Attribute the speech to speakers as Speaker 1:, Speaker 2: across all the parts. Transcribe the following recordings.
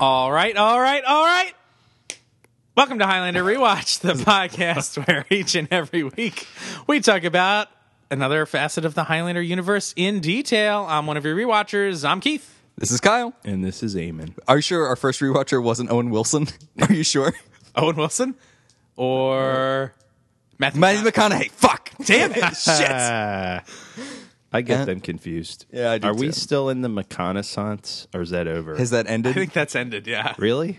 Speaker 1: All right, all right, all right. Welcome to Highlander Rewatch, the podcast where each and every week we talk about another facet of the Highlander universe in detail. I'm one of your rewatchers. I'm Keith.
Speaker 2: This is Kyle.
Speaker 3: And this is Eamon.
Speaker 2: Are you sure our first rewatcher wasn't Owen Wilson? Are you sure?
Speaker 1: Owen Wilson or Matthew.
Speaker 2: Matthew McConaughey. Fuck.
Speaker 1: Damn it. Shit.
Speaker 3: I get
Speaker 2: Uh,
Speaker 3: them confused.
Speaker 2: yeah, I do
Speaker 3: Are we
Speaker 2: too.
Speaker 3: still in the reconnaissance or is that over?
Speaker 2: Has that ended?
Speaker 1: I think that's ended, yeah.
Speaker 3: really?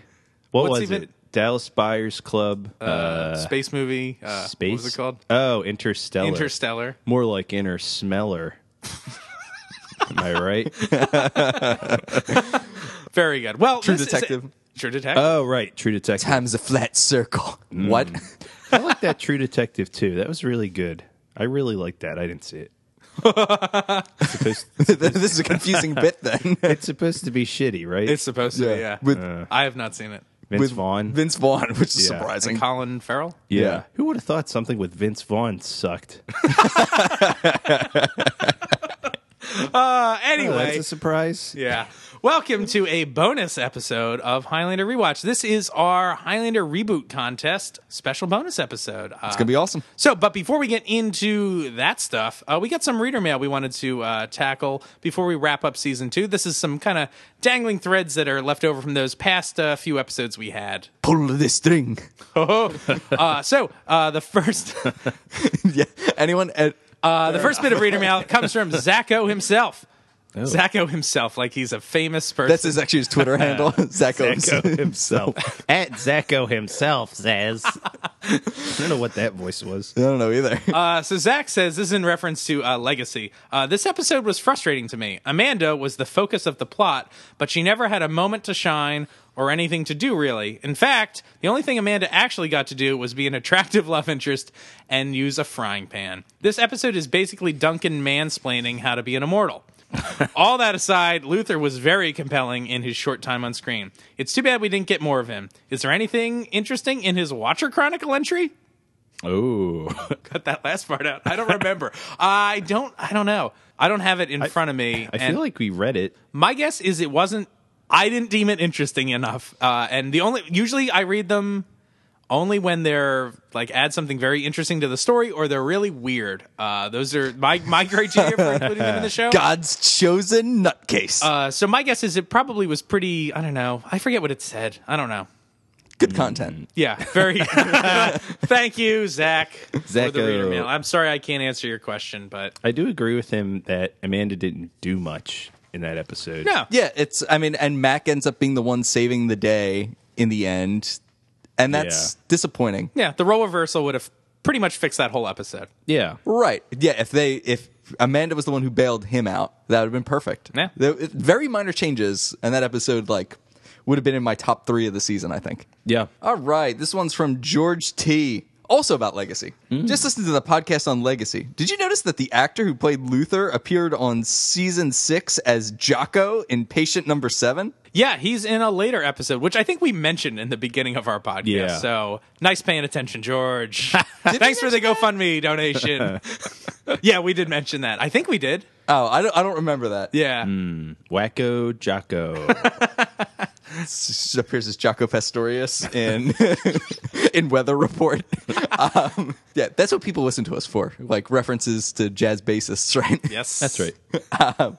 Speaker 3: What
Speaker 1: What's
Speaker 3: was
Speaker 1: even-
Speaker 3: it? Dallas Buyers Club. Uh,
Speaker 1: space movie. Uh,
Speaker 3: space.
Speaker 1: What was it called?
Speaker 3: Oh, Interstellar.
Speaker 1: Interstellar.
Speaker 3: More like Inner Smeller. Am I right?
Speaker 1: Very good. Well,
Speaker 2: True
Speaker 1: this is-
Speaker 2: Detective.
Speaker 1: True Detective.
Speaker 3: Oh, right. True Detective.
Speaker 2: Time's a flat circle. What?
Speaker 3: I like that True Detective too. That was really good. I really liked that. I didn't see it. it's, supposed,
Speaker 2: this is a confusing bit then.
Speaker 3: it's supposed to be shitty, right?
Speaker 1: it's supposed to be, yeah. Uh.
Speaker 2: With
Speaker 1: I have not seen it.
Speaker 3: Vince
Speaker 2: with
Speaker 3: Vaughn.
Speaker 2: Vince Vaughn, which is
Speaker 3: Yeah.
Speaker 2: surprising.
Speaker 1: Colin Farrell?
Speaker 3: yeah.
Speaker 2: yeah.
Speaker 3: Who would have thought something with Vince Vaughn sucked?
Speaker 1: Uh, anyway.
Speaker 3: That's a surprise.
Speaker 1: Yeah. Welcome to a bonus episode of Highlander Rewatch. This is our Highlander Reboot Contest special bonus episode. Uh,
Speaker 2: It's gonna be awesome.
Speaker 1: so, but before we get into that stuff, uh, we got some reader mail we wanted to uh, tackle before we wrap up season two. This is some kind of dangling threads that are left over from those past uh, few episodes we had.
Speaker 2: Pull this string.
Speaker 1: Oh, uh, so uh, the first
Speaker 2: yeah. Anyone? At,
Speaker 1: Uh, the first bit of reader mail comes from Zacho himself. Zacho himself, like he's a famous person.
Speaker 2: Oh. that's his actually his Twitter handle.
Speaker 3: Zacco
Speaker 2: Zacho.
Speaker 3: himself. At Zacco himself says. I don't know what that voice was.
Speaker 2: I don't know either.
Speaker 1: Uh, so Zach says this is in reference to uh, Legacy. Uh, this episode was frustrating to me. Amanda was the focus of the plot, but she never had a moment to shine or anything to do really. In fact, the only thing Amanda actually got to do was be an attractive love interest and use a frying pan. This episode is basically Duncan mansplaining how to be an immortal. All that aside, Luther was very compelling in his short time on screen. It's too bad we didn't get more of him. Is there anything interesting in his Watcher Chronicle entry?
Speaker 3: Oh.
Speaker 1: cut that last part out. I don't remember. I don't. I don't know. I don't have it in front of me.
Speaker 3: I
Speaker 1: and
Speaker 3: feel like we read it.
Speaker 1: my guess is it wasn't. I didn't deem it interesting enough. Uh, and the only usually I read them only when they're like add something very interesting to the story or they're really weird. Uh, those are my my criteria for including them in the show.
Speaker 2: God's chosen nutcase.
Speaker 1: Uh, so my guess is it probably was pretty. I don't know. I forget what it said. I don't know.
Speaker 2: Good content.
Speaker 1: Yeah, very. Thank you, Zach, for the
Speaker 3: Zacho.
Speaker 1: reader mail. I'm sorry I can't answer your question, but
Speaker 3: I do agree with him that Amanda didn't do much in that episode.
Speaker 1: no,
Speaker 2: Yeah, it's. I mean, and Mac ends up being the one saving the day in the end, and that's
Speaker 3: Yeah.
Speaker 2: disappointing.
Speaker 1: Yeah, the role reversal would have pretty much fixed that whole episode.
Speaker 3: Yeah.
Speaker 2: Right? Yeah. If they, if Amanda was the one who bailed him out, that would have been perfect.
Speaker 1: Yeah.
Speaker 2: There- it- very minor changes, and that episode like would have been in my top three of the season. I think.
Speaker 3: Yeah.
Speaker 2: All right, this one's from George T. Also about legacy. Just listen to the podcast on legacy. Did you notice that the actor who played Luther appeared on season six as Jocko in Patient Number Seven?
Speaker 1: Yeah, he's in a later episode, which I think we mentioned in the beginning of our podcast.
Speaker 3: Yeah.
Speaker 1: So nice paying attention, George. Thanks for the GoFundMe donation. yeah, we did mention that. I think we did.
Speaker 2: Oh, I don't, I don't remember that.
Speaker 1: Yeah.
Speaker 2: Mm.
Speaker 3: Wacko Jocko.
Speaker 2: s- appears as Jocko Pastorius in in Weather Report. Um, yeah, that's what people listen to us for, like references to jazz bassists, right?
Speaker 1: Yes.
Speaker 3: That's right.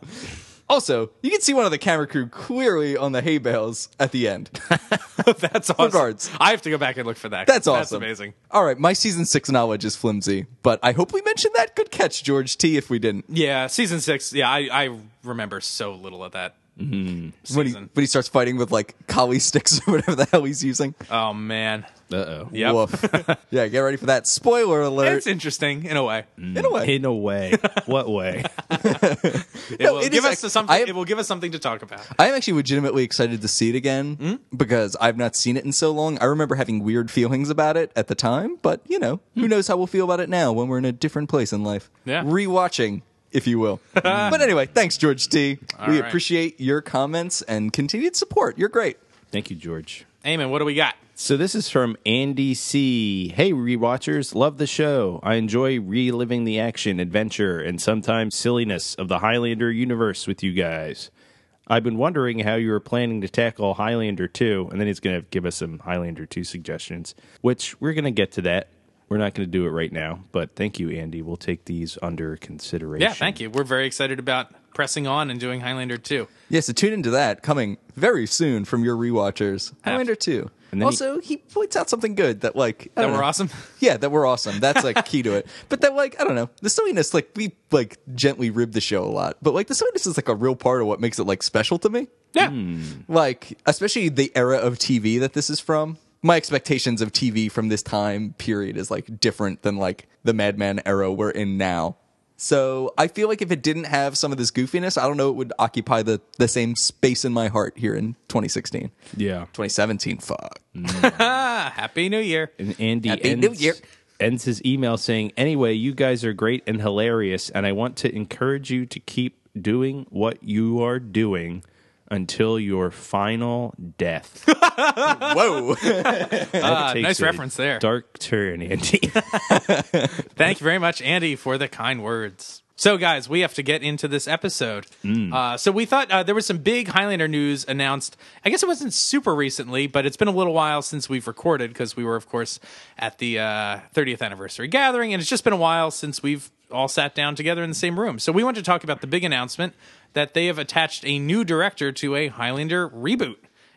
Speaker 2: Also, you can see one of the camera crew clearly on the hay bales at the end.
Speaker 1: That's awesome.
Speaker 2: Regards.
Speaker 1: I have to go back and look for that.
Speaker 2: That's awesome.
Speaker 1: That's amazing.
Speaker 2: All right, my season six knowledge is flimsy, but I hope we mentioned that. Good catch, George T. If we didn't,
Speaker 1: Yeah, season six. Yeah, I, I remember so little of that
Speaker 2: when he,
Speaker 1: season.
Speaker 2: when he starts fighting with like collie sticks or whatever the hell he's using.
Speaker 1: oh, man.
Speaker 3: Uh oh.
Speaker 1: Yep.
Speaker 2: Woof. yeah, get ready for that. Spoiler alert.
Speaker 1: It's interesting in a way.
Speaker 2: in a way,
Speaker 3: In a way. What way?
Speaker 1: It, will
Speaker 2: it
Speaker 1: give
Speaker 2: is
Speaker 1: us
Speaker 2: ac-
Speaker 1: something,
Speaker 2: I-
Speaker 1: it will give us something to talk about.
Speaker 2: I am actually legitimately excited to see it again
Speaker 1: Hmm?
Speaker 2: because I've not seen it in so long. I remember having weird feelings about it at the time, but you know, who knows how we'll feel about it now when we're in a different place in life.
Speaker 1: Hmm. Yeah.
Speaker 2: Rewatching, if you will. but anyway, thanks, George T. we
Speaker 1: right.
Speaker 2: appreciate your comments and continued support. You're great.
Speaker 3: Thank you, George.
Speaker 1: Eamon, what do we got?
Speaker 3: So this is from Andy C. Hey rewatchers, love the show. I enjoy reliving the action, adventure, and sometimes silliness of the Highlander universe with you guys. I've been wondering how you were planning to tackle Highlander 2, and then he's going to give us some Highlander 2 suggestions, which we're going to get to that. We're not going to do it right now, but thank you, Andy. We'll take these under consideration.
Speaker 1: Yeah, thank you. We're very excited about pressing on and doing Highlander 2.
Speaker 2: Yeah, so tune into that coming very soon from your rewatchers. Highlander 2.
Speaker 3: And then
Speaker 2: also, he, points out something good that, like, I
Speaker 1: That
Speaker 2: don't
Speaker 1: we're
Speaker 2: know.
Speaker 1: awesome.
Speaker 2: Oh, Yeah, that we're awesome. That's like key to it. But that, like, I don't know. The silliness, like, we like gently rib the show a lot, but like, the silliness is like a real part of what makes it like special to me.
Speaker 1: Yeah.
Speaker 2: Like, especially the era of TV that this is from. My expectations of TV from this time period is like different than like the Madman era we're in now. So I feel like if it didn't have some of this goofiness, I don't know, it would occupy the, the same space in my heart here in 2016.
Speaker 3: Yeah.
Speaker 2: 2017, fuck.
Speaker 1: Ah, Happy New Year.
Speaker 3: And Andy
Speaker 2: Happy
Speaker 3: ends,
Speaker 2: New Year.
Speaker 3: ends his email saying, Anyway, you guys are great and hilarious, and I want to encourage you to keep doing what you are doing until your final death. That
Speaker 2: Whoa.
Speaker 3: takes
Speaker 1: nice
Speaker 3: a
Speaker 1: reference there.
Speaker 3: Dark turn, Andy.
Speaker 1: Thank you very much, Andy, for the kind words. So, guys, we have to get into this episode. Uh, so, we thought uh, there was some big Highlander news announced. I guess it wasn't super recently, but it's been a little while since we've recorded because we were, of course, at the uh, 30th anniversary gathering, and it's just been a while since we've all sat down together in the same room. So, we want to talk about the big announcement that they have attached a new director to a Highlander reboot.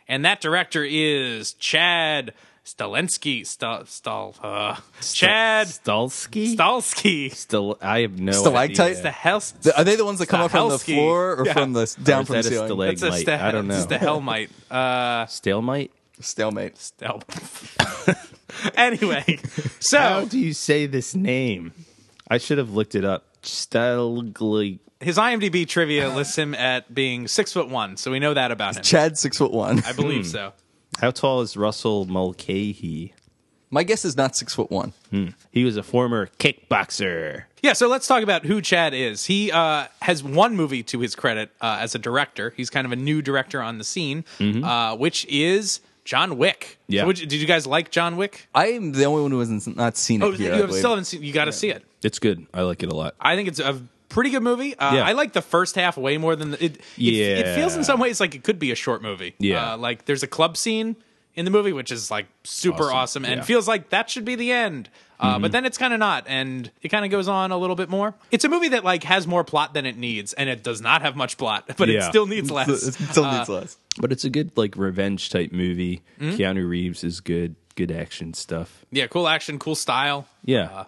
Speaker 1: And that director is Chad Stalensky. Stal, Stal, uh, Chad
Speaker 3: Stolsky?
Speaker 1: Stalsky.
Speaker 3: Stal- I have no
Speaker 2: Stalactite?
Speaker 3: idea.
Speaker 1: The house.
Speaker 2: Are they the ones that come up from the
Speaker 1: Stahelski.
Speaker 2: floor or
Speaker 1: Yeah.
Speaker 2: from the
Speaker 3: Or
Speaker 2: down from
Speaker 3: is
Speaker 2: the
Speaker 3: that a
Speaker 2: ceiling?
Speaker 1: It's a
Speaker 3: stalegmite?
Speaker 1: sta-
Speaker 3: I don't know.
Speaker 1: It's the hellmite. Uh,
Speaker 3: Stalemite?
Speaker 2: Stalemate.
Speaker 1: stel- anyway,
Speaker 3: How
Speaker 1: so
Speaker 3: do you say this name? I should have looked it up. Stalgly.
Speaker 1: his IMDb trivia lists him at being six foot one, so we know that about him.
Speaker 2: Chad six foot one.
Speaker 1: I believe
Speaker 3: Hmm.
Speaker 1: so.
Speaker 3: How tall is Russell Mulcahy?
Speaker 2: My guess is not six foot one.
Speaker 3: He was a former kickboxer.
Speaker 1: Yeah, so let's talk about who Chad is. He uh, has one movie to his credit uh, as a director. He's kind of a new director on the scene, uh, which is John Wick.
Speaker 3: Mm-hmm. Yeah.
Speaker 1: So would you- did you guys like John Wick?
Speaker 2: I am the only one who has not seen it
Speaker 1: Oh,
Speaker 2: here. I
Speaker 1: you have,
Speaker 2: believe.
Speaker 1: still haven't seen. You got to see it.
Speaker 3: It's good. I like it a lot.
Speaker 1: I think it's a pretty good movie. Uh,
Speaker 3: Yeah.
Speaker 1: I like the first half way more than the, it, it- it.
Speaker 3: Yeah.
Speaker 1: feels in some ways like it could be a short movie.
Speaker 3: Yeah.
Speaker 1: uh, like there's a club scene in the movie which is like super awesome,
Speaker 3: Awesome.
Speaker 1: and
Speaker 3: Yeah. Mm-hmm.
Speaker 1: feels like that should be the end. Uh, But then it's kind of not, and it kind of goes on a little bit more. It's a movie that like has more plot than it needs, and it does not have much plot, but it
Speaker 3: Yeah.
Speaker 1: still needs less. Uh,
Speaker 2: It still needs less.
Speaker 3: But it's a good like revenge type movie.
Speaker 1: Hmm?
Speaker 3: Keanu Reeves is good. Good action stuff.
Speaker 1: yeah, cool action, cool style.
Speaker 3: Yeah.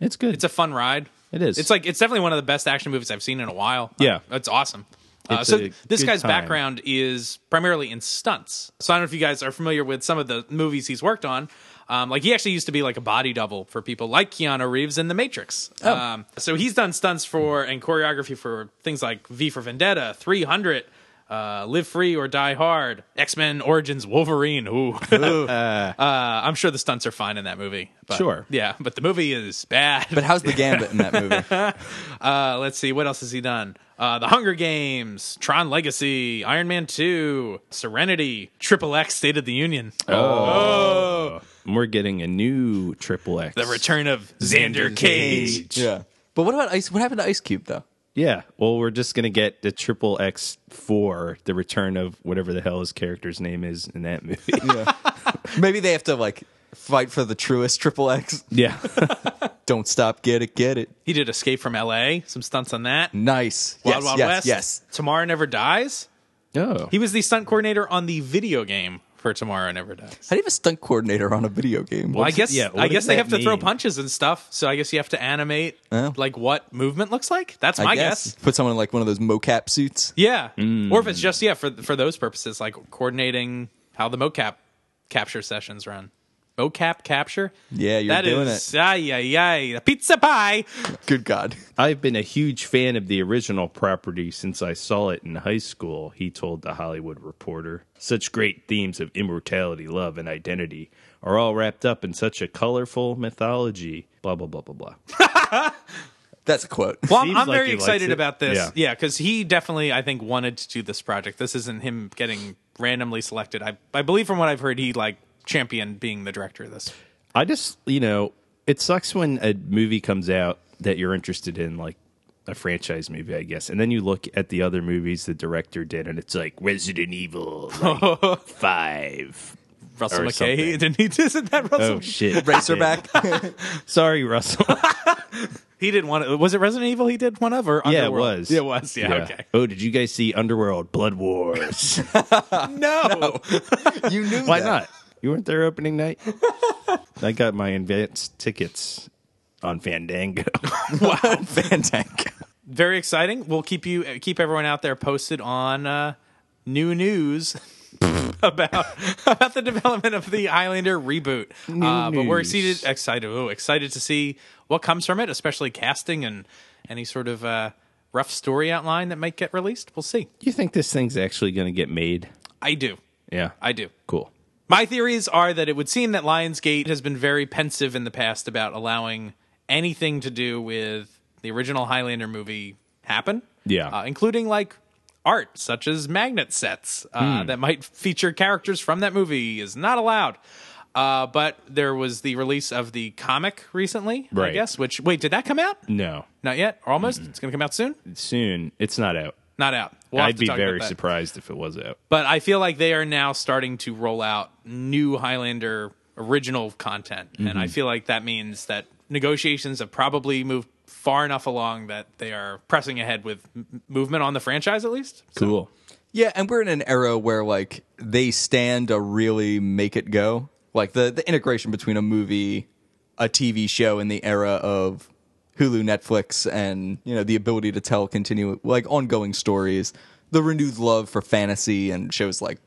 Speaker 3: it's good.
Speaker 1: Ah. It's a fun ride.
Speaker 3: It is.
Speaker 1: It's like it's definitely one of the best action movies I've seen in a while.
Speaker 3: Yeah.
Speaker 1: Uh, it's awesome. Uh,
Speaker 3: It's
Speaker 1: so
Speaker 3: a
Speaker 1: this
Speaker 3: good
Speaker 1: guy's
Speaker 3: time.
Speaker 1: background is primarily in stunts. So I don't know if you guys are familiar with some of the movies he's worked on. Um, like he actually used to be like a body double for people like Keanu Reeves in The Matrix.
Speaker 3: Oh.
Speaker 1: Um, so he's done stunts for and choreography for things like V for Vendetta, 300, uh, Live Free or Die Hard, X Men Origins Wolverine. Ooh, Uh, I'm sure the stunts are fine in that movie. But,
Speaker 3: Sure.
Speaker 1: yeah, but the movie is bad.
Speaker 2: But how's the gambit in that movie?
Speaker 1: Uh, let's see, what else has he done? Uh, the Hunger Games, Tron Legacy, Iron Man 2, Serenity, Triple X, State of the Union,
Speaker 3: And we're getting a new triple X.
Speaker 1: The Return of Xander Cage.
Speaker 2: yeah. But what about Ice? What happened to Ice Cube though?
Speaker 3: Yeah. Well, we're just gonna get the triple X four. The return of whatever the hell his character's name is in that movie.
Speaker 2: Maybe they have to like fight for the truest triple X.
Speaker 3: yeah.
Speaker 2: Don't stop, get it, get it.
Speaker 1: He did Escape from LA, some stunts on that.
Speaker 2: Nice.
Speaker 1: Wild
Speaker 2: yes,
Speaker 1: Wild
Speaker 2: yes,
Speaker 1: West.
Speaker 2: yes.
Speaker 1: Tomorrow Never Dies.
Speaker 3: oh.
Speaker 1: He was the stunt coordinator on the video game for Tomorrow Never Dies.
Speaker 2: How do you have a stunt coordinator on a video game?
Speaker 1: Well, I
Speaker 3: does-
Speaker 1: guess
Speaker 3: yeah, what
Speaker 1: I
Speaker 3: does
Speaker 1: guess they
Speaker 3: that
Speaker 1: have to throw
Speaker 3: mean?
Speaker 1: punches and stuff. So I guess you have to animate like what movement looks like. That's my guess.
Speaker 2: Put someone in like one of those mocap suits.
Speaker 1: Yeah. Or if it's just yeah for for those purposes, like coordinating how the mocap capture sessions run. Mocap capture.
Speaker 2: Yeah, you're
Speaker 1: That
Speaker 2: doing
Speaker 1: is- Ay ay ay. The pizza pie.
Speaker 2: Good God.
Speaker 3: I've been a huge fan of the original property since I saw it in high school, he told The Hollywood Reporter. Such great themes of immortality, love, and identity are all wrapped up in such a colorful mythology. Blah, blah, blah, blah, blah.
Speaker 2: That's a quote.
Speaker 1: Well, I'm,
Speaker 3: Seems
Speaker 1: I'm
Speaker 3: like
Speaker 1: very
Speaker 3: he likes
Speaker 1: excited
Speaker 3: it.
Speaker 1: about this.
Speaker 3: Yeah.
Speaker 1: Yeah, because he definitely, I think, wanted to do this project. This isn't him getting randomly selected. I I believe from what I've heard, he like championed being the director of this.
Speaker 3: I just, you know, it sucks when a movie comes out that you're interested in, like
Speaker 4: a franchise movie, I guess. And then you look at the other movies the director did, and it's like Resident Evil like, Five.
Speaker 1: Russell
Speaker 4: Or
Speaker 1: McKay.
Speaker 4: something.
Speaker 1: Didn't he? Isn't that Russell?
Speaker 4: Oh shit!
Speaker 2: Racerback.
Speaker 4: Sorry, Russell.
Speaker 1: He did one. of- Was it Resident Evil? He did one of or
Speaker 4: yeah, it
Speaker 1: Underworld?
Speaker 4: was.
Speaker 1: It was. Yeah. Okay.
Speaker 4: Oh, did you guys see Underworld Blood Wars?
Speaker 1: No.
Speaker 2: you knew
Speaker 4: Why
Speaker 2: that.
Speaker 4: not? You weren't there opening night. I got my advanced tickets on Fandango.
Speaker 2: Wow, Van Tank.
Speaker 1: Very exciting. We'll keep you uh, keep everyone out there posted on uh, new news. about about the development of the Islander reboot, uh, but we're excited excited oh, excited to see what comes from it, especially casting and any sort of uh, rough story outline that might get released. We'll see.
Speaker 4: you think this thing's actually going to get made?
Speaker 1: I do,
Speaker 4: Yeah,
Speaker 1: I do.
Speaker 4: cool.
Speaker 1: My theories are that it would seem that Lionsgate has been very pensive in the past about allowing anything to do with the original Highlander movie happen.
Speaker 4: Yeah.
Speaker 1: Uh, including like art, such as magnet sets uh,
Speaker 4: Hmm.
Speaker 1: that might feature characters from that movie, is not allowed. Uh, but there was the release of the comic recently, I
Speaker 4: Right. Mm.
Speaker 1: guess. Which wait, did that come out?
Speaker 4: No,
Speaker 1: Not yet, or almost. It's going to come out soon.
Speaker 4: soon it's not out.
Speaker 1: Not out. We'll have
Speaker 4: I'd
Speaker 1: to
Speaker 4: be
Speaker 1: talk about
Speaker 4: very
Speaker 1: that.
Speaker 4: surprised if it was out.
Speaker 1: But I feel like they are now starting to roll out new Highlander original content. And
Speaker 4: Mm-hmm.
Speaker 1: I feel like that means that negotiations have probably moved far enough along that they are pressing ahead with m- movement on the franchise at least.
Speaker 4: Cool.
Speaker 2: Yeah, and we're in an era where like they stand to really make it go. Like the the integration between a movie, a TV show in the era of Hulu, Netflix, and you know the ability to tell continue like ongoing stories, the renewed love for fantasy and shows like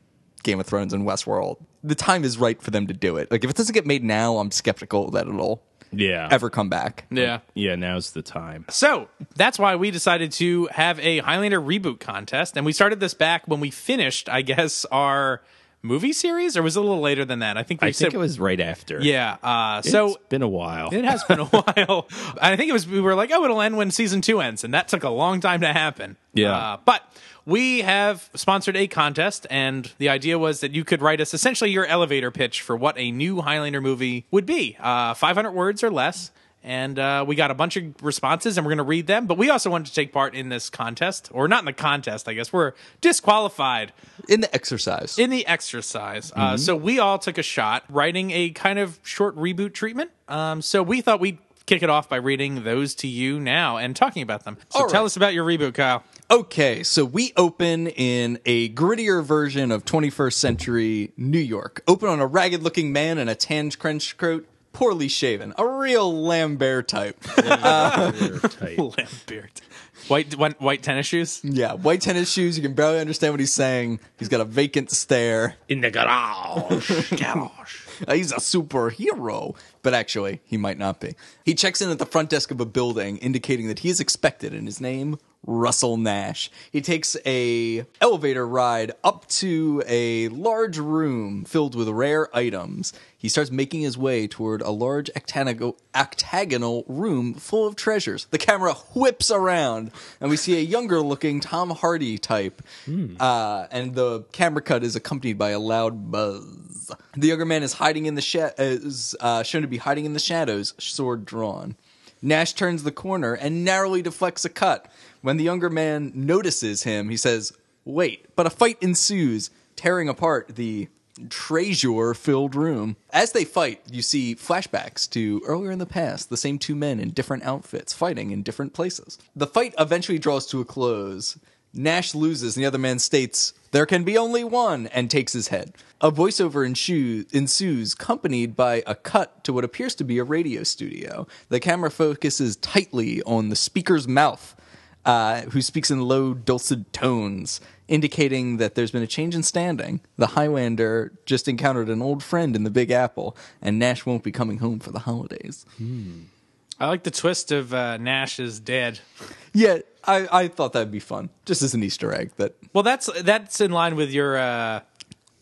Speaker 2: Game of Thrones and Westworld. The time is right for them to do it. Like if it doesn't get made now, I'm skeptical that it'll
Speaker 4: Yeah.
Speaker 2: ever come back.
Speaker 1: Yeah.
Speaker 4: Yeah, now's the time.
Speaker 1: So that's why we decided to have a Highlander reboot contest. And we started this back when we finished, I guess, our movie series, or was it a little later than that? I think we
Speaker 4: I
Speaker 1: said.
Speaker 4: think it was right after.
Speaker 1: yeah. Uh, so
Speaker 4: it's been a while.
Speaker 1: It has been a while. I think it was we were like, oh, it'll end when season two ends, and that took a long time to happen.
Speaker 4: Yeah.
Speaker 1: Uh, but we have sponsored a contest, and the idea was that you could write us essentially your elevator pitch for what a new Highlander movie would be, uh, 500 words or less. And uh, we got a bunch of responses, and we're going to read them. But we also wanted to take part in this contest, or not in the contest, I guess. We're disqualified
Speaker 2: In the exercise.
Speaker 1: in the exercise. Uh,
Speaker 4: Mm-hmm.
Speaker 1: so we all took a shot writing a kind of short reboot treatment. Um, so we thought we'd kick it off by reading those to you now and talking about them. So
Speaker 2: All
Speaker 1: tell
Speaker 2: right.
Speaker 1: us about your reboot, Kyle.
Speaker 2: Okay, so we open in a grittier version of 21st century New York. Open on a ragged looking man in a tan trench coat, poorly shaven, a real Lambert type.
Speaker 1: Lambert. White, white white tennis shoes.
Speaker 2: yeah, white tennis shoes, you can barely understand what he's saying. He's got a vacant stare.
Speaker 4: In the garage.
Speaker 2: Uh, He's a superhero, but actually, he might not be. He checks in at the front desk of a building, indicating that he is expected, and his name Russell Nash. He takes a elevator ride up to a large room filled with rare items. He starts making his way toward a large octagonal, octagonal room full of treasures. The camera whips around, and we see a younger-looking Tom Hardy type, uh, and the camera cut is accompanied by a loud buzz. The younger man is hiding in the sha- is uh, shown to be hiding in the shadows, sword drawn. Nash turns the corner and narrowly deflects a cut. When the younger man notices him, he says, "Wait!" But a fight ensues, tearing apart the treasure-filled room. As they fight, you see flashbacks to earlier in the past, the same two men in different outfits fighting in different places. The fight eventually draws to a close. Nash loses, and the other man states, There can be only one, and takes his head. A voiceover ensues, ensues, accompanied by a cut to what appears to be a radio studio. The camera focuses tightly on the speaker's mouth, uh, who speaks in low, dulcet tones, indicating that there's been a change in standing. The Highlander just encountered an old friend in the Big Apple, and Nash won't be coming home for the holidays.
Speaker 1: I like the twist of uh, Nash is dead.
Speaker 2: Yeah, I, I thought that'd be fun, just as an Easter egg that
Speaker 1: Well, that's that's in line with your uh,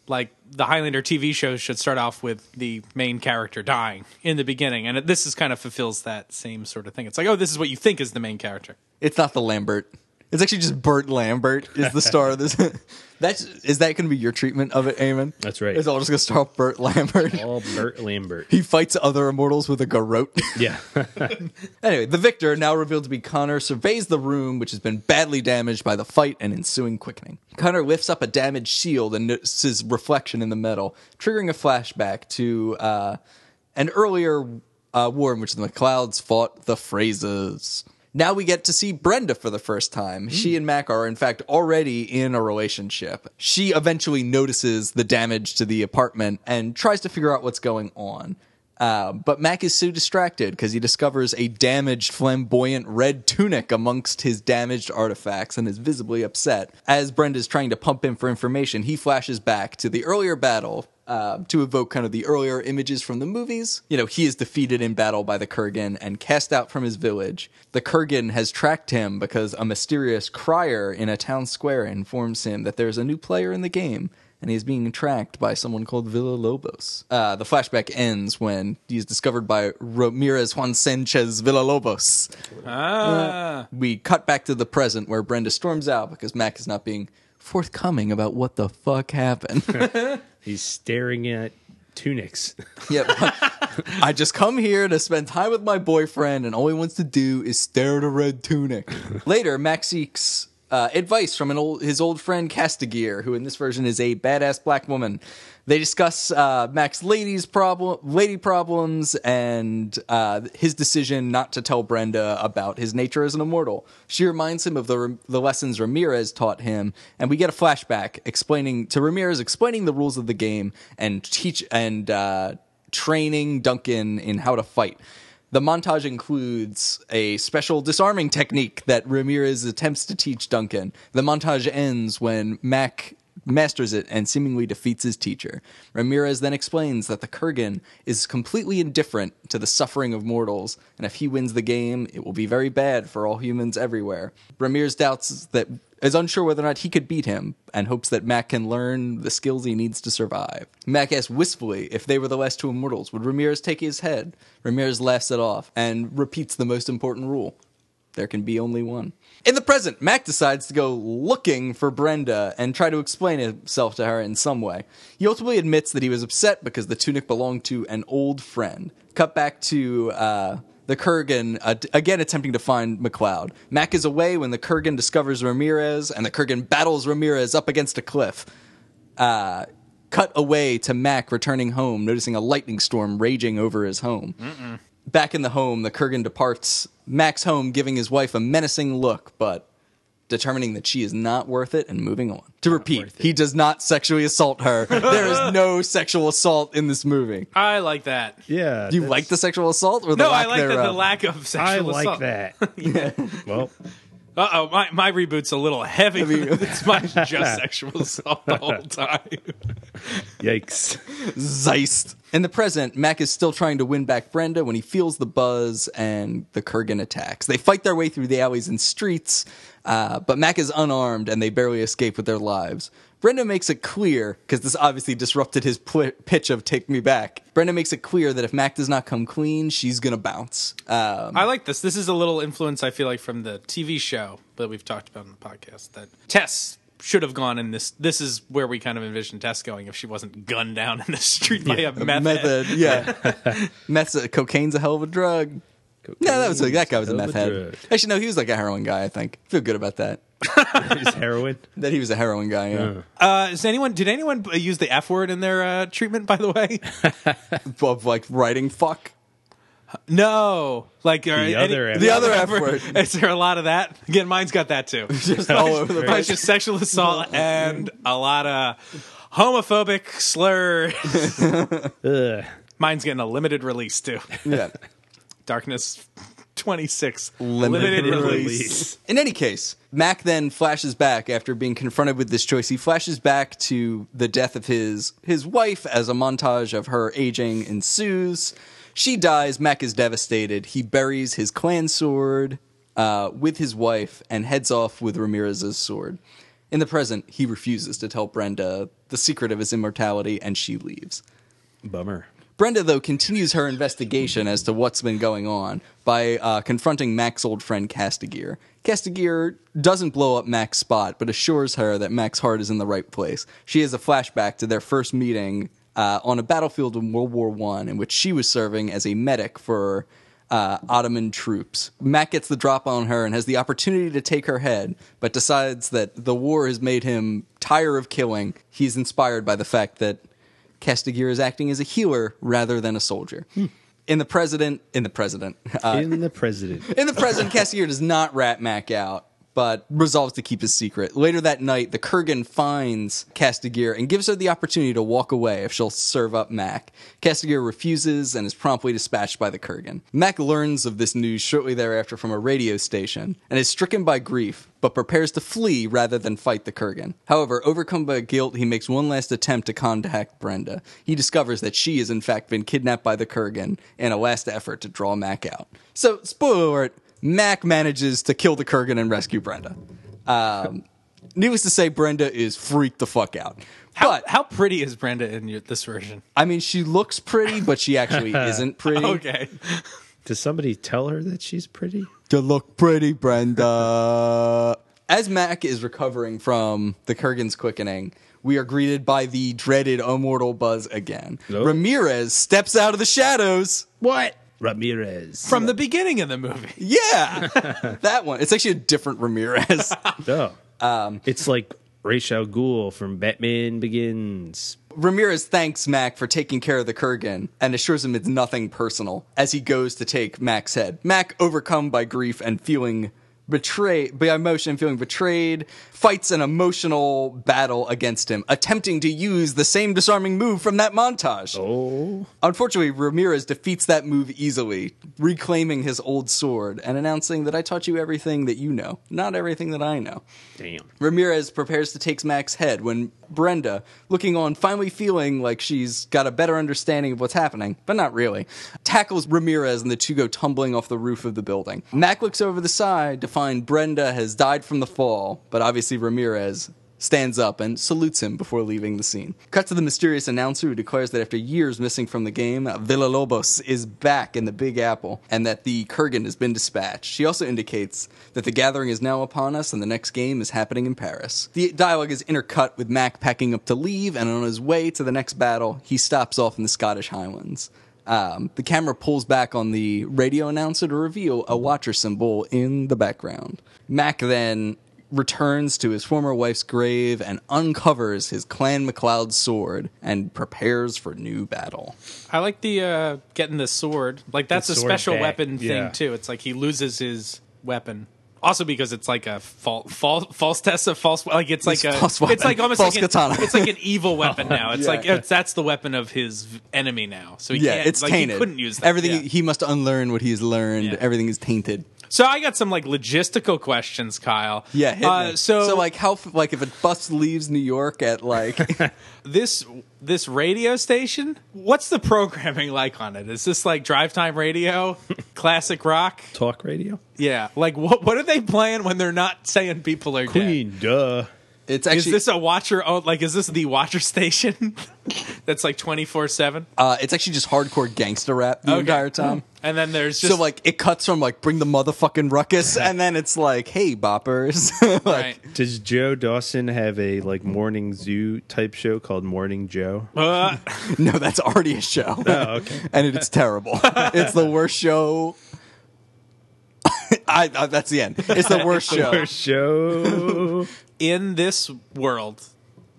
Speaker 1: like the Highlander TV shows should start off with the main character dying in the beginning, and it, this is kind of fulfills that same sort of thing. It's like, oh, this is what you think is the main character.
Speaker 2: It's not the Lambert. It's actually just Burt Lambert is the star of this. That's is that going to be your treatment of it, Eamon?
Speaker 4: That's right.
Speaker 2: It's all just going to start off Burt Lambert.
Speaker 4: All Burt Lambert.
Speaker 2: He fights other immortals with a garrote.
Speaker 4: Yeah.
Speaker 2: Anyway, the victor, now revealed to be Connor, surveys the room, which has been badly damaged by the fight and ensuing quickening. Connor lifts up a damaged shield and notices reflection in the metal, triggering a flashback to uh, an earlier uh, war in which the McLeods fought the Phrases. Now we get to see Brenda for the first time. She and Mac are, in fact, already in a relationship. She eventually notices the damage to the apartment and tries to figure out what's going on. Uh, but Mac is so distracted because he discovers a damaged, flamboyant red tunic amongst his damaged artifacts and is visibly upset. As Brenda's trying to pump him for information, he flashes back to the earlier battle uh, to evoke kind of the earlier images from the movies. You know, he is defeated in battle by the Kurgan and cast out from his village. The Kurgan has tracked him because a mysterious crier in a town square informs him that there's a new player in the game and he's being tracked by someone called Villa Lobos. Uh, the flashback ends when he's discovered by Ramirez Juan Sanchez Villa Lobos.
Speaker 1: Ah.
Speaker 2: We cut back to the present where Brenda storms out because Mac is not being forthcoming about what the fuck happened.
Speaker 4: He's staring at tunics.
Speaker 2: yep. I just come here to spend time with my boyfriend, and all he wants to do is stare at a red tunic. Later, Max seeks uh, advice from an old, his old friend Castigear, who in this version is a badass black woman. They discuss uh, Max ladies problem, lady problems, and uh, his decision not to tell Brenda about his nature as an immortal. She reminds him of the the lessons Ramirez taught him, and we get a flashback explaining to Ramirez explaining the rules of the game and teach and uh, training Duncan in how to fight. The montage includes a special disarming technique that Ramirez attempts to teach Duncan. The montage ends when Mac masters it and seemingly defeats his teacher. Ramirez then explains that the Kurgan is completely indifferent to the suffering of mortals, and if he wins the game, it will be very bad for all humans everywhere. Ramirez doubts that is unsure whether or not he could beat him and hopes that Mac can learn the skills he needs to survive. Mac asks wistfully if they were the last two immortals, would Ramirez take his head? Ramirez laughs it off and repeats the most important rule. There can be only one. In the present, Mac decides to go looking for Brenda and try to explain himself to her in some way. He ultimately admits that he was upset because the tunic belonged to an old friend. Cut back to uh, the Kurgan uh, again attempting to find McLeod. Mac is away when the Kurgan discovers Ramirez, and the Kurgan battles Ramirez up against a cliff uh, cut away to Mac returning home, noticing a lightning storm raging over his home. Back in the home, the Kurgan departs Mac's home, giving his wife a menacing look, but determining that she is not worth it and moving on. To repeat, he does not sexually assault her. there is no sexual assault in this movie.
Speaker 1: I like that.
Speaker 4: Yeah.
Speaker 2: Do you
Speaker 4: that's-
Speaker 2: like the sexual assault or the
Speaker 1: No,
Speaker 2: lack
Speaker 1: I like the,
Speaker 2: thereof?
Speaker 1: the lack of sexual
Speaker 4: I like
Speaker 1: assault.
Speaker 4: that. Well,
Speaker 1: Uh oh, my, my reboot's a little heavy.
Speaker 2: Heavy.
Speaker 1: it's my just sexual assault the whole time.
Speaker 4: yikes.
Speaker 2: Zeist. In the present, Mac is still trying to win back Brenda when he feels the buzz and the Kurgan attacks. They fight their way through the alleys and streets, uh, but Mac is unarmed and they barely escape with their lives. Brenda makes it clear, because this obviously disrupted his pl- pitch of Take Me Back. Brenda makes it clear that if Mac does not come clean, she's going to bounce. Um,
Speaker 1: I like this. This is a little influence I feel like from the TV show that we've talked about in the podcast that Tess should have gone in this. This is where we kind of envision Tess going if she wasn't gunned down in the street by a meth. head.
Speaker 2: method, uh, yeah. Meth's a, cocaine's a hell of a drug. no, that was a, that guy was a
Speaker 4: hell of
Speaker 2: meth
Speaker 4: a
Speaker 2: head.
Speaker 4: drug.
Speaker 2: Actually, no, he was like a heroin guy. I think feel good about that.
Speaker 4: Is heroin?
Speaker 2: That he was a heroin guy. Yeah.
Speaker 1: Uh, is anyone? Did anyone uh, use the F word in their uh, treatment? By the way,
Speaker 2: of like writing fuck.
Speaker 1: no. Like uh, any-
Speaker 4: other F
Speaker 2: The other F word.
Speaker 1: Is there a lot of that? Again, mine's got that too.
Speaker 2: Just all over the
Speaker 1: It's
Speaker 2: place.
Speaker 1: just sexual assault and a lot of homophobic slurs.
Speaker 4: Ugh.
Speaker 1: Mine's getting a limited release too.
Speaker 2: Yeah.
Speaker 1: Darkness 26.
Speaker 2: Limited
Speaker 4: release.
Speaker 2: In any case, Mac then flashes back after being confronted with this choice. He flashes back to the death of his his wife as a montage of her aging ensues. She dies. Mac is devastated. He buries his clan sword uh, with his wife and heads off with Ramirez's sword. In the present, he refuses to tell Brenda the secret of his immortality, and she leaves.
Speaker 4: Bummer.
Speaker 2: Brenda, though, continues her investigation as to what's been going on by uh, confronting Mac's old friend Castigear. Castigear doesn't blow up Mac's spot, but assures her that Mac's heart is in the right place. She has a flashback to their first meeting uh, on a battlefield in World War One, in which she was serving as a medic for uh, Ottoman troops. Mac gets the drop on her and has the opportunity to take her head, but decides that the war has made him tire of killing. He's inspired by the fact that Castigier is acting as a healer rather than a soldier. In the president, in the president, uh,
Speaker 4: in the president.
Speaker 2: in the present, Cassier does not rat Mac out, but resolves to keep his secret. Later that night, the Kurgan finds Castigear and gives her the opportunity to walk away if she'll serve up Mac. Castigear refuses and is promptly dispatched by the Kurgan. Mac learns of this news shortly thereafter from a radio station and is stricken by grief, but prepares to flee rather than fight the Kurgan. However, overcome by guilt, he makes one last attempt to contact Brenda. He discovers that she has in fact been kidnapped by the Kurgan in a last effort to draw Mac out. So, spoiler alert, Mac manages to kill the Kurgan and rescue Brenda. Um, needless to say, Brenda is freaked the fuck out.
Speaker 1: How,
Speaker 2: but,
Speaker 1: how pretty is Brenda in your, this version?
Speaker 2: I mean, she looks pretty, but she actually isn't pretty.
Speaker 1: Okay.
Speaker 4: Does somebody tell her that she's pretty?
Speaker 2: You look pretty, Brenda. As Mac is recovering from the Kurgan's quickening, we are greeted by the dreaded immortal buzz again.
Speaker 4: Hello?
Speaker 2: Ramirez steps out of the shadows.
Speaker 4: What? Ramirez.
Speaker 1: From the beginning of the movie.
Speaker 2: Yeah, that one. It's actually a different Ramirez.
Speaker 4: Oh. it's like Ra's al Ghul from Batman Begins.
Speaker 2: Ramirez thanks Mac for taking care of the Kurgan and assures him it's nothing personal as he goes to take Mac's head. Mac, overcome by grief and feeling betrayed by emotion, feeling betrayed, fights an emotional battle against him, attempting to use the same disarming move from that montage.
Speaker 4: Oh.
Speaker 2: Unfortunately, Ramirez defeats that move easily, reclaiming his old sword and announcing that I taught you everything that you know, not everything that I know.
Speaker 4: Damn.
Speaker 2: Ramirez prepares to take Mac's head when Brenda, looking on, finally feeling like she's got a better understanding of what's happening, but not really, tackles Ramirez and the two go tumbling off the roof of the building. Mac looks over the side to find Brenda has died from the fall, but obviously Ramirez stands up and salutes him before leaving the scene. Cut to the mysterious announcer who declares that after years missing from the game, Villalobos is back in the Big Apple and that the Kurgan has been dispatched. She also indicates that the gathering is now upon us and the next game is happening in Paris. The dialogue is intercut with Mac packing up to leave and on his way to the next battle, he stops off in the Scottish Highlands. Um, the camera pulls back on the radio announcer to reveal a watcher symbol in the background. Mac then returns to his former wife's grave and uncovers his Clan McLeod sword and prepares for new battle.
Speaker 1: I like the uh, getting the sword. Like that's
Speaker 4: The
Speaker 1: a
Speaker 4: sword
Speaker 1: special
Speaker 4: back,
Speaker 1: weapon thing
Speaker 4: yeah.
Speaker 1: too. It's like he loses his weapon. Also because it's like a false false false test of false like it's like
Speaker 2: It's
Speaker 1: a
Speaker 2: false weapon.
Speaker 1: it's like almost
Speaker 2: False
Speaker 1: like
Speaker 2: katana. Oh,
Speaker 1: An, it's like an evil weapon now. It's
Speaker 2: Yeah.
Speaker 1: like it's, that's the weapon of his v- enemy now. So he
Speaker 2: Yeah,
Speaker 1: can't,
Speaker 2: it's
Speaker 1: like,
Speaker 2: tainted.
Speaker 1: He couldn't use that.
Speaker 2: Everything
Speaker 1: Yeah.
Speaker 2: he must unlearn what he's learned.
Speaker 1: Yeah.
Speaker 2: Everything is tainted.
Speaker 1: so I got some like logistical questions, Kyle.
Speaker 2: Yeah, hit
Speaker 1: Uh,
Speaker 2: me.
Speaker 1: so
Speaker 2: so like how f- like if a bus leaves New York at like
Speaker 1: this this radio station. What's the programming like on it? Is this like drive time radio, classic rock?
Speaker 4: Talk radio?
Speaker 1: Yeah, like what what are they playing when they're not saying people are dead?
Speaker 4: Queen, duh.
Speaker 2: it's
Speaker 1: Is
Speaker 2: actually
Speaker 1: this a watcher? Oh, like is this the watcher station that's like twenty four seven?
Speaker 2: uh, it's actually just hardcore gangster rap the entire time.
Speaker 1: And then there's Mm-hmm. just
Speaker 2: so like it cuts from like bring the motherfucking ruckus and then it's like hey boppers like
Speaker 1: right.
Speaker 4: Does Joe Dawson have a like morning zoo type show called Morning Joe?
Speaker 1: Uh,
Speaker 2: No, that's already a show.
Speaker 1: Oh,
Speaker 4: okay.
Speaker 2: and it's terrible. it's the worst show. I, I, that's the end. It's the worst show.
Speaker 4: Our show.
Speaker 1: in this world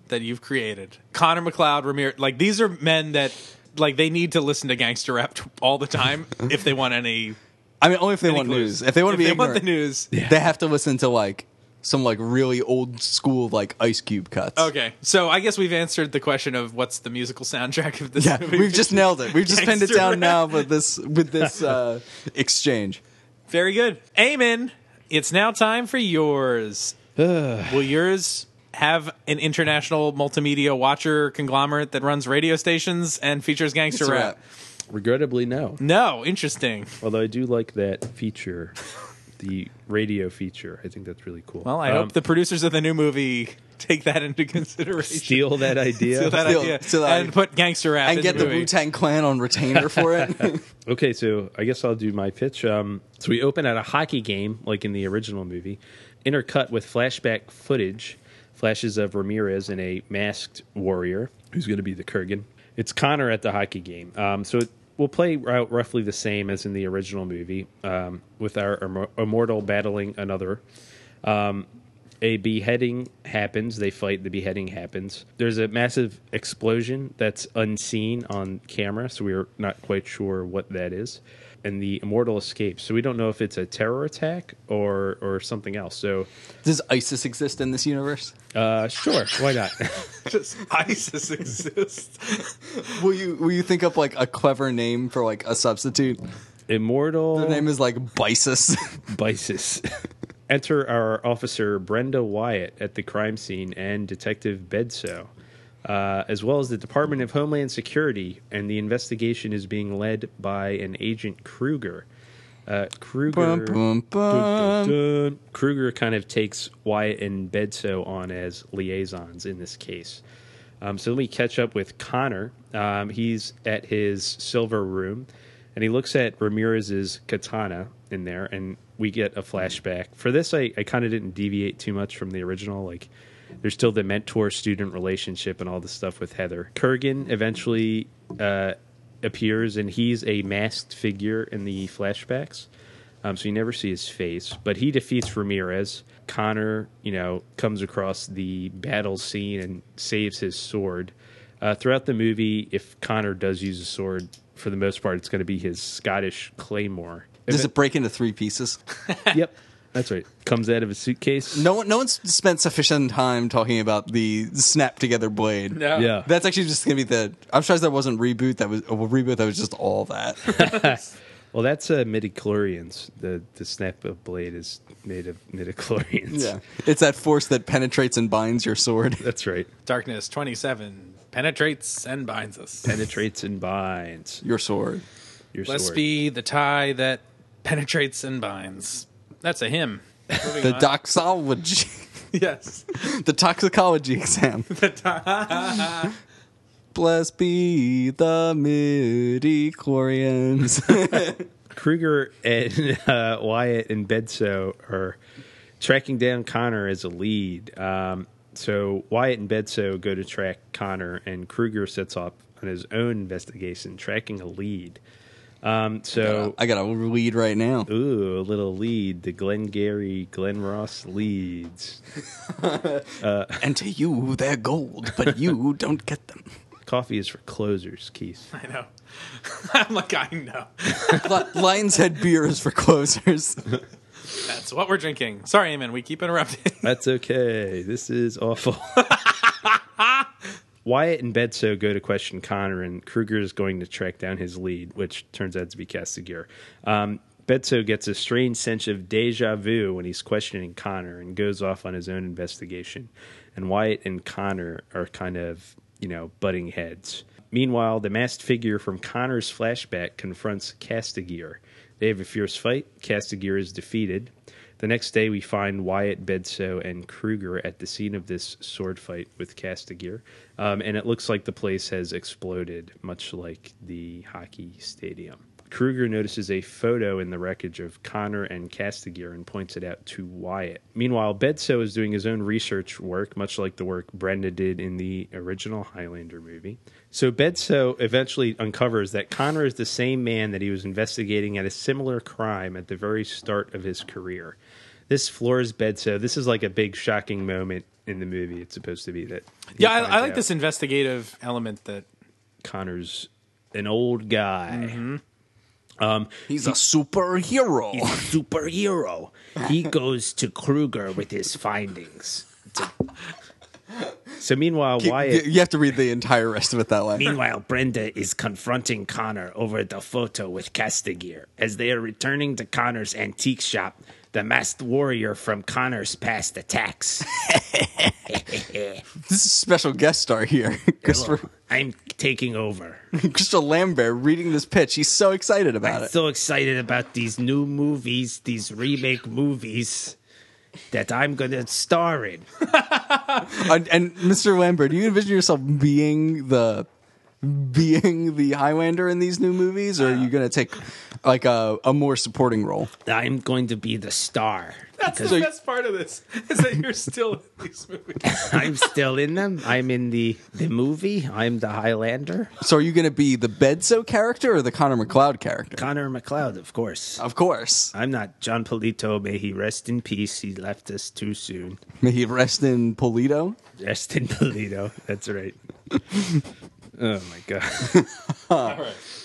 Speaker 1: that you've created, Connor McLeod, Ramirez, like these are men that like they need to listen to gangster rap t- all the time if they want any.
Speaker 2: I mean, only if they
Speaker 1: any
Speaker 2: want
Speaker 1: clues.
Speaker 2: news. If they want to be
Speaker 1: they
Speaker 2: ignorant,
Speaker 1: want the news.
Speaker 2: they have to listen to like some like really old school like Ice Cube cuts.
Speaker 1: Okay, so I guess we've answered the question of what's the musical soundtrack of this.
Speaker 2: Yeah,
Speaker 1: movie.
Speaker 2: we've just nailed it. We've just pinned it
Speaker 1: Gangster
Speaker 2: down
Speaker 1: rap.
Speaker 2: now with this with this uh, exchange.
Speaker 1: Very good. Eamon, it's now time for yours. Will yours have an international multimedia watcher conglomerate that runs radio stations and features gangster
Speaker 2: It's a
Speaker 1: rap?
Speaker 2: wrap.
Speaker 4: Regrettably, no.
Speaker 1: No, interesting.
Speaker 4: Although I do like that feature, the radio feature. I think that's really cool.
Speaker 1: Well, I
Speaker 4: Um,
Speaker 1: hope the producers of the new movie take that into consideration.
Speaker 4: Steal that idea.
Speaker 1: Steal that
Speaker 2: Steal-
Speaker 1: idea
Speaker 2: steal that
Speaker 1: and
Speaker 2: idea.
Speaker 1: put gangster rap
Speaker 2: and
Speaker 1: in
Speaker 2: get the
Speaker 1: movie.
Speaker 2: Wu Tang Clan on retainer for it.
Speaker 3: Okay, so I guess I'll do my pitch. Um, so we open at a hockey game, like in the original movie, intercut with flashback footage, flashes of Ramirez and a masked warrior who's going to be the Kurgan. It's Connor at the hockey game. Um, so it will play out roughly the same as in the original movie, um, with our immor- immortal battling another a beheading happens. They fight. The beheading happens. There's a massive explosion that's unseen on camera, so we're not quite sure what that is. And the immortal escapes. So we don't know if it's a terror attack or or something else. So,
Speaker 2: Does ISIS exist in this universe?
Speaker 3: uh, sure, why not?
Speaker 1: Just ISIS exists.
Speaker 2: Will you will you think up like a clever name for like a substitute?
Speaker 3: Immortal
Speaker 2: Her name is like Bisis.
Speaker 3: Bisis. Enter our officer Brenda Wyatt at the crime scene and Detective Bedso, uh, as well as the Department of Homeland Security, and the investigation is being led by an agent Kruger. Uh, Kruger,
Speaker 2: Bum, bum, bum.
Speaker 3: Dun, dun, dun. Kruger kind of takes Wyatt and Bedso on as liaisons in this case. Um, so then we catch up with Connor. Um, he's at his silver room, and he looks at Ramirez's katana in there, and we get a flashback. For this, I, I kind of didn't deviate too much from the original. Like, there's still the mentor-student relationship and all the stuff with Heather. Kurgan eventually uh, appears, and he's a masked figure in the flashbacks. Um, so you never see his face, but he defeats Ramirez. Connor, you know, comes across the battle scene and saves his sword. Uh, throughout the movie, if Connor does use a sword, for the most part, it's going to be his Scottish claymore.
Speaker 2: Does it break into three pieces?
Speaker 3: yep, that's right. Comes out of his suitcase.
Speaker 2: No one, no one's spent sufficient time talking about the snap together blade.
Speaker 1: No.
Speaker 3: Yeah.
Speaker 2: That's actually just gonna be the. I'm surprised that wasn't reboot. That was well, reboot. That was just all that.
Speaker 3: Well, that's uh, midichlorians. The the snap of blade is made of midichlorians.
Speaker 2: yeah, it's that force that penetrates and binds your sword.
Speaker 3: that's right.
Speaker 1: Darkness 27 penetrates and binds us.
Speaker 3: Penetrates and binds
Speaker 2: Your sword.
Speaker 3: your
Speaker 1: Let's
Speaker 3: sword.
Speaker 1: be the tie that penetrates and binds. That's a hymn. Moving
Speaker 2: The
Speaker 1: on.
Speaker 2: doxology.
Speaker 1: yes.
Speaker 2: the toxicology exam. Blessed be the midi
Speaker 3: Kruger and uh, Wyatt and Bedso are tracking down Connor as a lead. Um, so Wyatt and Bedso go to track Connor, and Kruger sets off on his own investigation, tracking a lead. Um, so,
Speaker 2: I got a lead right now.
Speaker 3: ooh, a little lead. The Glengarry Glen Ross leads.
Speaker 2: And to you, they're gold, but you don't get them.
Speaker 3: Coffee is for closers, Keith.
Speaker 1: I know. I'm like, I know.
Speaker 2: Li- Lion's Head beer is for closers.
Speaker 1: That's what we're drinking. Sorry, Eamon, we keep interrupting.
Speaker 3: That's okay. This is awful. Wyatt and Bedso go to question Connor, and Kruger is going to track down his lead, which turns out to be Castigier. Um, Bedso gets a strange sense of deja vu when he's questioning Connor and goes off on his own investigation. And Wyatt and Connor are kind of, you know, butting heads. Meanwhile, the masked figure from Connor's flashback confronts Castigier. They have a fierce fight. Castigier is defeated. The next day, we find Wyatt, Bedso, and Kruger at the scene of this sword fight with Castigear. Um, and it looks like the place has exploded, much like the hockey stadium. Kruger notices a photo in the wreckage of Connor and Castigear and points it out to Wyatt. Meanwhile, Bedso is doing his own research work, much like the work Brenda did in the original Highlander movie. So Bedso eventually uncovers that Connor is the same man that he was investigating at a similar crime at the very start of his career. This floors Bedso. This is like a big shocking moment in the movie. It's supposed to be that. he
Speaker 1: yeah,
Speaker 3: finds
Speaker 1: I, I like
Speaker 3: out
Speaker 1: this investigative element that
Speaker 3: Connor's an old guy.
Speaker 1: Mm-hmm.
Speaker 2: He's a superhero.
Speaker 3: superhero. He goes to Kruger with his findings. So meanwhile,
Speaker 2: You,
Speaker 3: Wyatt.
Speaker 2: you have to read the entire rest of it that way.
Speaker 3: Meanwhile, Brenda is confronting Connor over the photo with Castigear. As they are returning to Connor's antique shop, the masked warrior from Connor's past attacks.
Speaker 2: This is special guest star here. Christopher,
Speaker 3: Hello, I'm taking over.
Speaker 2: Christopher Lambert reading this pitch. He's so excited about
Speaker 3: I'm
Speaker 2: it.
Speaker 3: so excited about these new movies, these remake movies. that I'm going to star in.
Speaker 2: and, and Mr. Lambert, do you envision yourself being the being the Highlander in these new movies, or are you going to take like a, a more supporting role?
Speaker 3: I'm going to be the star.
Speaker 1: That's the best part of this is that you're still in these movies.
Speaker 3: I'm still in them. I'm in the, the movie. I'm the Highlander.
Speaker 2: So, are you going to be the Bedso character or the Connor McLeod character?
Speaker 3: Connor McLeod, of course.
Speaker 2: Of course.
Speaker 3: I'm not John Polito. May he rest in peace. He left us too soon.
Speaker 2: May he rest in Polito.
Speaker 3: Rest in Polito. That's right. Oh my god.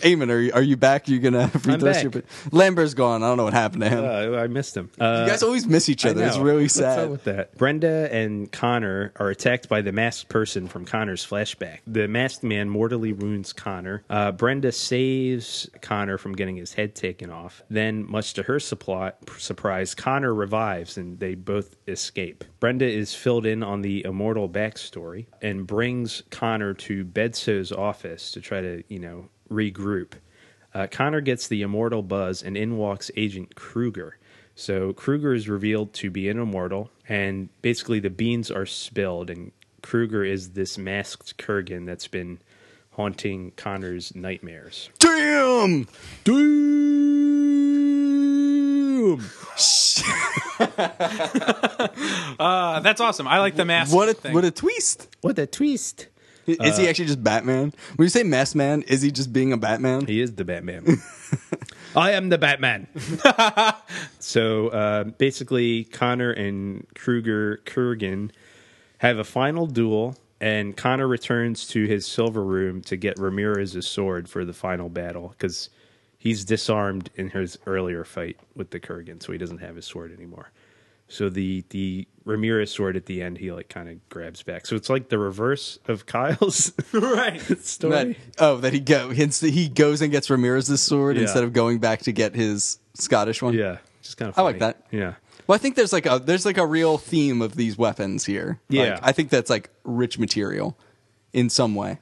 Speaker 2: Eamon, are you, are you back? You're gonna redress
Speaker 3: back.
Speaker 2: your. Lambert's gone. I don't know what happened to him.
Speaker 3: Uh, I missed him. Uh,
Speaker 2: you guys always miss each other. It's
Speaker 3: know.
Speaker 2: really
Speaker 3: What's up
Speaker 2: sad.
Speaker 3: with that? Brenda and Connor are attacked by the masked person from Connor's flashback. The masked man mortally wounds Connor. Uh, Brenda saves Connor from getting his head taken off. Then, much to her supply, surprise, Connor revives and they both escape. Brenda is filled in on the immortal backstory and brings Connor to Bedso's office to try to, you know, regroup. Uh, Connor gets the immortal buzz, and in walks Agent Kruger. So Kruger is revealed to be an immortal, and basically the beans are spilled, and Kruger is this masked Kurgan that's been haunting Connor's nightmares.
Speaker 2: Damn. Damn.
Speaker 1: Uh, that's awesome. I like the mask.
Speaker 2: What a
Speaker 1: thing.
Speaker 2: what a twist.
Speaker 3: What a twist!
Speaker 2: Is
Speaker 3: Uh,
Speaker 2: he actually just Batman? When you say masked man, is he just being a Batman?
Speaker 3: He is the Batman. I am the Batman. so uh, basically, Connor and Kruger Kurgan have a final duel, and Connor returns to his silver room to get Ramirez's sword for the final battle because he's disarmed in his earlier fight with the Kurgan, so he doesn't have his sword anymore. So the the Ramirez sword at the end, he like kind of grabs back. So it's like the reverse of Kyle's
Speaker 1: right.
Speaker 3: story.
Speaker 2: That- oh, that he go hence he goes and gets Ramirez's sword
Speaker 3: Yeah.
Speaker 2: instead of going back to get his Scottish one.
Speaker 3: Yeah, just kind of.
Speaker 2: I like that.
Speaker 3: Yeah.
Speaker 2: Well, I think there's like a there's like a real theme of these weapons here. Like,
Speaker 3: Yeah.
Speaker 2: I think that's like rich material in some way.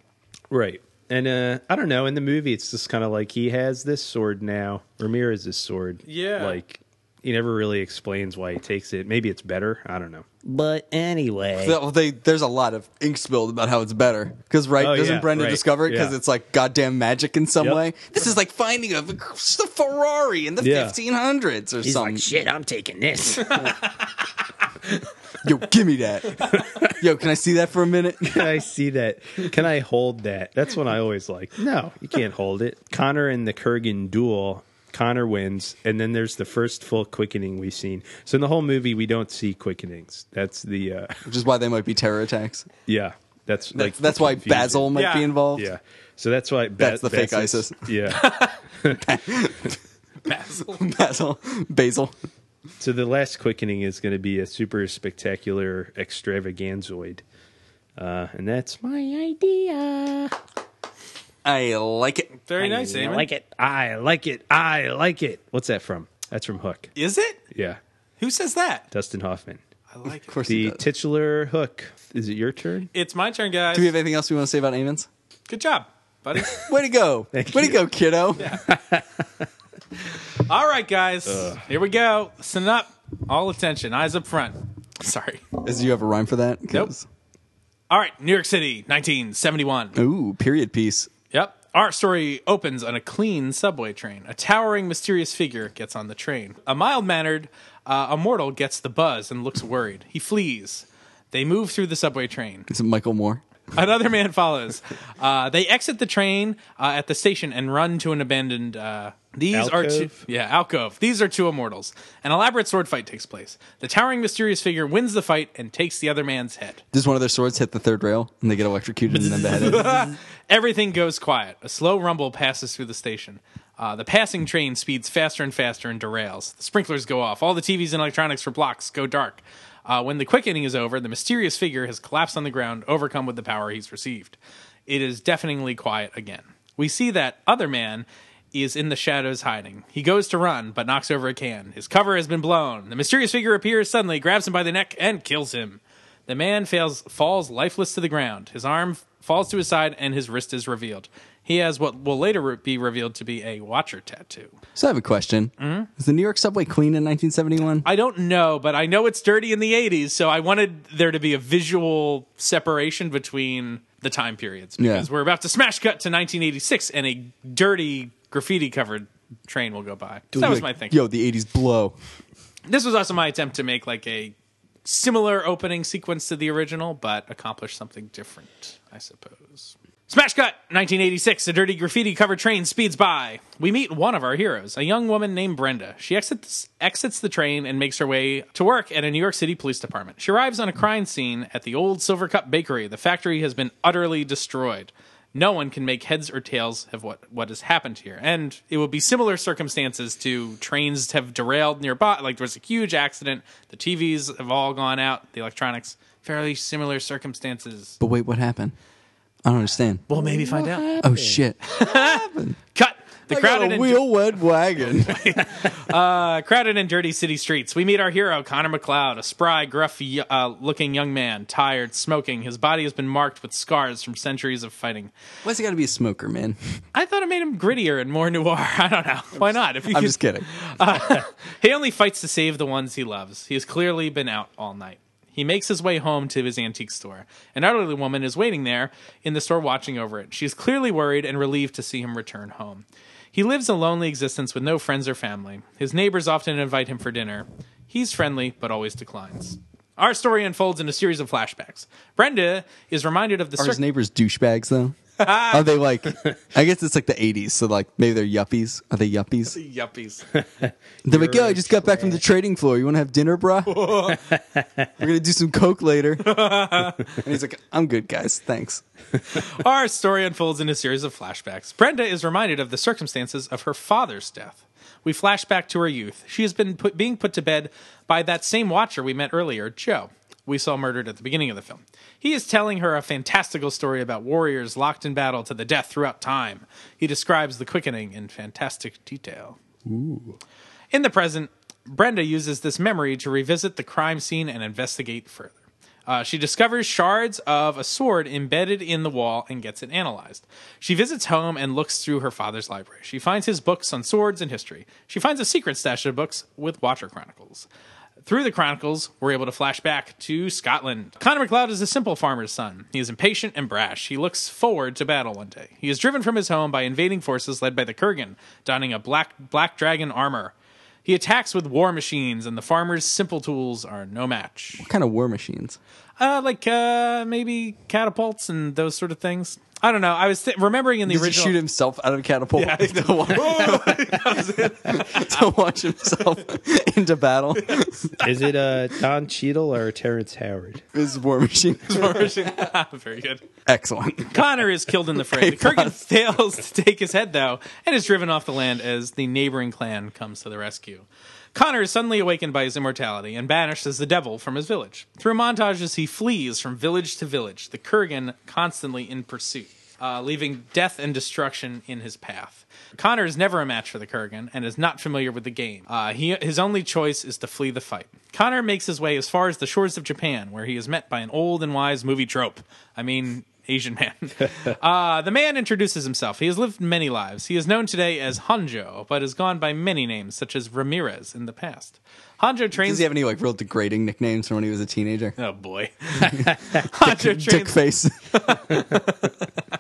Speaker 3: Right. And uh, I don't know. In the movie, it's just kind of like he has this sword now. Ramirez's sword.
Speaker 1: Yeah.
Speaker 3: Like he never really explains why he takes it. Maybe it's better. I don't know. But anyway,
Speaker 2: Well, they, there's a lot of ink spilled about how it's better because right
Speaker 3: Oh,
Speaker 2: doesn't
Speaker 3: yeah,
Speaker 2: Brenda
Speaker 3: right,
Speaker 2: discover it because
Speaker 3: yeah.
Speaker 2: it's like goddamn magic in some
Speaker 3: Yep.
Speaker 2: way. This is like finding a, a Ferrari in the
Speaker 3: Yeah.
Speaker 2: 1500s or
Speaker 3: he's
Speaker 2: something.
Speaker 3: like, "Shit, I'm taking this."
Speaker 2: Yo, give me that. Yo, can I see that for a minute?
Speaker 3: Can I see that? Can I hold that? That's when I always like. No, you can't hold it. Connor and the Kurgan duel. Connor wins, and then there's the first full quickening we've seen. So in the whole movie, we don't see quickenings. That's the uh,
Speaker 2: Which is why they might be terror attacks.
Speaker 3: yeah. That's
Speaker 2: That-
Speaker 3: like
Speaker 2: that's why
Speaker 3: confusing.
Speaker 2: Basil might be
Speaker 1: Yeah.
Speaker 2: involved.
Speaker 3: Yeah. So that's why
Speaker 2: That's the fake
Speaker 3: Basil's-
Speaker 2: ISIS.
Speaker 3: Yeah.
Speaker 1: Basil.
Speaker 2: Basil, Basil.
Speaker 3: so the last quickening is going to be a super spectacular extravaganzoid, uh, and that's my idea.
Speaker 2: I like it.
Speaker 1: Very nice,
Speaker 3: I
Speaker 1: Eamon.
Speaker 3: like it. I like it. I like it. What's that from? That's from Hook.
Speaker 1: Is it?
Speaker 3: Yeah,
Speaker 1: Who says that?
Speaker 3: Dustin Hoffman.
Speaker 1: I like
Speaker 2: Of
Speaker 1: it.
Speaker 2: course, he
Speaker 3: The
Speaker 2: does.
Speaker 3: titular Hook. Is it your turn?
Speaker 1: It's my turn, guys.
Speaker 2: Do we have anything else we want to say about Amons?
Speaker 1: Good job, buddy.
Speaker 2: Way to go! Way to
Speaker 3: you.
Speaker 2: go, kiddo.
Speaker 1: All right, guys. Here we go. Listen up. All attention. Eyes up front. Sorry.
Speaker 2: Is you have a rhyme for that? 'Cause-
Speaker 1: All right, New York City, 1971.
Speaker 2: Ooh, period piece.
Speaker 1: Yep. Our story opens on a clean subway train. A towering, mysterious figure gets on the train. A mild mannered uh, immortal gets the buzz and looks worried. He flees. They move through the subway train.
Speaker 2: Is it Michael Moore?
Speaker 1: Another man follows. Uh, they exit the train uh, at the station and run to an abandoned. Uh, these are two,
Speaker 3: Alcove?
Speaker 1: yeah, alcove. These are two immortals. An elaborate sword fight takes place. The towering, mysterious figure wins the fight and takes the other man's head.
Speaker 2: Does one of their swords hit the third rail and they get electrocuted and then beheaded?
Speaker 1: Everything goes quiet. A slow rumble passes through the station. Uh, the passing train speeds faster and faster and derails. The sprinklers go off. All the TVs and electronics for blocks go dark. Uh, when the quickening is over, the mysterious figure has collapsed on the ground, overcome with the power he's received. It is deafeningly quiet again. We see that other man is in the shadows hiding. He goes to run, but knocks over a can. His cover has been blown. The mysterious figure appears suddenly, grabs him by the neck, and kills him. The man fails, falls lifeless to the ground. His arm falls to his side, and his wrist is revealed. He He has what will later re- be revealed to be a Watcher tattoo.
Speaker 2: So I have a question. Is the New York subway clean in 1971?
Speaker 1: Mm-hmm. I don't know, but I know it's dirty in the 80s, so I wanted there to be a visual separation between the time periods because
Speaker 2: Yeah.
Speaker 1: we're about to smash cut to 1986 and a dirty graffiti covered train will go by. So that was my
Speaker 2: Like,
Speaker 1: thing.
Speaker 2: Yo, the 80s blow.
Speaker 1: This was also my attempt to make like a similar opening sequence to the original, but accomplish something different, I suppose. Smash cut 1986. A dirty graffiti covered train speeds by. We meet one of our heroes, a young woman named Brenda. She exits exits the train and makes her way to work at a New York City police department. She arrives on a crime scene at the old Silver Cup Bakery. The factory has been utterly destroyed. No one can make heads or tails of what, what has happened here. And it will be similar circumstances to trains have derailed nearby. Like there was a huge accident. The TVs have all gone out, the electronics. Fairly similar circumstances.
Speaker 2: But wait, what happened? I don't understand.
Speaker 1: We'll maybe find out.
Speaker 2: Oh, shit.
Speaker 1: Cut! The
Speaker 2: I got
Speaker 1: crowded
Speaker 2: a
Speaker 1: and
Speaker 2: wheel wed wagon.
Speaker 1: Uh, crowded and dirty city streets, we meet our hero, Connor McLeod, a spry, gruff y- uh, looking young man, tired, smoking. His body has been marked with scars from centuries of fighting.
Speaker 2: Why's he got to be a smoker, man?
Speaker 1: I thought it made him grittier and more noir. I don't know. Why not? If you
Speaker 2: I'm
Speaker 1: could-
Speaker 2: just kidding.
Speaker 1: He only fights to save the ones he loves. He has clearly been out all night. He makes his way home to his antique store. An elderly woman is waiting there in the store watching over it. She is clearly worried and relieved to see him return home. He lives a lonely existence with no friends or family. His neighbors often invite him for dinner. He's friendly, but always declines. Our story unfolds in a series of flashbacks. Brenda is reminded of the
Speaker 2: Are his
Speaker 1: circ-
Speaker 2: neighbors douchebags, though? Are they like, I guess it's like the 80s, so like maybe they're yuppies. Are they yuppies?
Speaker 1: yuppies.
Speaker 2: They're like, yo, I just got back from the trading floor. You want to have dinner, bruh? We're going to do some Coke later. and he's like, I'm good, guys. Thanks.
Speaker 1: Our story unfolds in a series of flashbacks. Brenda is reminded of the circumstances of her father's death. We flash back to her youth. She has been put, being put to bed by that same watcher we met earlier, Joe. We saw murdered at the beginning of the film. He is telling her a fantastical story about warriors locked in battle to the death throughout time. He describes the quickening in fantastic detail. In the present, Brenda uses this memory to revisit the crime scene and investigate further. Uh, she discovers shards of a sword embedded in the wall and gets it analyzed. She visits home and looks through her father's library. She finds his books on swords and history. She finds a secret stash of books with Watcher Chronicles. Through the Chronicles, we're able to flash back to Scotland. Connor MacLeod is a simple farmer's son. He is impatient and brash. He looks forward to battle one day. He is driven from his home by invading forces led by the Kurgan, donning a black, black dragon armor. He attacks with war machines, and the farmer's simple tools are no match.
Speaker 2: What kind of war machines?
Speaker 1: Uh, like uh, maybe catapults and those sort of things. I don't know. I was th- remembering in the
Speaker 2: Does he
Speaker 1: original.
Speaker 2: shoot himself out of a catapult
Speaker 1: Yeah.
Speaker 2: to, Oh, watch, to watch himself into battle?
Speaker 3: Is it uh, Don Cheadle or Terrence Howard?
Speaker 2: His war machine.
Speaker 1: Very good.
Speaker 2: Excellent.
Speaker 1: Connor is killed in the fray. The Kurgan fails to take his head, though, and is driven off the land as the neighboring clan comes to the rescue. Connor is suddenly awakened by his immortality and banished as the devil from his village. Through montages, he flees from village to village, the Kurgan constantly in pursuit, uh, leaving death and destruction in his path. Connor is never a match for the Kurgan and is not familiar with the game. Uh, he, his only choice is to flee the fight. Connor makes his way as far as the shores of Japan, where he is met by an old and wise movie trope. I mean, Asian man. Uh, the man introduces himself. He has lived many lives. He is known today as Hanjo, but has gone by many names, such as Ramirez in the past. Hanjo trains.
Speaker 2: Does he have any like real degrading nicknames from when he was a teenager?
Speaker 1: oh boy. Hanjo
Speaker 2: Dick
Speaker 1: trains.
Speaker 2: face.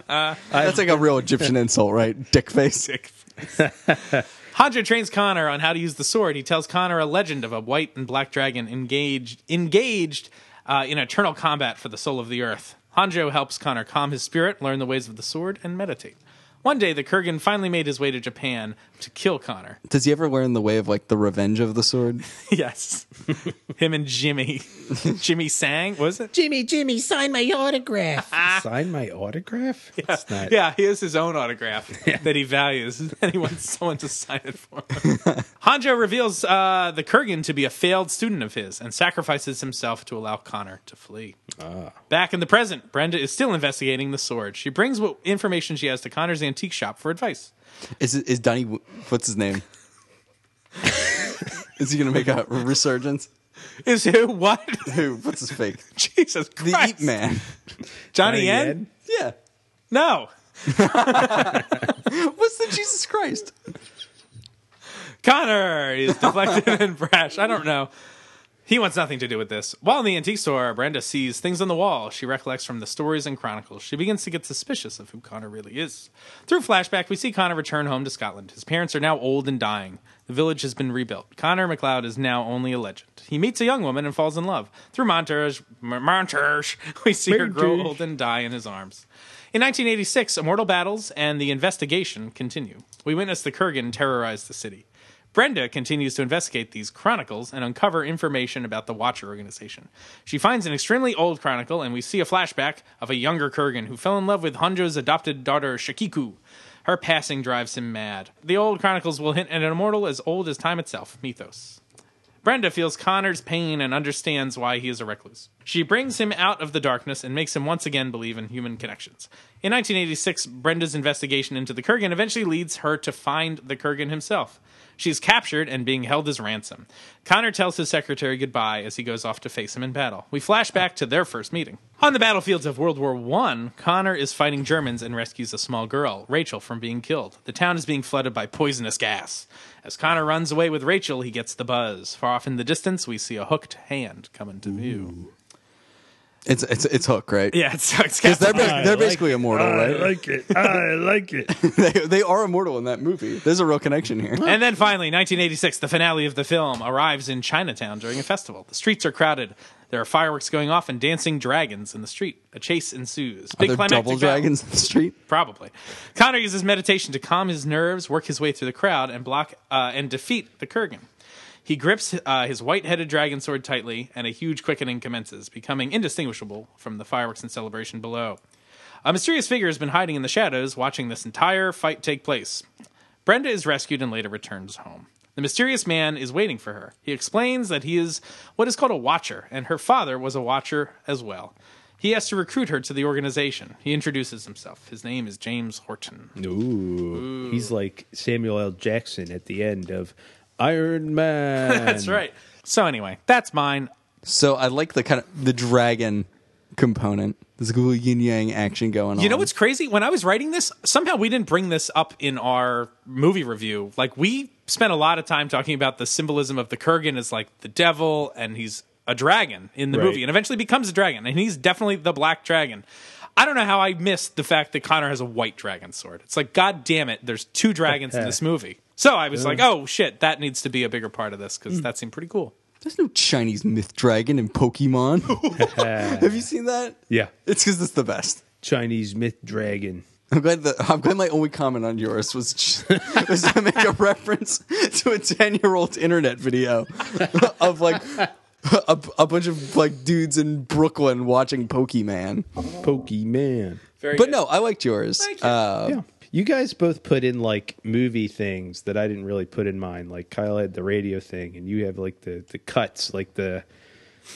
Speaker 2: That's like a real Egyptian insult, right? Dick face.
Speaker 1: Hanjo trains Connor on how to use the sword. He tells Connor a legend of a white and black dragon engaged engaged uh, in eternal combat for the soul of the earth. Hanjo helps Connor calm his spirit, learn the ways of the sword, and meditate. One day, the Kurgan finally made his way to Japan to kill Connor.
Speaker 2: Does he ever learn the way of like the revenge of the sword?
Speaker 1: Yes. Him and Jimmy. Jimmy Sang, was it?
Speaker 5: Jimmy, Jimmy, sign my autograph.
Speaker 2: Ah.
Speaker 3: Sign my autograph? Yeah. It's not.
Speaker 1: Yeah, he has his own autograph that he values, and he wants someone to sign it for him. Hanjo reveals uh, the Kurgan to be a failed student of his and sacrifices himself to allow Connor to flee. Back in the present, Brenda is still investigating the sword. She brings what information she has to Connor's antique shop for advice.
Speaker 2: Is is Donnie? What's his name? is he gonna make a resurgence?
Speaker 1: Is who? What?
Speaker 2: Who? What's his fake?
Speaker 1: Jesus
Speaker 2: The
Speaker 1: Christ.
Speaker 2: Eat Man.
Speaker 1: Johnny,
Speaker 3: Johnny
Speaker 1: Yen?
Speaker 3: Yen?
Speaker 2: Yeah.
Speaker 1: No.
Speaker 2: What's the Jesus Christ?
Speaker 1: Connor is deflected and brash. I don't know. He wants nothing to do with this. While in the antique store, Brenda sees things on the wall she recollects from the stories and chronicles. She begins to get suspicious of who Connor really is. Through flashback, we see Connor return home to Scotland. His parents are now old and dying. The village has been rebuilt. Connor MacLeod is now only a legend. He meets a young woman and falls in love. Through montage, m- montage, we see her grow
Speaker 3: Montage.
Speaker 1: old and die in his arms. In 1986, Immortal Battles and the investigation continue. We witness the Kurgan terrorize the city. Brenda continues to investigate these chronicles and uncover information about the Watcher organization. She finds an extremely old chronicle, and we see a flashback of a younger Kurgan who fell in love with Honjo's adopted daughter, Shakiku. Her passing drives him mad. The old chronicles will hint at an immortal as old as time itself, Mythos. Brenda feels Connor's pain and understands why he is a recluse. She brings him out of the darkness and makes him once again believe in human connections. In 1986, Brenda's investigation into the Kurgan eventually leads her to find the Kurgan himself. She is captured and being held as ransom. Connor tells his secretary goodbye as he goes off to face him in battle. We flash back to their first meeting. On the battlefields of World War I, Connor is fighting Germans and rescues a small girl, Rachel, from being killed. The town is being flooded by poisonous gas. As Connor runs away with Rachel, he gets the buzz. Far off in the distance, we see a hooked hand come into view.
Speaker 2: It's it's it's Hook, right?
Speaker 1: Yeah, it sucks.
Speaker 2: Because they're, bas-
Speaker 4: I
Speaker 2: they're
Speaker 4: like
Speaker 2: basically
Speaker 4: it.
Speaker 2: immortal,
Speaker 4: I
Speaker 2: right?
Speaker 4: like it. I like it.
Speaker 2: they, they are immortal in that movie. There's a real connection here.
Speaker 1: And then finally, 1986, the finale of the film arrives in Chinatown during a festival. The streets are crowded. There are fireworks going off and dancing dragons in the street. A chase ensues.
Speaker 2: Are there
Speaker 1: climactic
Speaker 2: double
Speaker 1: battle.
Speaker 2: dragons in the street?
Speaker 1: Probably. Connor uses meditation to calm his nerves, work his way through the crowd, and block uh, and defeat the Kurgan. He grips uh, his white-headed dragon sword tightly, and a huge quickening commences, becoming indistinguishable from the fireworks and celebration below. A mysterious figure has been hiding in the shadows, watching this entire fight take place. Brenda is rescued and later returns home. The mysterious man is waiting for her. He explains that he is what is called a watcher, and her father was a watcher as well. He has to recruit her to the organization. He introduces himself. His name is James Horton.
Speaker 3: Ooh. He's like Samuel L. Jackson at the end of Iron Man.
Speaker 1: That's right. So anyway, that's mine.
Speaker 2: So I like the kind of the dragon component. There's a cool yin yang action going on.
Speaker 1: You know what's crazy? When I was writing this, somehow we didn't bring this up in our movie review. Like we spent a lot of time talking about the symbolism of the Kurgan as like the devil and he's a dragon in the
Speaker 3: Right.
Speaker 1: movie and eventually becomes a dragon and he's definitely the black dragon. I don't know how I missed the fact that Connor has a white dragon sword. It's like god damn it, there's two dragons in this movie. So I was like, oh shit, that needs to be a bigger part of this cuz that seemed pretty cool.
Speaker 2: There's no Chinese myth dragon in Pokemon. Have you seen that?
Speaker 3: Yeah.
Speaker 2: It's because it's the best.
Speaker 3: Chinese myth dragon.
Speaker 2: I'm glad that I'm glad my only comment on yours was was to make a reference to a ten year old internet video of like a, a bunch of like dudes in Brooklyn watching Pokemon.
Speaker 3: Pokemon.
Speaker 1: Very
Speaker 2: But no, I liked yours. Uh,
Speaker 3: yeah. You guys both put in like movie things that I didn't really put in mine. Like Kyle had the radio thing, and you have like the the cuts, like the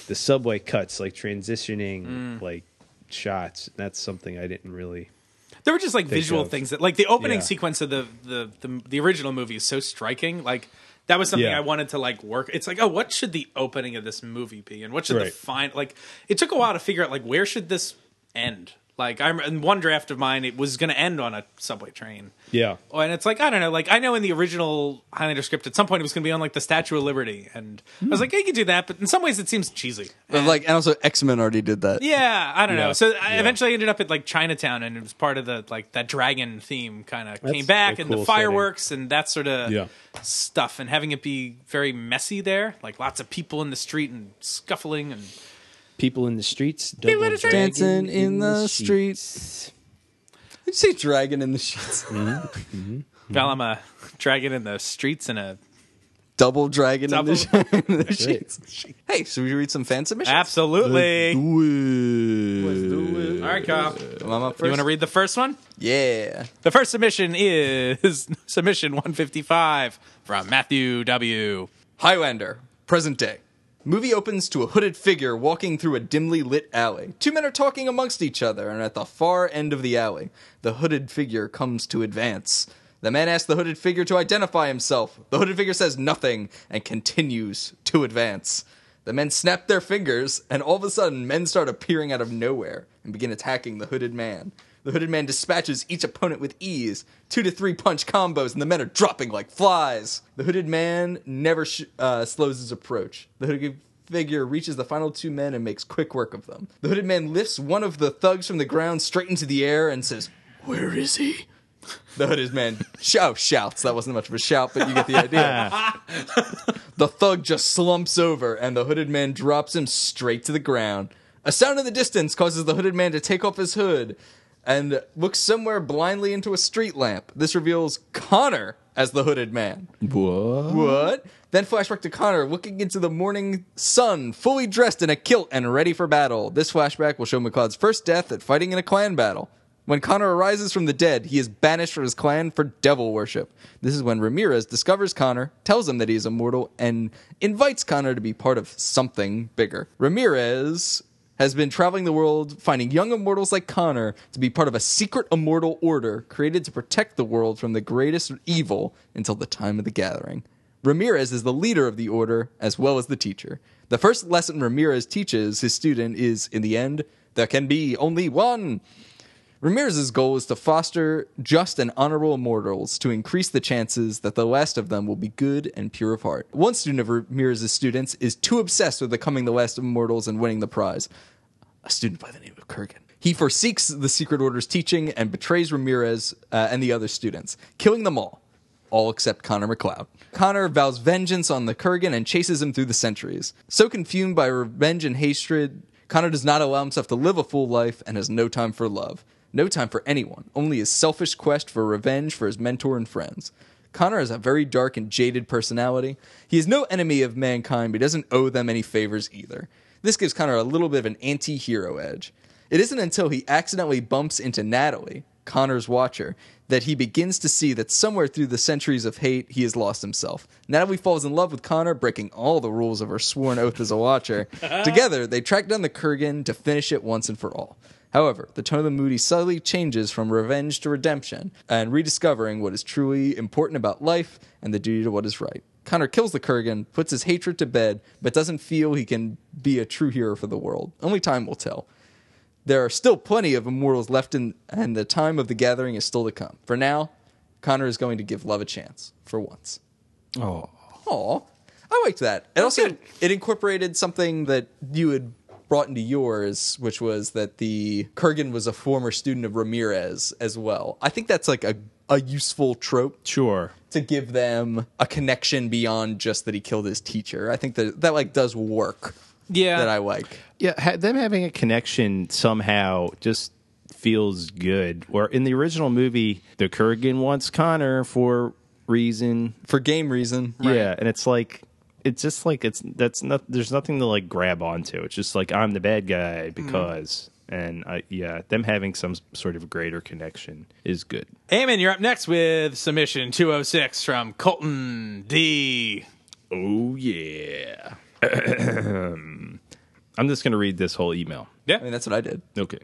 Speaker 3: the subway cuts, like transitioning like shots. That's something I didn't really.
Speaker 1: There were just like visual
Speaker 3: of.
Speaker 1: things that, like the opening
Speaker 3: Yeah.
Speaker 1: sequence of the, the the the original movie is so striking. Like that was something
Speaker 3: Yeah.
Speaker 1: I wanted to like work. It's like, oh, what should the opening of this movie be, and what should the
Speaker 3: Right.
Speaker 1: final? Like, it took a while to figure out like where should this end. Like I'm in one draft of mine, it was going to end on a subway train.
Speaker 3: Yeah.
Speaker 1: Oh, and it's like I don't know. Like I know in the original Highlander script, at some point it was going to be on like the Statue of Liberty, and I
Speaker 3: Hmm.
Speaker 1: was like, yeah, you could do that, but in some ways it seems cheesy.
Speaker 2: but like, and also X Men already did that.
Speaker 1: Yeah, I don't know.
Speaker 3: Yeah,
Speaker 1: So I
Speaker 3: yeah.
Speaker 1: eventually ended up at like Chinatown, and it was part of the like that dragon theme kind of came
Speaker 3: a
Speaker 1: back, and the
Speaker 3: cool
Speaker 1: fireworks and that sort of
Speaker 3: Yeah.
Speaker 1: stuff, and having it be very messy there, like lots of people in the street and scuffling, and
Speaker 3: People in the streets,
Speaker 1: in
Speaker 3: double
Speaker 1: the streets.
Speaker 3: dragon
Speaker 2: Dancing in the
Speaker 3: sheets.
Speaker 2: streets. Did you say dragon in the sheets?
Speaker 1: well, I'm a dragon in the streets and a
Speaker 2: Double dragon
Speaker 1: Double-
Speaker 2: in the, sh- in the
Speaker 3: right.
Speaker 2: sheets. Hey, should we read some fan submissions?
Speaker 1: absolutely.
Speaker 2: Ooh.
Speaker 1: All right, Kyle.
Speaker 2: I'm up
Speaker 1: You
Speaker 2: first.
Speaker 1: want to read the first one?
Speaker 2: yeah.
Speaker 1: The first submission is submission 155 from Matthew W.
Speaker 2: Highlander, present day. Movie opens to a hooded figure walking through a dimly lit alley. Two men are talking amongst each other, and at the far end of the alley, the hooded figure comes to advance. The man asks the hooded figure to identify himself. The hooded figure says nothing and continues to advance. The men snap their fingers, and all of a sudden, men start appearing out of nowhere and begin attacking the hooded man. The hooded man dispatches each opponent with ease, two to three punch combos, and the men are dropping like flies. The hooded man never sh- uh, slows his approach. The hooded figure reaches the final two men and makes quick work of them. The hooded man lifts one of the thugs from the ground straight into the air and says, Where is he? The hooded man sh- oh, shouts. That wasn't much of a shout, but you get the idea. the thug just slumps over, and the hooded man drops him straight to the ground. A sound in the distance causes the hooded man to take off his hood and looks somewhere blindly into a street lamp. This reveals Connor as the hooded man.
Speaker 3: What?
Speaker 2: What? Then flashback to Connor looking into the morning sun, fully dressed in a kilt and ready for battle. This flashback will show McLeod's first death at fighting in a clan battle. When Connor arises from the dead, he is banished from his clan for devil worship. This is when Ramirez discovers Connor, tells him that he is immortal, and invites Connor to be part of something bigger. Ramirez has been traveling the world finding young immortals like Connor to be part of a secret immortal order created to protect the world from the greatest evil until the time of the gathering. Ramirez is the leader of the order as well as the teacher. The first lesson Ramirez teaches his student is in the end, there can be only one. Ramirez's goal is to foster just and honorable immortals to increase the chances that the last of them will be good and pure of heart. One student of Ramirez's students is too obsessed with becoming the last of immortals and winning the prize. A student by the name of Kurgan. He forsakes the Secret Order's teaching and betrays Ramirez uh, and the other students, killing them all all except Connor McLeod. Connor vows vengeance on the Kurgan and chases him through the centuries. So consumed by revenge and hatred, Connor does not allow himself to live a full life and has no time for love, no time for anyone, only his selfish quest for revenge for his mentor and friends. Connor has a very dark and jaded personality. He is no enemy of mankind, but he doesn't owe them any favors either. This gives Connor a little bit of an anti hero edge. It isn't until he accidentally bumps into Natalie, Connor's watcher, that he begins to see that somewhere through the centuries of hate, he has lost himself. Natalie falls in love with Connor, breaking all the rules of her sworn oath as a watcher. Together, they track down the Kurgan to finish it once and for all. However, the tone of the movie subtly changes from revenge to redemption and rediscovering what is truly important about life and the duty to what is right. Connor kills the Kurgan, puts his hatred to bed, but doesn't feel he can be a true hero for the world. Only time will tell. There are still plenty of immortals left in, and the time of the gathering is still to come. For now, Connor is going to give love a chance for once. Aw. I liked that. It also it incorporated something that you had brought into yours, which was that the Kurgan was a former student of Ramirez as well. I think that's like a, a useful trope
Speaker 3: Sure.
Speaker 2: to give them a connection beyond just that he killed his teacher. I think that that like does work.
Speaker 1: Yeah.
Speaker 2: That I like.
Speaker 3: Yeah, ha- them having a connection somehow just feels good. Where in the original movie, the Kurgan wants Connor for reason.
Speaker 2: For game reason.
Speaker 3: Yeah, and it's like it's just like it's that's not there's nothing to like grab onto. It's just like I'm the bad guy because and I yeah, them having some s- sort of greater connection is good.
Speaker 1: Eamon, you're up next with submission 206 from Colton D.
Speaker 3: Oh yeah. I'm just going to read this whole email.
Speaker 2: I mean that's what I did.
Speaker 3: Okay.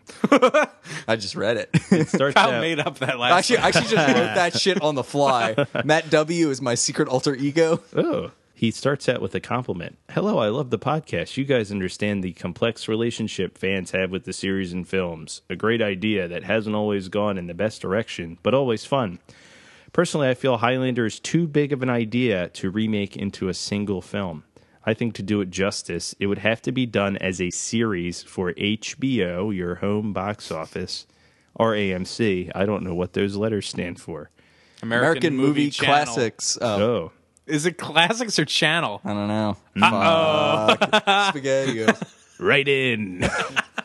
Speaker 2: I just read it.
Speaker 3: Starts
Speaker 1: Kyle
Speaker 3: out,
Speaker 1: made up that last
Speaker 2: I should, I should just wrote that shit on the fly. Matt W is my secret alter ego.
Speaker 3: Oh. He starts out with a compliment. Hello, I love the podcast. You guys understand the complex relationship fans have with the series and films. A great idea that hasn't always gone in the best direction, but always fun. Personally, I feel Highlander is too big of an idea to remake into a single film. I think to do it justice, it would have to be done as a series for HBO, your home box office, or AMC. I don't know what those letters stand for.
Speaker 2: American movie,
Speaker 1: Channel.
Speaker 2: classics. Oh,
Speaker 3: Oh.
Speaker 1: Is it classics or channel?
Speaker 2: I don't know. Fuck. Spaghetti.
Speaker 3: right in.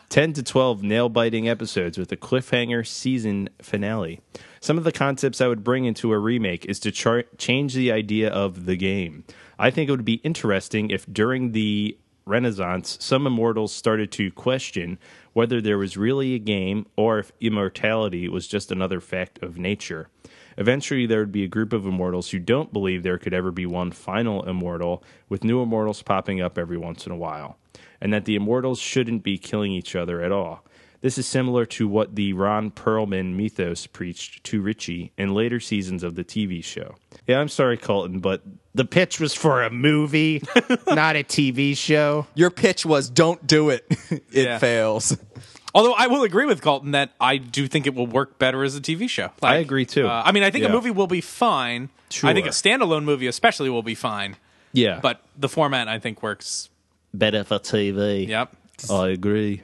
Speaker 3: 10 to 12 nail biting episodes with a cliffhanger season finale. Some of the concepts I would bring into a remake is to char- change the idea of the game. I think it would be interesting if during the Renaissance, some immortals started to question whether there was really a game or if immortality was just another fact of nature. Eventually, there would be a group of immortals who don't believe there could ever be one final immortal, with new immortals popping up every once in a while, and that the immortals shouldn't be killing each other at all. This is similar to what the Ron Perlman mythos preached to Richie in later seasons of the TV show. Yeah, I'm sorry, Colton, but the pitch was for a movie, not a TV show.
Speaker 2: Your pitch was don't do it. it
Speaker 1: Yeah.
Speaker 2: fails.
Speaker 1: Although I will agree with Colton that I do think it will work better as a TV show.
Speaker 4: I agree, too.
Speaker 1: Uh, I mean, I think a
Speaker 4: Yeah.
Speaker 1: movie will be fine. I think a standalone movie, especially, will be fine.
Speaker 4: Yeah.
Speaker 1: But the format, I think, works.
Speaker 6: Better for TV.
Speaker 1: Yep.
Speaker 4: I agree.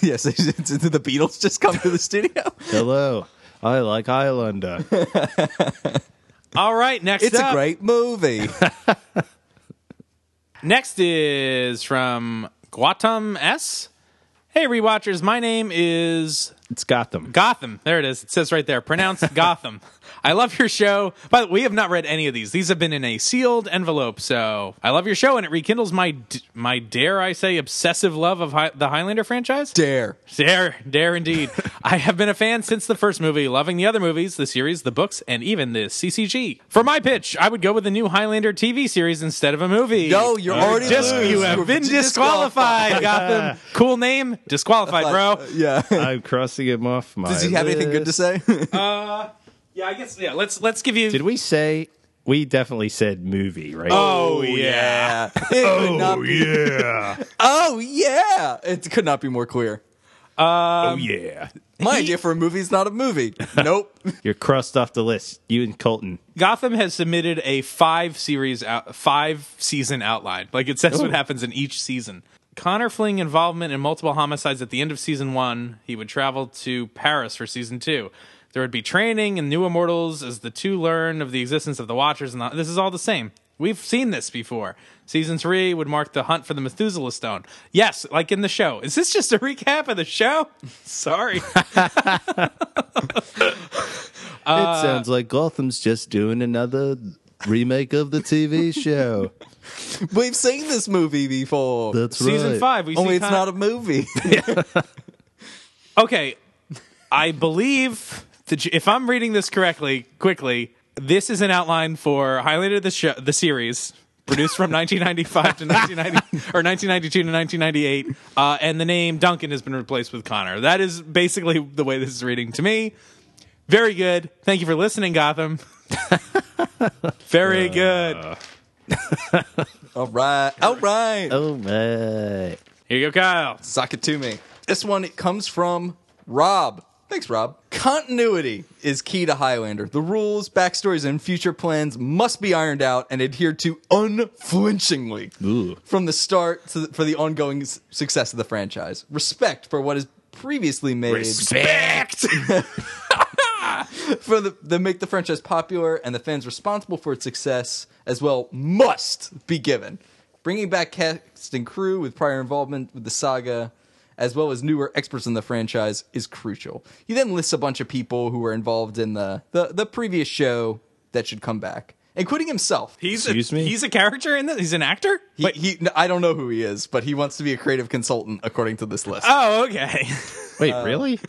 Speaker 2: yes, it's- it's- the Beatles just come to the studio.
Speaker 4: Hello. I like Islander.
Speaker 1: All right. Next
Speaker 2: It's
Speaker 1: up.
Speaker 2: a great movie.
Speaker 1: Next is from Guatam S. Hey, rewatchers. My name is
Speaker 4: It's Gotham.
Speaker 1: Gotham. There it is. It says right there. Pronounced Gotham. I love your show. By the way, we have not read any of these. These have been in a sealed envelope. So I love your show, and it rekindles my d- my dare I say obsessive love of Hi- the Highlander franchise.
Speaker 2: Dare.
Speaker 1: Dare, dare indeed. I have been a fan since the first movie, loving the other movies, the series, the books, and even the CCG. For my pitch, I would go with the new Highlander TV series instead of a movie.
Speaker 2: No, you're already
Speaker 1: Disc-
Speaker 2: lose.
Speaker 1: you have
Speaker 2: You're
Speaker 1: been disqualified,
Speaker 2: disqualified.
Speaker 1: Gotham. Cool name, disqualified, bro.
Speaker 2: uh, Yeah.
Speaker 4: I'm crossing him off my.
Speaker 2: Does he have anything good to
Speaker 4: list.
Speaker 2: say?
Speaker 1: Yeah, I guess. Yeah, let's let's give you.
Speaker 4: Did we say? We definitely said movie, right?
Speaker 1: oh yeah.
Speaker 2: It
Speaker 1: Oh,
Speaker 2: could not be-
Speaker 4: yeah.
Speaker 2: oh yeah. It could not be more queer.
Speaker 4: oh yeah.
Speaker 2: My idea for a movie is not a movie. Nope.
Speaker 4: You're crossed off the list. You and Colton.
Speaker 1: Gotham has submitted a five series out, five season outline. Like it
Speaker 2: Oh.
Speaker 1: says what happens in each season. Connor fleeing involvement in multiple homicides at the end of season one, he would travel to Paris for season two. There would be training and new immortals as the two learn of the existence of the Watchers. And the, this is all the same. We've seen this before. Season three would mark the hunt for the Methuselah Stone. Yes, like in the show. Is this just a recap of the show? Sorry. Uh,
Speaker 4: it sounds like Gotham's just doing another remake of the TV show.
Speaker 2: We've seen this movie before.
Speaker 4: That's
Speaker 1: season
Speaker 4: right.
Speaker 1: five. We see
Speaker 2: Only it's
Speaker 1: Connor-
Speaker 2: not a movie.
Speaker 1: Okay, I believe that you- if I'm reading this correctly, quickly, this is an outline for Highlander the show, the series produced from 1995 to 1990 or 1992 to 1998, uh, and the name Duncan has been replaced with Connor. That is basically the way this is reading to me. Very good. Thank you for listening, Gotham. Very good.
Speaker 2: all right. All right.
Speaker 6: Oh, man.
Speaker 1: Here you go, Kyle.
Speaker 2: Sock it to me. This one it comes from Rob. Thanks, Rob. Continuity is key to Highlander. The rules, backstories, and future plans must be ironed out and adhered to unflinchingly from the start to the, for the ongoing s- success of the franchise. Respect for what is previously made
Speaker 1: Respect.
Speaker 2: for the that make the franchise popular and the fans responsible for its success as well must be given. Bringing back cast and crew with prior involvement with the saga, as well as newer experts in the franchise, is crucial. He then lists a bunch of people who were involved in the the, the previous show that should come back, including himself. He,
Speaker 1: He's
Speaker 4: Excuse
Speaker 1: a,
Speaker 4: me?
Speaker 1: He's a character in this. He's an actor.
Speaker 2: he, no, I don't know who he is, but he wants to be a creative consultant according to this list.
Speaker 1: Oh, okay.
Speaker 4: Wait, really?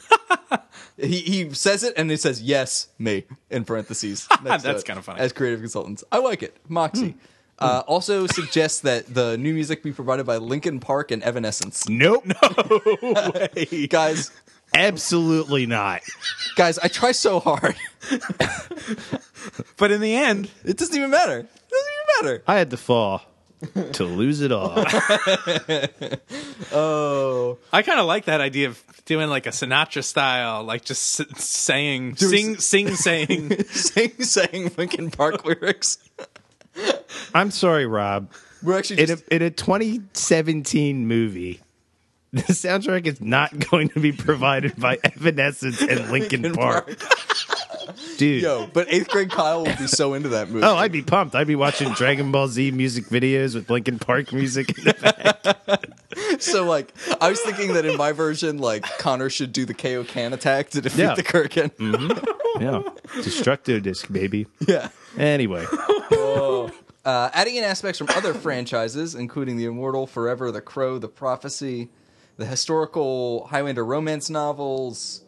Speaker 2: he, he says it and it says yes me in parentheses next to
Speaker 1: That's
Speaker 2: it,
Speaker 1: kinda funny. Hmm.
Speaker 2: as creative consultants i like it moxie Uh, also suggests that the new music be provided by linkin park and evanescence
Speaker 4: Nope.
Speaker 2: guys
Speaker 4: Absolutely not.
Speaker 2: guys i try so hard
Speaker 1: but in the end,
Speaker 2: it doesn't even matter it doesn't even matter
Speaker 4: I had to fall to lose it all.
Speaker 1: I kind of like that idea of doing like a Sinatra style, like just s- saying, sing, sing, saying.
Speaker 2: saying saying linkin park lyrics
Speaker 4: I'm sorry, Rob.
Speaker 2: we're actually
Speaker 4: In a,
Speaker 2: just,
Speaker 4: in a 2017 movie, the soundtrack is not going to be provided by Evanescence and Linkin Park. Dude.
Speaker 2: yo but eighth grade kyle will be so into that movie
Speaker 4: Oh, I'd be pumped. I'd be watching Dragon Ball Z music videos with Linkin Park music.
Speaker 2: so like i was thinking that in my version like connor should do the ko can attack to defeat
Speaker 4: Yeah.
Speaker 2: the
Speaker 1: Mm.
Speaker 2: kurgan
Speaker 4: yeah. Destructo disc, baby.
Speaker 2: yeah
Speaker 4: Anyway.
Speaker 2: Uh, adding in aspects from other franchises, including The Immortal, Forever, The Crow, The Prophecy, the historical Highlander romance novels.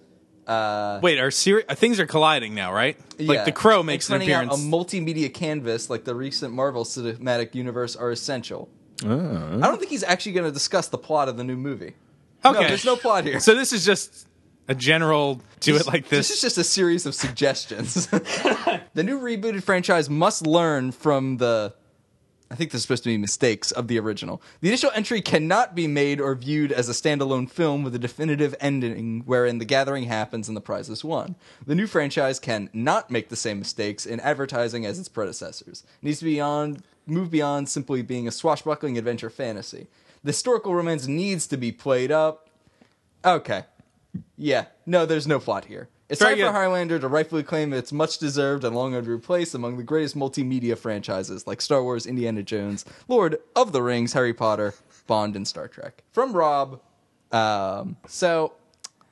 Speaker 1: Wait, are seri- uh, things are colliding now, right? Like
Speaker 2: Yeah.
Speaker 1: the crow makes an
Speaker 2: Expanding out
Speaker 1: appearance.
Speaker 2: A multimedia canvas like the recent Marvel Cinematic Universe are essential. I don't think he's actually going to discuss the plot of the new movie. No,
Speaker 1: okay,
Speaker 2: there's no plot here.
Speaker 1: So this is just a general do it like
Speaker 2: This
Speaker 1: this.
Speaker 2: is just a series of suggestions. the new rebooted franchise must learn from the I think there's supposed to be mistakes of the original. The initial entry cannot be made or viewed as a standalone film with a definitive ending wherein the gathering happens and the prize is won. The new franchise can not make the same mistakes in advertising as its predecessors. It needs to be on move beyond simply being a swashbuckling adventure fantasy. The historical romance needs to be played up. Okay. Yeah. No, there's no plot here. It's
Speaker 1: Very
Speaker 2: time
Speaker 1: good.
Speaker 2: for Highlander to rightfully claim its much deserved and long overdue place among the greatest multimedia franchises like Star Wars, Indiana Jones, Lord of the Rings, Harry Potter, Bond, and Star Trek. From Rob. Um, so,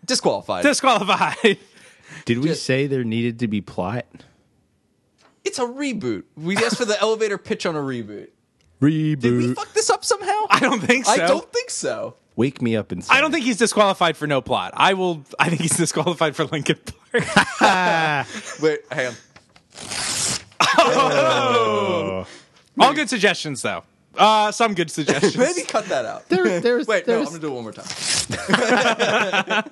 Speaker 2: disqualified.
Speaker 1: Disqualified.
Speaker 4: Did we say there needed to be plot?
Speaker 2: it's a reboot. We asked for the elevator pitch on a reboot. Did we
Speaker 4: Reboot.
Speaker 2: fuck this up somehow?
Speaker 1: I don't think so.
Speaker 2: I don't think so.
Speaker 4: Wake me up and
Speaker 1: I don't think he's disqualified for no plot. I will. I think he's disqualified for Lincoln Park.
Speaker 2: Wait, hang on.
Speaker 1: All good suggestions, though. Uh, some good suggestions.
Speaker 2: Maybe cut that out.
Speaker 4: there, there's,
Speaker 2: Wait, no, I'm
Speaker 4: there's,
Speaker 2: gonna do it one more time.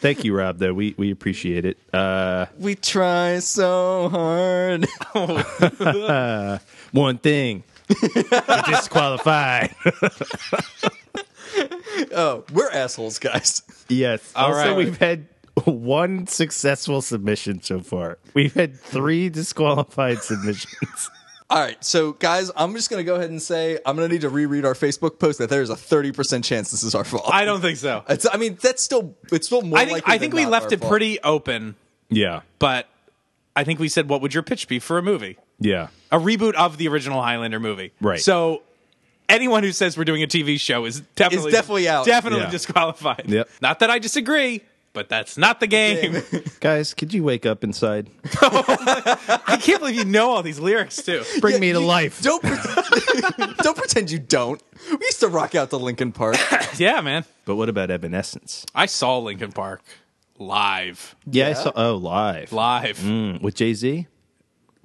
Speaker 4: Thank you, Rob. Though we we appreciate it. Uh,
Speaker 2: We try so hard.
Speaker 4: one thing, You're disqualified.
Speaker 2: Oh, we're assholes, guys.
Speaker 4: yes. also,
Speaker 1: right.
Speaker 4: we've had one successful submission so far. We've had three disqualified submissions.
Speaker 2: All right, so guys, I'm just gonna go ahead and say I'm gonna need to reread our Facebook post that there's a 30 percent chance this is our fault.
Speaker 1: I don't think so.
Speaker 2: It's, I mean, that's still it's still more.
Speaker 1: I think.
Speaker 2: likely
Speaker 1: I think
Speaker 2: than
Speaker 1: we
Speaker 2: not
Speaker 1: left
Speaker 2: our
Speaker 1: it
Speaker 2: fault.
Speaker 1: pretty open,
Speaker 4: yeah.
Speaker 1: but I think we said, "What would your pitch be for a movie?
Speaker 4: Yeah.
Speaker 1: A reboot of the original Highlander movie?"
Speaker 4: Right.
Speaker 1: So. Anyone who says we're doing a TV show is definitely
Speaker 2: definitely out.
Speaker 1: Definitely
Speaker 4: Yeah.
Speaker 1: disqualified.
Speaker 4: Yep.
Speaker 1: Not that I disagree, but that's not the game.
Speaker 4: Guys, could you wake up inside?
Speaker 1: I can't believe you know all these lyrics too.
Speaker 4: Bring me to
Speaker 2: you-
Speaker 4: life.
Speaker 2: Don't pre- don't pretend you don't. We used to rock out to Lincoln Park.
Speaker 1: Yeah, man.
Speaker 4: But what about Evanescence?
Speaker 1: I saw Lincoln Park live.
Speaker 4: Yeah, I saw. Oh, live.
Speaker 1: Live.
Speaker 4: Mm, with Jay Z.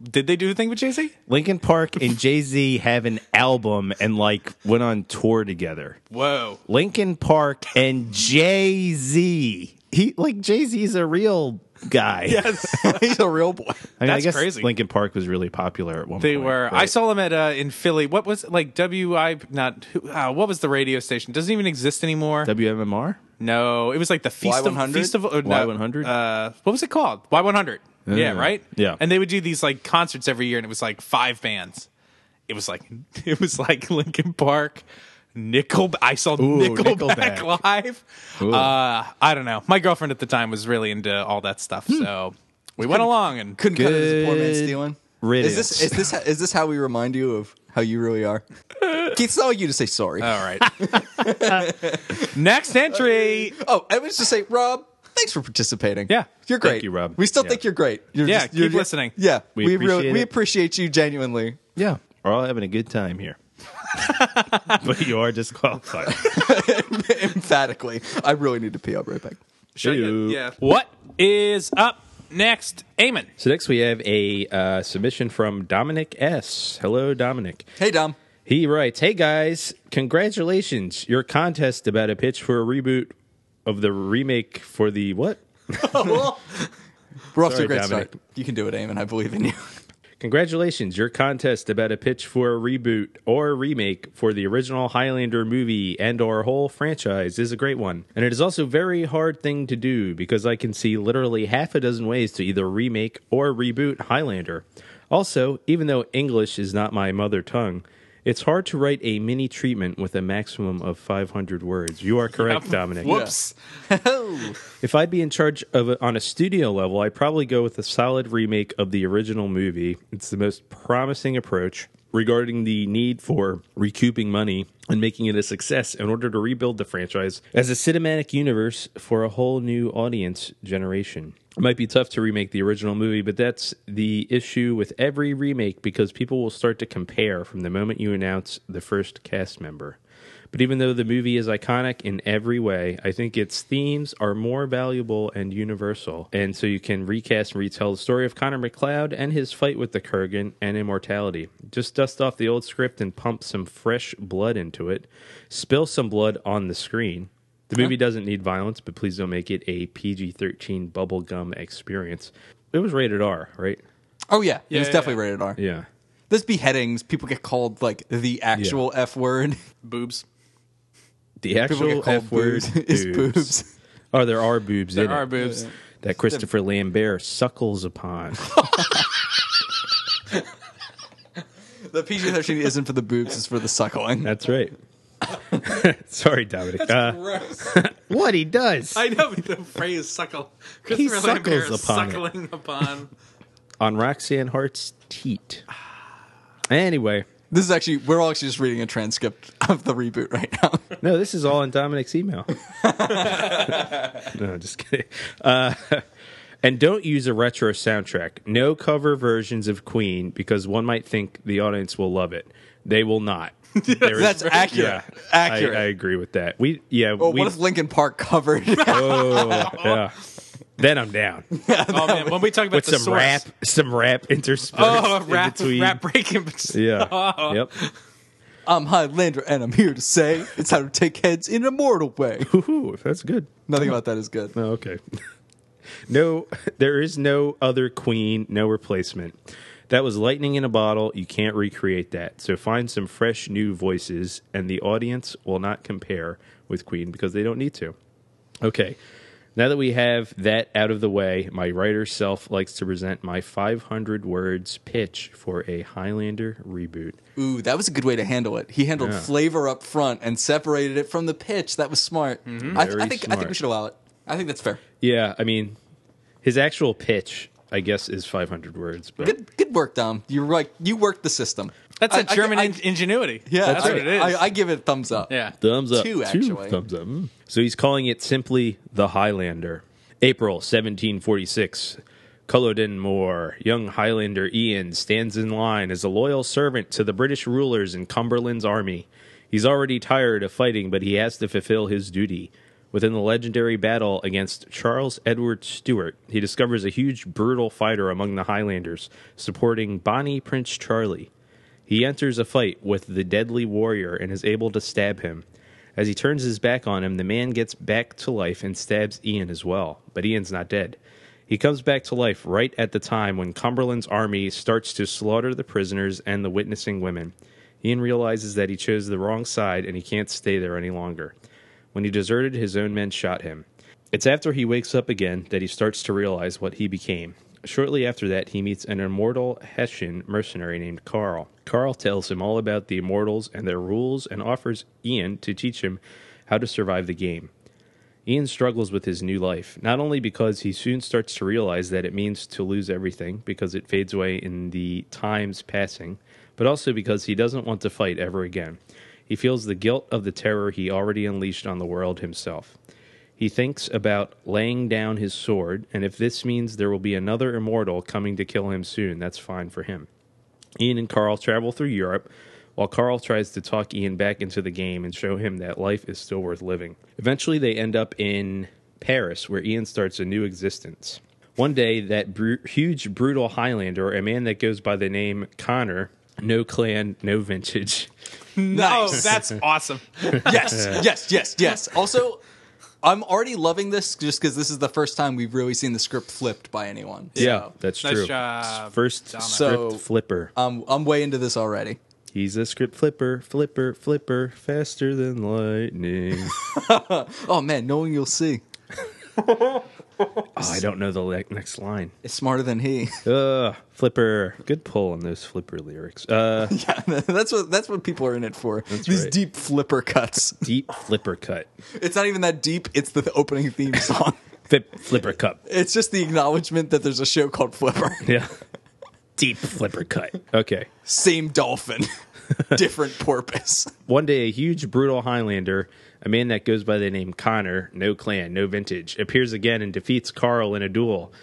Speaker 1: Did they do the thing with Jay Z?
Speaker 4: Lincoln Park and Jay Z have an album and like went on tour together.
Speaker 1: Whoa.
Speaker 4: Lincoln Park and Jay Z. He like Jay Z's a real guy.
Speaker 1: Yes.
Speaker 2: He's a real boy.
Speaker 4: I mean, I
Speaker 1: That's
Speaker 4: guess
Speaker 1: crazy.
Speaker 4: Lincoln Park was really popular at one
Speaker 1: They
Speaker 4: point.
Speaker 1: were. I
Speaker 4: right?
Speaker 1: saw them at uh, in Philly. What was it? like WI? Not who- uh, what was the radio station? Doesn't even exist anymore.
Speaker 4: WMMR.
Speaker 1: no, it was like the feast of
Speaker 2: Y100?
Speaker 1: feast of or no,
Speaker 4: Y100?
Speaker 1: Uh, what was it called? Y one hundred. Yeah, right.
Speaker 4: Yeah.
Speaker 1: and they would do these like concerts every year, and it was like five bands. It was like it was like Lincoln Park, Nickel. I saw Nickelback,
Speaker 4: Nickelback.
Speaker 1: live.
Speaker 4: Ooh.
Speaker 1: Uh, I don't know. My girlfriend at the time was really into all that stuff, so we went along and
Speaker 2: Couldn't cut it as a poor man
Speaker 4: Good
Speaker 2: stealing. Is
Speaker 4: riddance.
Speaker 2: this is this is this how we remind you of how you really are? Keith, it's not like you to say sorry.
Speaker 1: All right. Next entry.
Speaker 2: Oh, I was just say, Rob, thanks for participating.
Speaker 1: Yeah.
Speaker 2: you're great.
Speaker 4: Thank you, Rob.
Speaker 2: We still
Speaker 4: Yeah.
Speaker 2: think you're great. You're
Speaker 1: Yeah,
Speaker 2: just,
Speaker 1: keep
Speaker 2: you're,
Speaker 1: listening.
Speaker 2: Yeah,
Speaker 4: We
Speaker 2: really
Speaker 4: appreciate
Speaker 2: we
Speaker 4: it.
Speaker 2: appreciate you genuinely.
Speaker 4: Yeah, we're all having a good time here. but you are disqualified.
Speaker 2: emphatically. I really need to pee. I'll be right back.
Speaker 1: Should I get-
Speaker 4: Ew.
Speaker 1: yeah. What is up next? Eamon.
Speaker 3: So next we have a uh, submission from Dominic S. Hello, Dominic.
Speaker 2: Hey, Dom.
Speaker 3: He writes, "Hey guys, congratulations! Your contest about a pitch for a reboot of the remake for the what?
Speaker 2: We're off to
Speaker 3: Sorry,
Speaker 2: a great
Speaker 3: Dominic.
Speaker 2: start. You can do it, Eamon. I believe in you.
Speaker 3: Congratulations! Your contest about a pitch for a reboot or remake for the original Highlander movie and our whole franchise is a great one, and it is also a very hard thing to do because I can see literally half a dozen ways to either remake or reboot Highlander. Also, even though English is not my mother tongue." It's hard to write a mini treatment with a maximum of 500 words. You are correct, Dominic.
Speaker 1: Whoops.
Speaker 3: If I'd be in charge of it on a studio level, I'd probably go with a solid remake of the original movie. It's the most promising approach regarding the need for recouping money and making it a success in order to rebuild the franchise as a cinematic universe for a whole new audience generation. It might be tough to remake the original movie, but that's the issue with every remake because people will start to compare from the moment you announce the first cast member. But even though the movie is iconic in every way, I think its themes are more valuable and universal. And so you can recast and retell the story of Connor McLeod and his fight with the Kurgan and immortality. Just dust off the old script and pump some fresh blood into it. Spill some blood on the screen. The movie doesn't need violence, but please don't make it a PG 13 bubblegum experience. It was rated R, right?
Speaker 2: Oh, yeah. it was
Speaker 1: yeah,
Speaker 2: definitely
Speaker 1: yeah.
Speaker 2: rated R.
Speaker 3: Yeah.
Speaker 2: There's beheadings. People get called like the actual F word.
Speaker 1: Boobs.
Speaker 3: The
Speaker 2: People
Speaker 3: actual
Speaker 2: get called
Speaker 3: F word
Speaker 2: boobs. is boobs.
Speaker 3: Oh, there are boobs
Speaker 1: There
Speaker 3: in
Speaker 1: are
Speaker 3: it
Speaker 1: boobs.
Speaker 3: that Christopher Lambert suckles upon.
Speaker 2: The PG 13 isn't for the boobs, it's for the suckling.
Speaker 3: That's right. Sorry, Dominic. Uh,
Speaker 1: Gross.
Speaker 3: what he does
Speaker 1: I know the phrase suckle. Christopher
Speaker 3: suckles
Speaker 1: Lambert is
Speaker 3: upon it.
Speaker 1: suckling upon.
Speaker 3: on Roxanne Hart's teat. Anyway,
Speaker 2: This is actually, we're all actually just reading a transcript of the reboot right now.
Speaker 3: no, this is all in Dominic's email. no, just kidding. Uh, and don't use a retro soundtrack. No cover versions of Queen because one might think the audience will love it. They will not. There is-
Speaker 2: That's accurate.
Speaker 3: Yeah,
Speaker 2: Accurate.
Speaker 3: I, I agree with that. We yeah.
Speaker 2: Well,
Speaker 3: we,
Speaker 2: what if Lincoln Park covered?
Speaker 3: oh, yeah. Then I'm down.
Speaker 1: Oh man, when we talk about
Speaker 3: with
Speaker 1: the
Speaker 3: some
Speaker 1: source,
Speaker 3: rap, some rap interspersed
Speaker 1: oh
Speaker 3: in
Speaker 1: rap,
Speaker 3: between.
Speaker 1: rap Oh. breaking.
Speaker 3: Yeah. Yep.
Speaker 2: I'm Highlander, and I'm here to say it's how to take heads in a mortal way.
Speaker 3: Woohoo! That's good.
Speaker 2: Nothing about that is good.
Speaker 3: Oh, okay. no, there is no other queen, no replacement. That was lightning in a bottle. You can't recreate that. So find some fresh new voices, and the audience will not compare with Queen because they don't need to. Okay. Now that we have that out of the way, my writer self likes to present my 500 words pitch for a Highlander reboot.
Speaker 2: Ooh, that was a good way to handle it. He handled
Speaker 3: Yeah.
Speaker 2: flavor up front and separated it from the pitch. That was Mm-hmm. smart. I, th- I
Speaker 3: Very
Speaker 2: think I think
Speaker 3: smart.
Speaker 2: we should allow it. I think that's fair.
Speaker 3: Yeah, I mean, his actual pitch, I guess, is 500 words. But
Speaker 2: Good good work, Dom. You're like you worked the system.
Speaker 1: That's
Speaker 2: I-
Speaker 1: a
Speaker 2: I-
Speaker 1: German
Speaker 2: I-
Speaker 1: in- ingenuity.
Speaker 2: yeah,
Speaker 1: that's
Speaker 2: I,
Speaker 1: what it is.
Speaker 2: I, I give it a thumbs up.
Speaker 1: yeah.
Speaker 3: Thumbs up.
Speaker 2: Two, actually.
Speaker 3: thumbs up. Mm. So he's calling it simply The Highlander. April 1746. Culloden Moore, young Highlander Ian, stands in line as a loyal servant to the British rulers in Cumberland's army. He's already tired of fighting, but he has to fulfill his duty. Within the legendary battle against Charles Edward Stuart, he discovers a huge, brutal fighter among the Highlanders, supporting Bonnie Prince Charlie. He enters a fight with the deadly warrior and is able to stab him. As he turns his back on him, the man gets back to life and stabs Ian as well, but Ian's not dead. He comes back to life right at the time when Cumberland's army starts to slaughter the prisoners and the witnessing women. Ian realizes that he chose the wrong side and he can't stay there any longer. When he deserted, his own men shot him. It's after he wakes up again that he starts to realize what he became. Shortly after that, he meets an immortal Hessian mercenary named Carl. Carl tells him all about the immortals and their rules and offers Ian to teach him how to survive the game. Ian struggles with his new life, not only because he soon starts to realize that it means to lose everything because it fades away in the time's passing, but also because he doesn't want to fight ever again. He feels the guilt of the terror he already unleashed on the world himself. He thinks about laying down his sword, and if this means there will be another immortal coming to kill him soon, that's fine for him. Ian and Carl travel through Europe while Carl tries to talk Ian back into the game and show him that life is still worth living. Eventually, they end up in Paris, where Ian starts a new existence. One day, that bru- huge, brutal Highlander, a man that goes by the name Connor, no clan, no vintage,
Speaker 1: Oh,
Speaker 2: Nice.
Speaker 1: that's awesome.
Speaker 2: yes, yes, yes, yes. Also, I'm already loving this just because this is the first time we've really seen the script flipped by anyone.
Speaker 3: Yeah,
Speaker 2: So,
Speaker 3: that's
Speaker 1: Nice
Speaker 3: true.
Speaker 1: job,
Speaker 3: First
Speaker 1: Dominic.
Speaker 3: script
Speaker 2: So-
Speaker 3: flipper.
Speaker 2: um, I'm way into this already.
Speaker 3: He's a script flipper, flipper, flipper, faster than lightning.
Speaker 2: Oh man, knowing you'll see,
Speaker 3: oh, I don't know the le- next line.
Speaker 2: it's smarter than he.
Speaker 3: Ugh, flipper. Good pull on those flipper lyrics. Uh,
Speaker 2: yeah, that's what that's what people are in it for. These
Speaker 3: right.
Speaker 2: deep flipper cuts.
Speaker 3: deep flipper cut.
Speaker 2: It's not even that deep. It's the opening theme song.
Speaker 3: Flip, flipper cup.
Speaker 2: It's just the acknowledgement that there's a show called Flipper.
Speaker 3: Yeah. Deep flipper cut. Okay.
Speaker 2: Same dolphin, different porpoise.
Speaker 3: One day, a huge, brutal Highlander, a man that goes by the name Connor, no clan, no vintage, appears again and defeats Carl in a duel.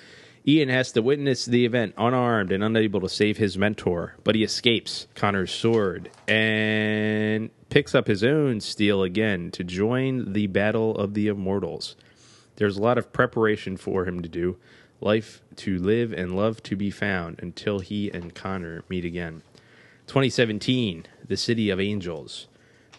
Speaker 3: Ian has to witness the event unarmed and unable to save his mentor, but he escapes Connor's sword and picks up his own steel again to join the Battle of the Immortals. There's a lot of preparation for him to do, life to live and love to be found until he and Connor meet again. 2017, The City of Angels.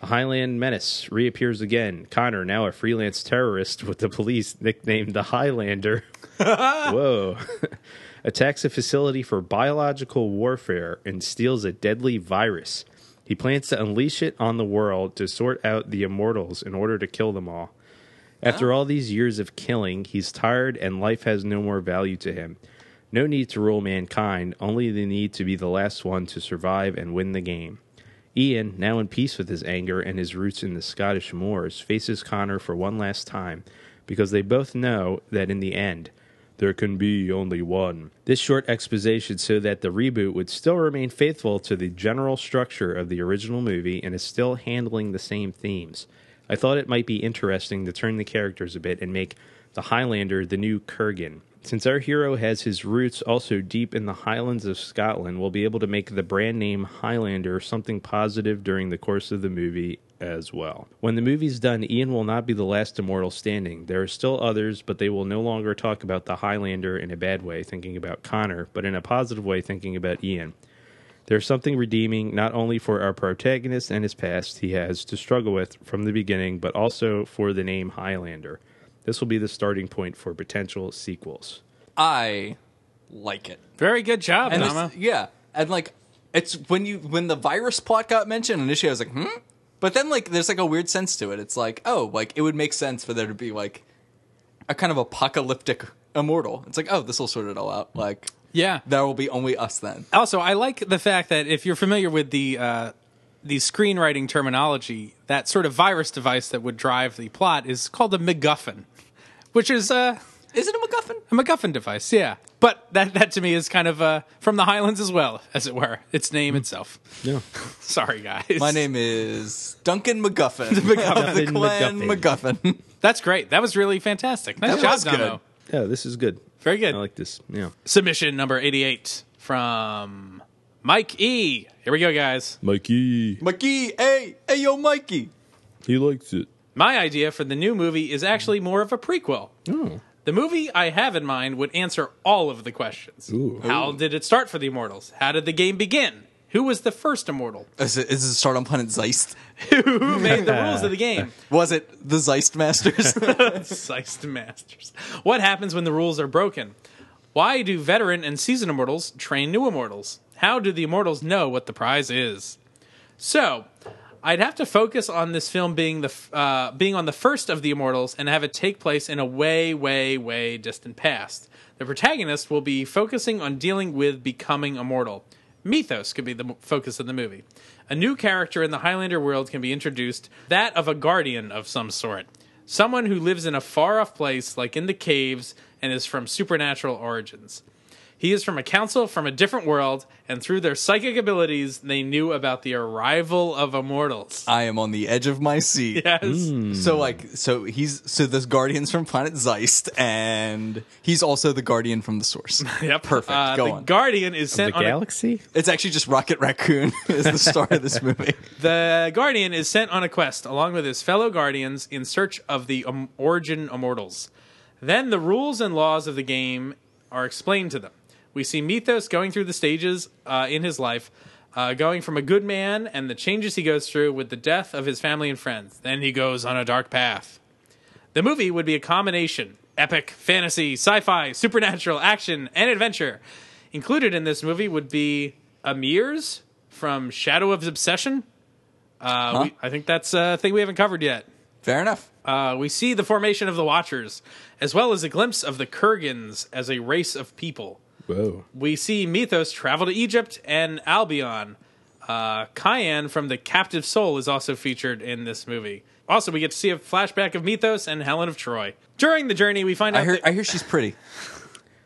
Speaker 3: A Highland menace reappears again. Connor, now a freelance terrorist with the police, nicknamed the Highlander. Whoa. Attacks a facility for biological warfare and steals a deadly virus. He plans to unleash it on the world to sort out the immortals in order to kill them all. After all these years of killing, he's tired and life has no more value to him. No need to rule mankind, only the need to be the last one to survive and win the game. Ian, now in peace with his anger and his roots in the Scottish moors, faces Connor for one last time because they both know that in the end, there can be only one. This short exposition so that the reboot would still remain faithful to the general structure of the original movie and is still handling the same themes. I thought it might be interesting to turn the characters a bit and make the Highlander the new Kurgan. Since our hero has his roots also deep in the Highlands of Scotland, we'll be able to make the brand name Highlander something positive during the course of the movie as well. When the movie's done, Ian will not be the last immortal standing. There are still others, but they will no longer talk about the Highlander in a bad way, thinking about Connor, but in a positive way, thinking about Ian. There's something redeeming not only for our protagonist and his past he has to struggle with from the beginning, but also for the name Highlander. This will be the starting point for potential sequels.
Speaker 2: I like it.
Speaker 1: Very good job,
Speaker 2: And
Speaker 1: Nama.
Speaker 2: this- yeah, and like it's when you when the virus plot got mentioned initially, I was like, hmm. But then like there's like a weird sense to it. It's like oh, like it would make sense for there to be like a kind of apocalyptic immortal. It's like oh, this will sort it all out. Like
Speaker 1: Yeah.
Speaker 2: there will be only us then.
Speaker 1: Also, I like the fact that if you're familiar with the uh, the screenwriting terminology, that sort of virus device that would drive the plot is called a MacGuffin, which is uh,
Speaker 2: Is it a MacGuffin?
Speaker 1: a MacGuffin device. Yeah, but that that to me is kind of uh, from the Highlands as well, as it were. Its name itself.
Speaker 3: Yeah.
Speaker 1: Sorry, guys.
Speaker 2: Hmm. My name is Duncan MacGuffin. MacGuffin the
Speaker 3: Duncan
Speaker 2: Clan MacGuffin.
Speaker 3: MacGuffin.
Speaker 1: That's great. That was really fantastic. Nice
Speaker 2: That
Speaker 1: job,
Speaker 2: was good.
Speaker 1: Damo.
Speaker 3: Yeah, this is good.
Speaker 1: Very good.
Speaker 3: I like this. Yeah.
Speaker 1: Submission number eighty-eight from Mike E. Here we go, guys.
Speaker 4: Mikey,
Speaker 2: Mikey, hey, hey, yo, Mikey.
Speaker 4: he likes it.
Speaker 1: My idea for the new movie is actually more of a prequel. The movie I have in mind would answer all of the questions. How did it start for the Immortals? How did the game begin? Who was the first Immortal?
Speaker 2: Is it, is it start on Planet Zeist?
Speaker 1: Who made the rules of the game?
Speaker 2: Was it the Zeist Masters?
Speaker 1: Zeist Masters. What happens when the rules are broken? Why do veteran and seasoned Immortals train new Immortals? How do the Immortals know what the prize is? So, I'd have to focus on this film being the f- uh, being on the first of the Immortals and have it take place in a way, way, way distant past. The protagonist will be focusing on dealing with becoming immortal. Mythos could be the m- focus of the movie. A new character in the Highlander world can be introduced, that of a guardian of some sort, someone who lives in a far off place, like in the caves, and is from supernatural origins. He is from a council from a different world, and through their psychic abilities, they knew about the arrival of immortals.
Speaker 2: I am on the edge of my seat.
Speaker 1: Yes.
Speaker 2: So like so he's so this guardian's from Planet Zeist and he's also the guardian from the source. Yeah, Perfect.
Speaker 1: Uh,
Speaker 2: Go
Speaker 1: the
Speaker 2: on.
Speaker 1: Guardian is
Speaker 3: The
Speaker 1: sent on a
Speaker 3: galaxy?
Speaker 2: it's actually just Rocket Raccoon is the star of this movie.
Speaker 1: The Guardian is sent on a quest along with his fellow Guardians in search of the um, Origin Immortals. Then the rules and laws of the game are explained to them. We see Mythos going through the stages uh, in his life, uh, going from a good man and the changes he goes through with the death of his family and friends. Then he goes on a dark path. The movie would be a combination epic, fantasy, sci fi, supernatural, action, and adventure. Included in this movie would be Amir's from Shadow of Obsession. Uh, we, I think that's a thing we haven't covered yet.
Speaker 2: Fair enough.
Speaker 1: Uh, we see the formation of the Watchers, as well as a glimpse of the Kurgans as a race of people.
Speaker 4: Whoa.
Speaker 1: We see Mythos travel to Egypt and Albion. Uh, Cayenne from The Captive Soul is also featured in this movie. Also, we get to see a flashback of Mythos and Helen of Troy. During the journey, we find
Speaker 2: I
Speaker 1: out
Speaker 2: hear
Speaker 1: that-
Speaker 2: I hear she's pretty.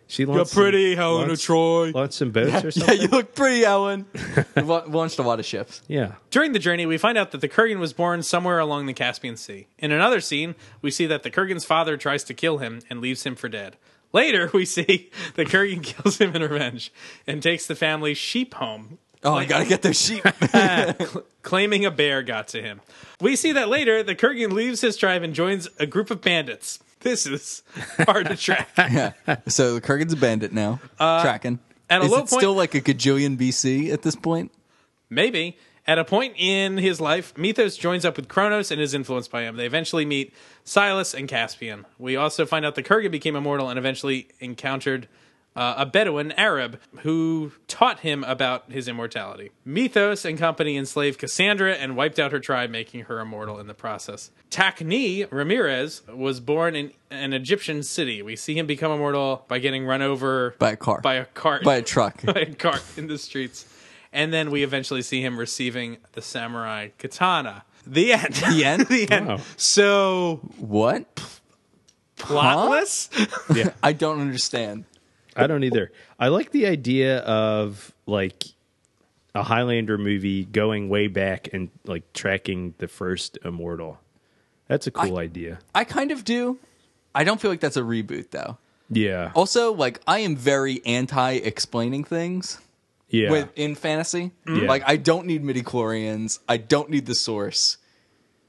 Speaker 3: She launched
Speaker 1: pretty, Helen of Troy.
Speaker 3: Launched some boats or
Speaker 2: Yeah,
Speaker 3: something?
Speaker 2: you look pretty, Ellen. You la- launched a lot of ships.
Speaker 3: Yeah.
Speaker 1: During the journey, we find out that the Kurgan was born somewhere along the Caspian Sea. In another scene, we see that the Kurgan's father tries to kill him and leaves him for dead. Later, we see the Kurgan kills him in revenge and takes the family's sheep home,
Speaker 2: Oh, I gotta get their sheep.
Speaker 1: claiming a bear got to him. We see that later, the Kurgan leaves his tribe and joins a group of bandits. This is hard to track.
Speaker 2: yeah. So the Kurgan's a bandit now. Tracking.
Speaker 1: at a
Speaker 2: is
Speaker 1: low
Speaker 2: it still like a gajillion BC at this point?
Speaker 1: Maybe. At a point in his life, Methos joins up with Kronos and is influenced by him. They eventually meet Silas and Caspian. We also find out that Kurgan became immortal and eventually encountered uh, a Bedouin Arab who taught him about his immortality. Methos and company enslaved Cassandra and wiped out her tribe, making her immortal in the process. Takni Ramirez was born in an Egyptian city. We see him become immortal by getting run over
Speaker 2: By a car.
Speaker 1: by a cart,
Speaker 2: By a truck.
Speaker 1: by a cart in the streets. And then we eventually see him receiving the samurai katana. The end. The
Speaker 2: end?
Speaker 1: the end. So
Speaker 2: What?
Speaker 1: plotless.
Speaker 2: I don't understand.
Speaker 3: I don't either. I like the idea of like a Highlander movie going way back and like tracking the first immortal. That's a cool idea.
Speaker 2: I kind of do. I don't feel like that's a reboot though.
Speaker 3: Yeah.
Speaker 2: Also, like I am very anti explaining things
Speaker 3: yeah. Mm-hmm.
Speaker 2: with in fantasy.
Speaker 3: Yeah.
Speaker 2: Like I don't need midichlorians. I don't need the source.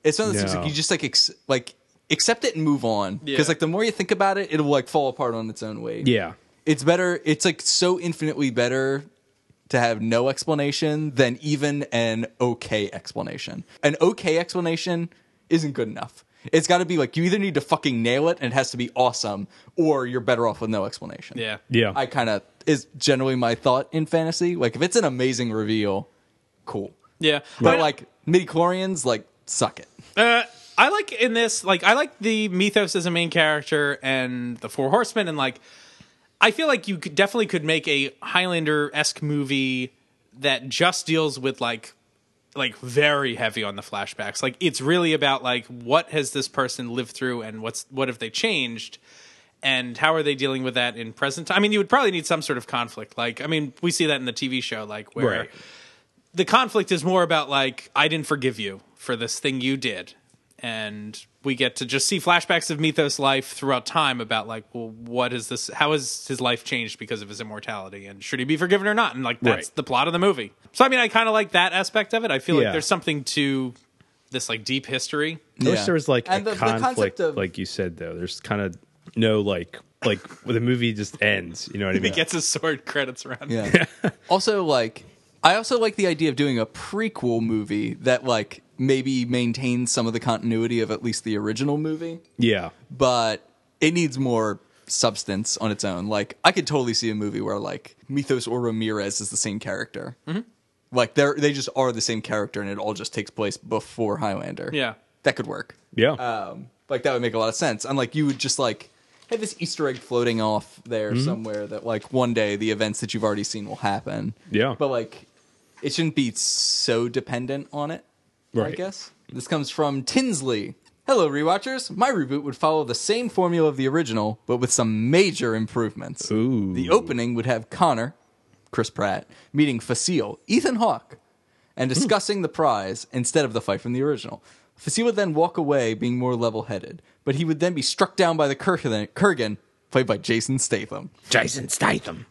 Speaker 2: It's one of those things
Speaker 3: No.
Speaker 2: like you just like ex- like accept it and move on because
Speaker 1: Yeah.
Speaker 2: like the more you think about it, it'll like fall apart on its own weight.
Speaker 3: yeah.
Speaker 2: it's better. It's like so infinitely better to have no explanation than even an okay explanation. An okay explanation isn't good enough. It's got to be like you either need to fucking nail it and it has to be awesome, or you're better off with no explanation.
Speaker 1: Yeah.
Speaker 3: Yeah.
Speaker 2: I kind of is generally my thought in fantasy. Like if it's an amazing reveal, cool.
Speaker 1: Yeah.
Speaker 2: But like midi chlorians, like suck it.
Speaker 1: Uh, I like in this, like I like the Mythos as a main character and the Four Horsemen, and like I feel like you could, definitely could make a Highlander esque movie that just deals with like like very heavy on the flashbacks. Like it's really about like what has this person lived through and what's what have they changed and how are they dealing with that in present time? I mean, you would probably need some sort of conflict. Like I mean, we see that in the TV show, like where
Speaker 3: Right.
Speaker 1: the conflict is more about like I didn't forgive you for this thing you did, and we get to just see flashbacks of Mythos' life throughout time about like, well, what is this? How has his life changed because of his immortality, and should he be forgiven or not? And like that's
Speaker 3: Right.
Speaker 1: the plot of the movie. So I mean, I kind of like that aspect of it. I feel
Speaker 3: Yeah.
Speaker 1: like there's something to this like deep history.
Speaker 3: I wish
Speaker 2: Yeah.
Speaker 3: there was like
Speaker 2: And
Speaker 3: a
Speaker 2: the- the concept
Speaker 3: conflict,
Speaker 2: of-
Speaker 3: like you said though. There's kind of no like like well, the movie just ends. You know what I mean?
Speaker 1: He gets his sword credits run.
Speaker 2: Yeah. also, like, I also like the idea of doing a prequel movie that, like, maybe maintains some of the continuity of at least the original movie,
Speaker 3: yeah.
Speaker 2: but it needs more substance on its own. Like, I could totally see a movie where, like, Mythos or Ramirez is the same character. Like, they're, they just are the same character and it all just takes place before Highlander.
Speaker 1: Yeah.
Speaker 2: That could work.
Speaker 3: Yeah.
Speaker 1: Uh,
Speaker 2: Um, like, that would make a lot of sense. And, like, you would just, like, have this Easter egg floating off there somewhere that, like, one day the events that you've already seen will happen.
Speaker 3: Yeah.
Speaker 2: But, like, it shouldn't be so dependent on it, I
Speaker 3: Right.
Speaker 2: guess. This comes from Tinsley. Hello, rewatchers. My reboot would follow the same formula of the original, but with some major improvements.
Speaker 3: Ooh.
Speaker 2: The opening would have Connor, Chris Pratt, meeting Facile, Ethan Hawke,
Speaker 3: Hmm.
Speaker 2: and discussing the prize instead of the fight from the original. Facile would then walk away being more level headed, but he would then be struck down by the Kurgan, Kurgan played by Jason Statham.
Speaker 5: Jason Statham.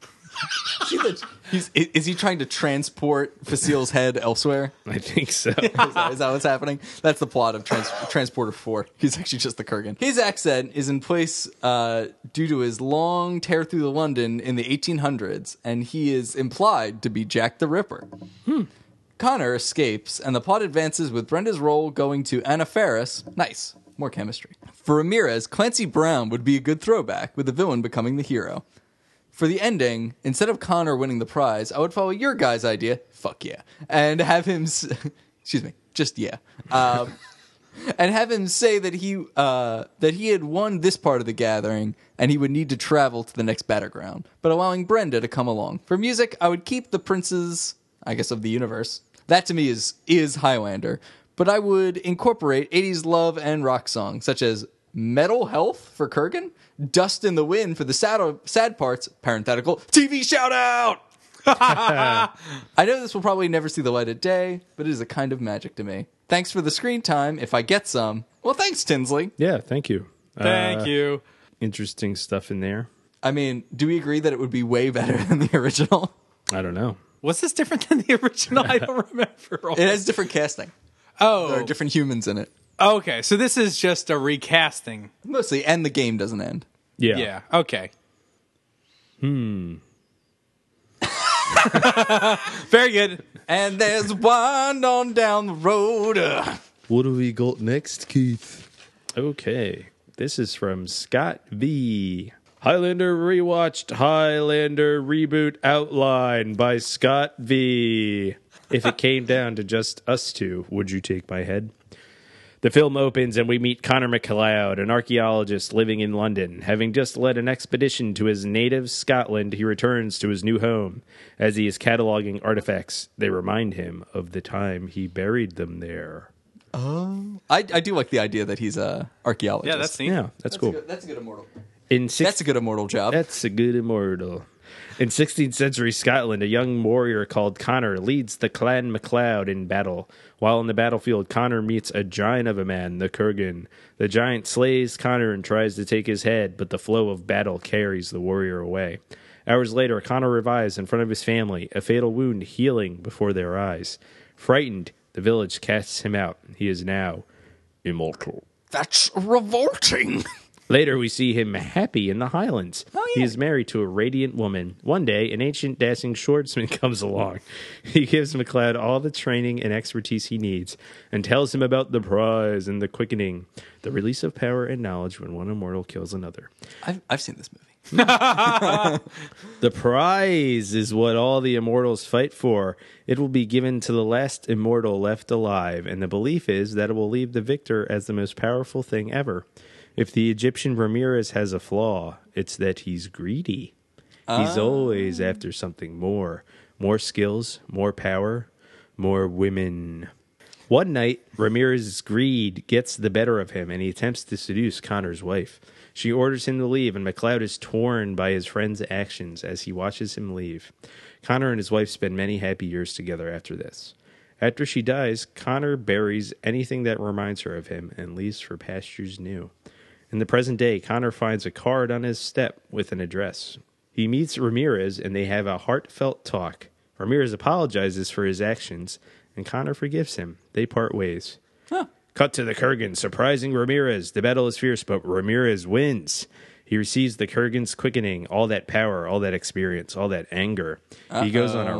Speaker 2: He's a- he's- i- is he trying to transport Facile's head elsewhere?
Speaker 3: I think so.
Speaker 2: Is that- is that what's happening? That's the plot of Trans- Transporter 4. He's actually just the Kurgan. His accent is in place uh, due to his long tear through the London in the 1800s, and he is implied to be Jack the Ripper. Connor escapes, and the plot advances with Brenda's role going to Anna Faris. Nice. More chemistry. For Ramirez, Clancy Brown would be a good throwback, with the villain becoming the hero. For the ending, instead of Connor winning the prize, I would follow your guy's idea, fuck yeah, and have him, s- excuse me, just yeah, um, and have him say that he uh, that he had won this part of the gathering and he would need to travel to the next battleground, but allowing Brenda to come along. For music, I would keep the princes, I guess, of the universe. That to me is is Highlander, but I would incorporate '80s love and rock songs such as Metal Health for Kurgan, Dust in the Wind for the sad, sad parts, parenthetical, TV shout out! I know this will probably never see the light of day, but it is a kind of magic to me. Thanks for the screen time if I get some. Well, thanks, Tinsley.
Speaker 3: yeah. Thank you.
Speaker 1: Thank
Speaker 3: Uh,
Speaker 1: you.
Speaker 3: Interesting stuff in there.
Speaker 2: I mean, do we agree that it would be way better than the original?
Speaker 3: I don't know.
Speaker 1: Was this different than the original? I don't remember.
Speaker 2: It has different casting. There
Speaker 1: oh,
Speaker 2: are different humans in it.
Speaker 1: okay. So this is just a recasting.
Speaker 2: Mostly, and the game doesn't end.
Speaker 3: Yeah.
Speaker 1: Yeah. Okay. Hmm. Very good.
Speaker 2: and there's one on down the road. Ugh.
Speaker 4: What do we got next, Keith?
Speaker 3: Okay. This is from Scott V. Highlander rewatched Highlander reboot outline by Scott V. If it came down to just us two, would you take my head? The film opens and we meet Connor McLeod, an archaeologist living in London. Having just led an expedition to his native Scotland, he returns to his new home. As he is cataloging artifacts, they remind him of the time he buried them there.
Speaker 2: I, I do like the idea that he's a archaeologist.
Speaker 1: Yeah, that's neat.
Speaker 3: Yeah, that's, cool.
Speaker 2: that's a good immortal.
Speaker 3: In six-
Speaker 2: That's a good immortal job.
Speaker 3: That's a good immortal. In 16th century Scotland, a young warrior called Connor leads the clan MacLeod in battle. While on the battlefield, Connor meets a giant of a man, the Kurgan. The giant slays Connor and tries to take his head, but the flow of battle carries the warrior away. Hours later, Connor revives in front of his family, a fatal wound healing before their eyes. Frightened, the village casts him out. He is now immortal.
Speaker 2: That's revolting.
Speaker 3: Later, we see him happy in the Highlands. He is married to a radiant woman. One day, an ancient dashing swordsman comes along. He gives McLeod all the training and expertise he needs and tells him about the prize and the quickening, the release of power and knowledge when one immortal kills another.
Speaker 2: I've, I've seen this movie.
Speaker 3: The prize is what all the immortals fight for. It will be given to the last immortal left alive, and the belief is that it will leave the victor as the most powerful thing ever. If the Egyptian Ramirez has a flaw, it's that he's greedy. He's always after something more more skills, more power, more women. One night, Ramirez's greed gets the better of him and he attempts to seduce Connor's wife. She orders him to leave, and McLeod is torn by his friend's actions as he watches him leave. Connor and his wife spend many happy years together after this. After she dies, Connor buries anything that reminds her of him and leaves for pastures new. In the present day, Connor finds a card on his step with an address. He meets Ramirez and they have a heartfelt talk. Ramirez apologizes for his actions and Connor forgives him. They part ways. Cut to the Kurgan, surprising Ramirez. The battle is fierce, but Ramirez wins. He receives the Kurgan's quickening, all that power, all that experience, all that anger. He goes on a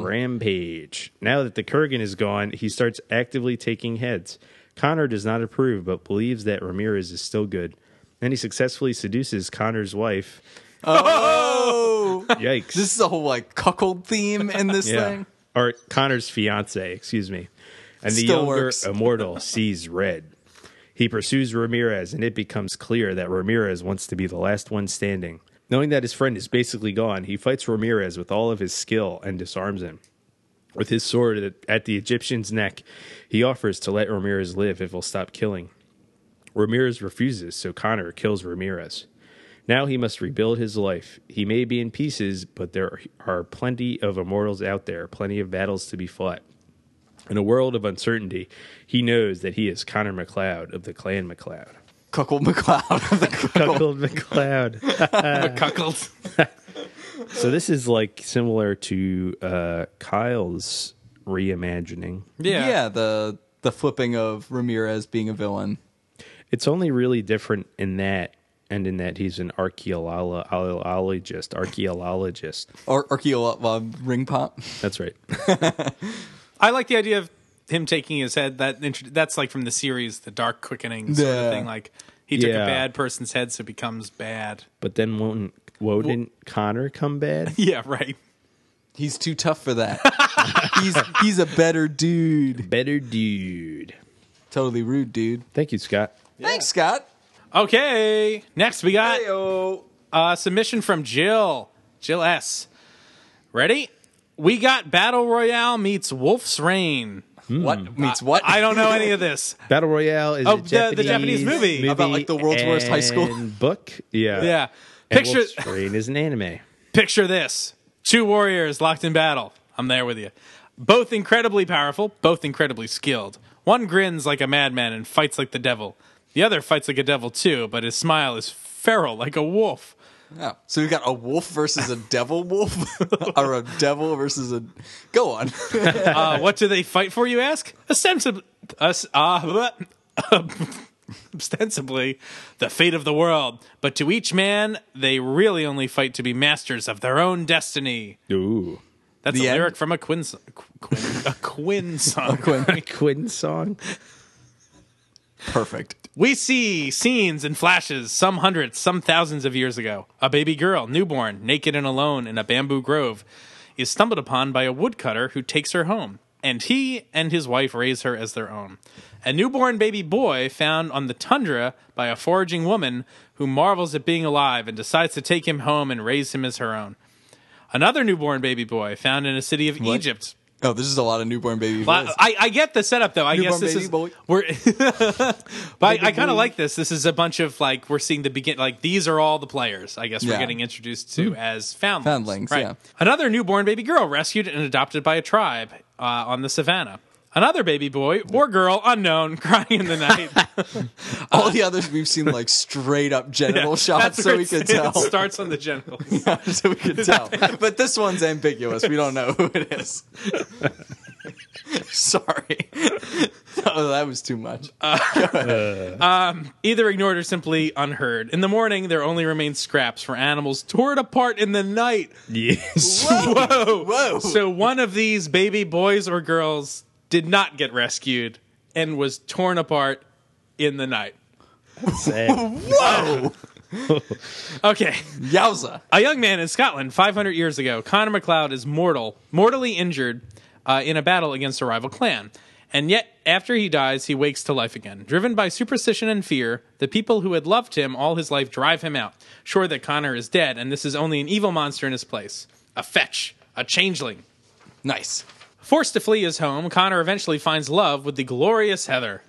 Speaker 3: rampage. Now that the Kurgan is gone, he starts actively taking heads. Connor does not approve, but believes that Ramirez is still good. Then he successfully seduces Connor's wife.
Speaker 2: Oh,
Speaker 3: Yikes.
Speaker 2: this is a whole like cuckold theme in this thing.
Speaker 3: Or Connor's fiance, excuse me. And the
Speaker 2: Still
Speaker 3: younger
Speaker 2: works.
Speaker 3: immortal sees red. He pursues Ramirez, and it becomes clear that Ramirez wants to be the last one standing. Knowing that his friend is basically gone, he fights Ramirez with all of his skill and disarms him. With his sword at- at the Egyptian's neck, he offers to let Ramirez live if he'll stop killing. Ramirez refuses, so Connor kills Ramirez. Now he must rebuild his life. He may be in pieces, but there are plenty of immortals out there, plenty of battles to be fought. In a world of uncertainty, he knows that he is Connor McLeod of the Clan McLeod.
Speaker 2: Cuckold McLeod. The cuckold.
Speaker 3: Cuckold McLeod.
Speaker 1: Cuckold.
Speaker 3: so this is like similar to uh, Kyle's reimagining.
Speaker 1: Yeah.
Speaker 2: yeah, the the flipping of Ramirez being a villain.
Speaker 3: It's only really different in that, and in that he's an archaeologist. Archaeologist.
Speaker 2: Or archaeologist ring pop.
Speaker 3: That's right.
Speaker 1: I like the idea of him taking his head. That intro- that's like from the series, the Dark Quickening sort
Speaker 2: Yeah.
Speaker 1: of thing. Like he took
Speaker 3: Yeah.
Speaker 1: a bad person's head, so it becomes bad.
Speaker 3: But then won't won't Connor come bad?
Speaker 1: Yeah, right.
Speaker 2: He's too tough for that. he's he's a better dude.
Speaker 3: Better dude.
Speaker 2: Totally rude, dude.
Speaker 3: Thank you, Scott.
Speaker 2: Thanks, Scott.
Speaker 1: Okay. Next, we got
Speaker 2: Heyo.
Speaker 1: Uh, submission from Jill. Jill S. Ready? We got Battle Royale meets Wolf's Rain.
Speaker 2: What meets what?
Speaker 1: Hmm. I don't know any of this.
Speaker 3: Battle Royale is
Speaker 1: Oh,
Speaker 3: a
Speaker 1: the- the
Speaker 3: Japanese
Speaker 1: Japanese movie.
Speaker 2: About, like, the world's worst high school.
Speaker 3: and book. Yeah,
Speaker 1: Yeah.
Speaker 3: And
Speaker 1: Picture
Speaker 3: Wolf's Rain is an anime.
Speaker 1: picture this. Two warriors locked in battle. I'm there with you. Both incredibly powerful, both incredibly skilled. One grins like a madman and fights like the devil. The other fights like a devil too, but his smile is feral like a wolf.
Speaker 2: Oh, so we got a wolf versus a devil wolf, or a devil versus a. Go on.
Speaker 1: Uh, what do they fight for, you ask? Ostensibly, us, uh, ostensibly, the fate of the world. But to each man, they really only fight to be masters of their own destiny.
Speaker 3: Ooh,
Speaker 1: That's
Speaker 2: The
Speaker 1: a
Speaker 2: end.
Speaker 1: lyric from a Quinn, s- Qu- Quinn a Quinn song.
Speaker 3: A Quinn song.
Speaker 2: Perfect.
Speaker 1: We see scenes and flashes, some hundreds, some thousands of years ago. A baby girl, newborn, naked and alone in a bamboo grove, is stumbled upon by a woodcutter who takes her home, and he and his wife raise her as their own. A newborn baby boy found on the tundra by a foraging woman who marvels at being alive and decides to take him home and raise him as her own. Another newborn baby boy found in a city of Egypt.
Speaker 2: Oh, this is a lot of newborn baby
Speaker 1: Well,
Speaker 2: boys.
Speaker 1: I, I get the setup though. I guess
Speaker 2: Newborn
Speaker 1: this
Speaker 2: baby
Speaker 1: is
Speaker 2: boy.
Speaker 1: we're. but I, I kind of like this. This is a bunch of like we're seeing the begin. Like these are all the players. I guess we're
Speaker 2: Yeah. Mm.
Speaker 1: getting introduced to as foundlings.
Speaker 2: Foundlings, yeah.
Speaker 1: Another newborn baby girl rescued and adopted by a tribe uh, on the savannah. Another baby boy or girl unknown crying in the night.
Speaker 2: All the others we've seen like straight up genital shots,
Speaker 1: That's
Speaker 2: so
Speaker 1: where
Speaker 2: we
Speaker 1: it's-
Speaker 2: could tell.
Speaker 1: It starts on the genitals.
Speaker 2: so we could tell. But this one's ambiguous. We don't know who it is. Sorry. Oh, that was too much.
Speaker 1: either ignored or simply unheard. In the morning, there only remained scraps for animals torn apart in the night.
Speaker 4: Yes.
Speaker 1: Whoa.
Speaker 2: Whoa.
Speaker 1: So one of these baby boys or girls did not get rescued and was torn apart in the night.
Speaker 4: Sad.
Speaker 1: Okay.
Speaker 2: Yowza.
Speaker 1: A young man in Scotland 500 years ago, Connor MacLeod is mortal, mortally injured uh, in a battle against a rival clan. And yet, after he dies, he wakes to life again. Driven by superstition and fear, the people who had loved him all his life drive him out, sure that Connor is dead and this is only an evil monster in his place. A fetch, a changeling.
Speaker 2: Nice.
Speaker 1: Forced to flee his home, Connor eventually finds love with the glorious Heather.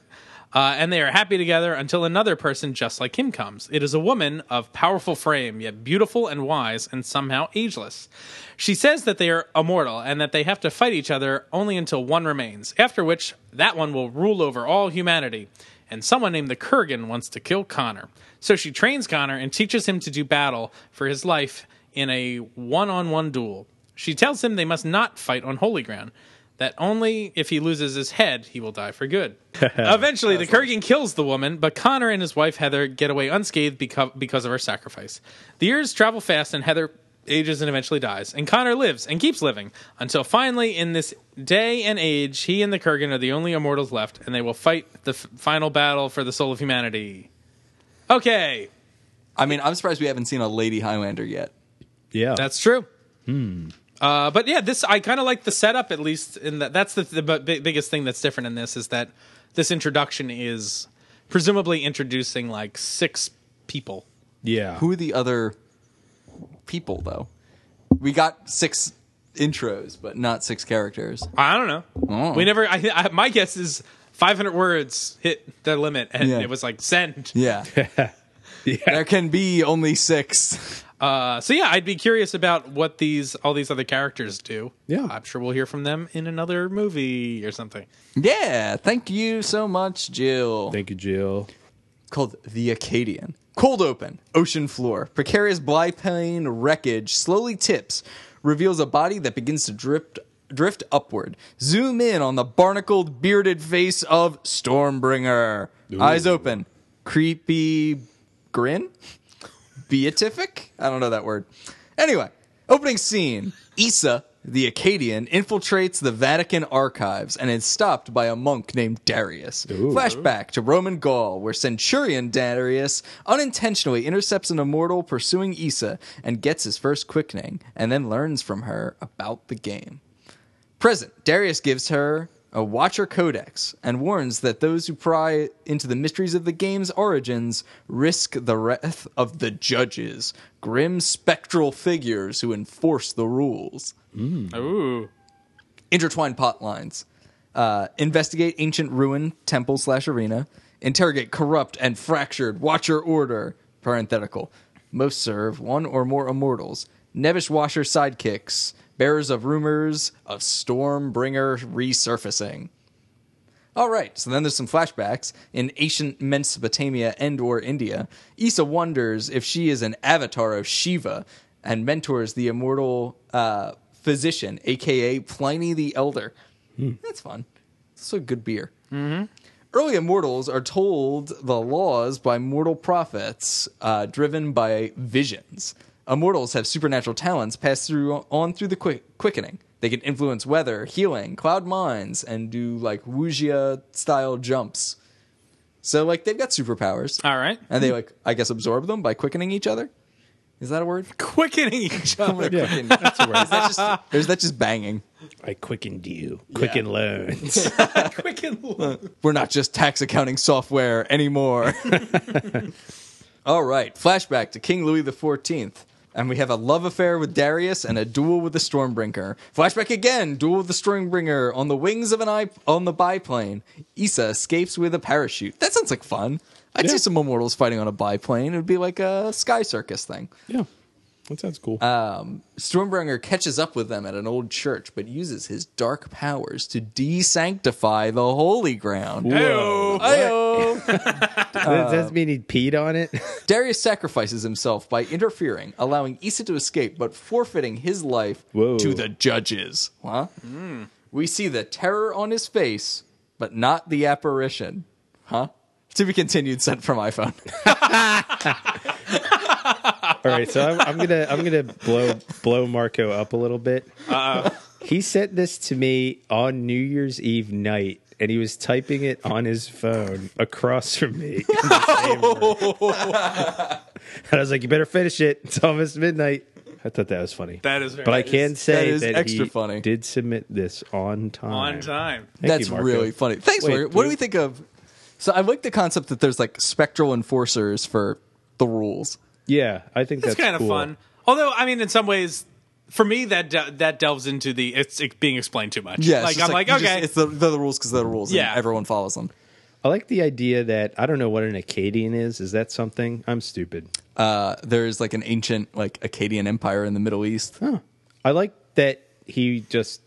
Speaker 1: Uh, and they are happy together until another person just like him comes. It is a woman of powerful frame, yet beautiful and wise, and somehow ageless. She says that they are immortal and that they have to fight each other only until one remains, after which that one will rule over all humanity. And someone named the Kurgan wants to kill Connor. So she trains Connor and teaches him to do battle for his life in a one on one duel. She tells him they must not fight on holy ground, that only if he loses his head, he will die for good. Eventually, the Kurgan kills the woman, but Connor and his wife Heather get away unscathed beco- because of her sacrifice. The years travel fast, and Heather ages and eventually dies. And Connor lives and keeps living until finally, in this day and age, he and the Kurgan are the only immortals left, and they will fight the f- final battle for the soul of humanity. Okay,
Speaker 2: I mean, I'm surprised we haven't seen a Lady Highlander yet.
Speaker 3: Yeah.
Speaker 1: That's true. Uh, but yeah, this I kind of like the setup at least. In that, that's the, the bu- bi- biggest thing that's different in this is that this introduction is presumably introducing like six people.
Speaker 3: yeah.
Speaker 2: Who are the other people, though? We got six intros, but not six characters.
Speaker 1: I don't know. We never. I, I my guess is 500 words hit the limit, and
Speaker 2: Yeah.
Speaker 1: it was like send.
Speaker 2: Yeah. There can be only six.
Speaker 1: Uh, so yeah, I'd be curious about what these all these other characters do.
Speaker 3: Yeah.
Speaker 1: I'm sure we'll hear from them in another movie or something.
Speaker 2: Yeah. Thank you so much, Jill.
Speaker 3: Thank you, Jill.
Speaker 2: called The Acadian. Cold open, ocean floor, precarious blypane wreckage slowly tips, reveals a body that begins to drift drift upward. Zoom in on the barnacled, bearded face of Stormbringer. Eyes open, creepy grin beatific? I don't know that word. Anyway, opening scene Issa, the Acadian, infiltrates the Vatican archives and is stopped by a monk named Darius. Flashback to Roman Gaul, where centurion Darius unintentionally intercepts an immortal pursuing Issa and gets his first quickening, and then learns from her about the game. Present, Darius gives her a Watcher Codex and warns that those who pry into the mysteries of the game's origins risk the wrath of the judges, grim spectral figures who enforce the rules.
Speaker 1: Ooh.
Speaker 2: Intertwine plot lines. Uh, investigate ancient ruin, temple slash arena. Interrogate corrupt and fractured Watcher Order. Parenthetical. Most serve one or more immortals. Nevish Washer sidekicks. Bearers of rumors of Stormbringer resurfacing. All right, so then there's some flashbacks in ancient Mesopotamia and or India. Issa wonders if she is an avatar of Shiva and mentors the immortal uh, physician, aka Pliny the Elder. That's fun. It's a good beer. Early immortals are told the laws by mortal prophets, uh, driven by visions. Immortals have supernatural talents passed through on through the quick, quickening. They can influence weather, healing, cloud mines, and do like Wuxia style jumps. So like they've got superpowers.
Speaker 1: All right.
Speaker 2: And they like I guess absorb them by quickening each other. Is that a word?
Speaker 1: Quickening each
Speaker 2: I'm
Speaker 1: other.
Speaker 2: gonna quicken. That's a word. Is that just, or is that just banging?
Speaker 3: I quickened you. Quicken loans.
Speaker 2: We're not just tax accounting software anymore. All right, flashback to King Louis XIV. And we have a love affair with Darius and a duel with the Stormbringer. Flashback again, duel with the Stormbringer on the wings of an I- on the biplane. Issa escapes with a parachute. That sounds like fun. I'd see some immortals fighting on a biplane. It would be like a sky circus thing.
Speaker 7: Yeah. That sounds cool.
Speaker 2: Stormbringer catches up with them at an old church, but uses his dark powers to desanctify the holy ground.
Speaker 1: Hey-o.
Speaker 2: Ayo!
Speaker 3: Does that mean he peed on it?
Speaker 2: Darius sacrifices himself by interfering, allowing Issa to escape, but forfeiting his life
Speaker 3: Whoa.
Speaker 2: to the judges. Huh?
Speaker 1: Hmm.
Speaker 2: We see the terror on his face, but not the apparition. Huh? To be continued, sent from iPhone.
Speaker 3: All right, so I'm, I'm gonna I'm gonna blow blow Marco up a little bit. He sent this to me on New Year's Eve night, and he was typing it on his phone across from me. in the same room. and I was like, "You better finish it. It's almost midnight." I thought that was funny.
Speaker 1: That is very-
Speaker 3: but I can say
Speaker 2: that
Speaker 3: that,
Speaker 2: is extra
Speaker 3: he
Speaker 2: funny.
Speaker 3: did submit this on time.
Speaker 1: On time.
Speaker 3: Thank
Speaker 2: That's
Speaker 3: you, Marco.
Speaker 2: really funny. Thanks,
Speaker 3: Wait,
Speaker 2: Margaret. What do
Speaker 3: you-
Speaker 2: we think of? So I like the concept that there's like spectral enforcers for the rules.
Speaker 3: Yeah, I think
Speaker 1: It's
Speaker 3: that's
Speaker 1: kind of
Speaker 3: cool.
Speaker 1: fun. Although, I mean, in some ways, for me, that de- that delves into the it's it being explained too much.
Speaker 2: Yeah, it's
Speaker 1: like
Speaker 2: just
Speaker 1: I'm like,
Speaker 2: you just-
Speaker 1: okay,
Speaker 2: it's the, they're the rules because they're the rules.
Speaker 1: Yeah.
Speaker 2: and everyone follows them.
Speaker 3: I like the idea that I don't know what an Acadian is. Is that something? I'm stupid.
Speaker 2: Uh, there's like an ancient like Akkadian empire in the Middle East.
Speaker 3: I like that he just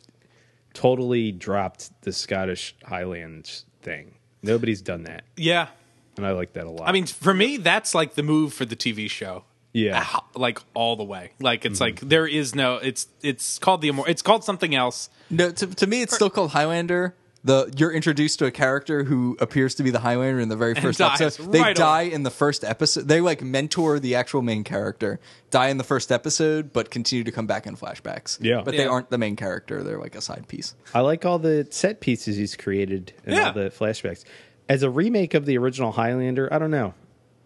Speaker 3: totally dropped the Scottish Highlands thing. Nobody's done that,
Speaker 1: yeah.
Speaker 3: and I like that a lot.
Speaker 1: I mean, for me, that's like the move for the TV show.
Speaker 3: Yeah.
Speaker 1: Ah, like all the way. Like
Speaker 2: Mm-hmm.
Speaker 1: it's like there is no. It's it's called the immor- It's called something else.
Speaker 2: No, to, to me, it's still called Highlander. The you're introduced to a character who appears to be the Highlander in the very first
Speaker 1: dies
Speaker 2: episode. They
Speaker 1: right
Speaker 2: die
Speaker 1: away.
Speaker 2: in the first episode. They like mentor the actual main character, die in the first episode, but continue to come back in flashbacks.
Speaker 3: Yeah.
Speaker 2: but they
Speaker 1: Yeah.
Speaker 2: aren't the main character. They're like a side piece.
Speaker 3: I like all the set pieces he's created and
Speaker 1: Yeah.
Speaker 3: all the flashbacks. As a remake of the original Highlander, I don't know.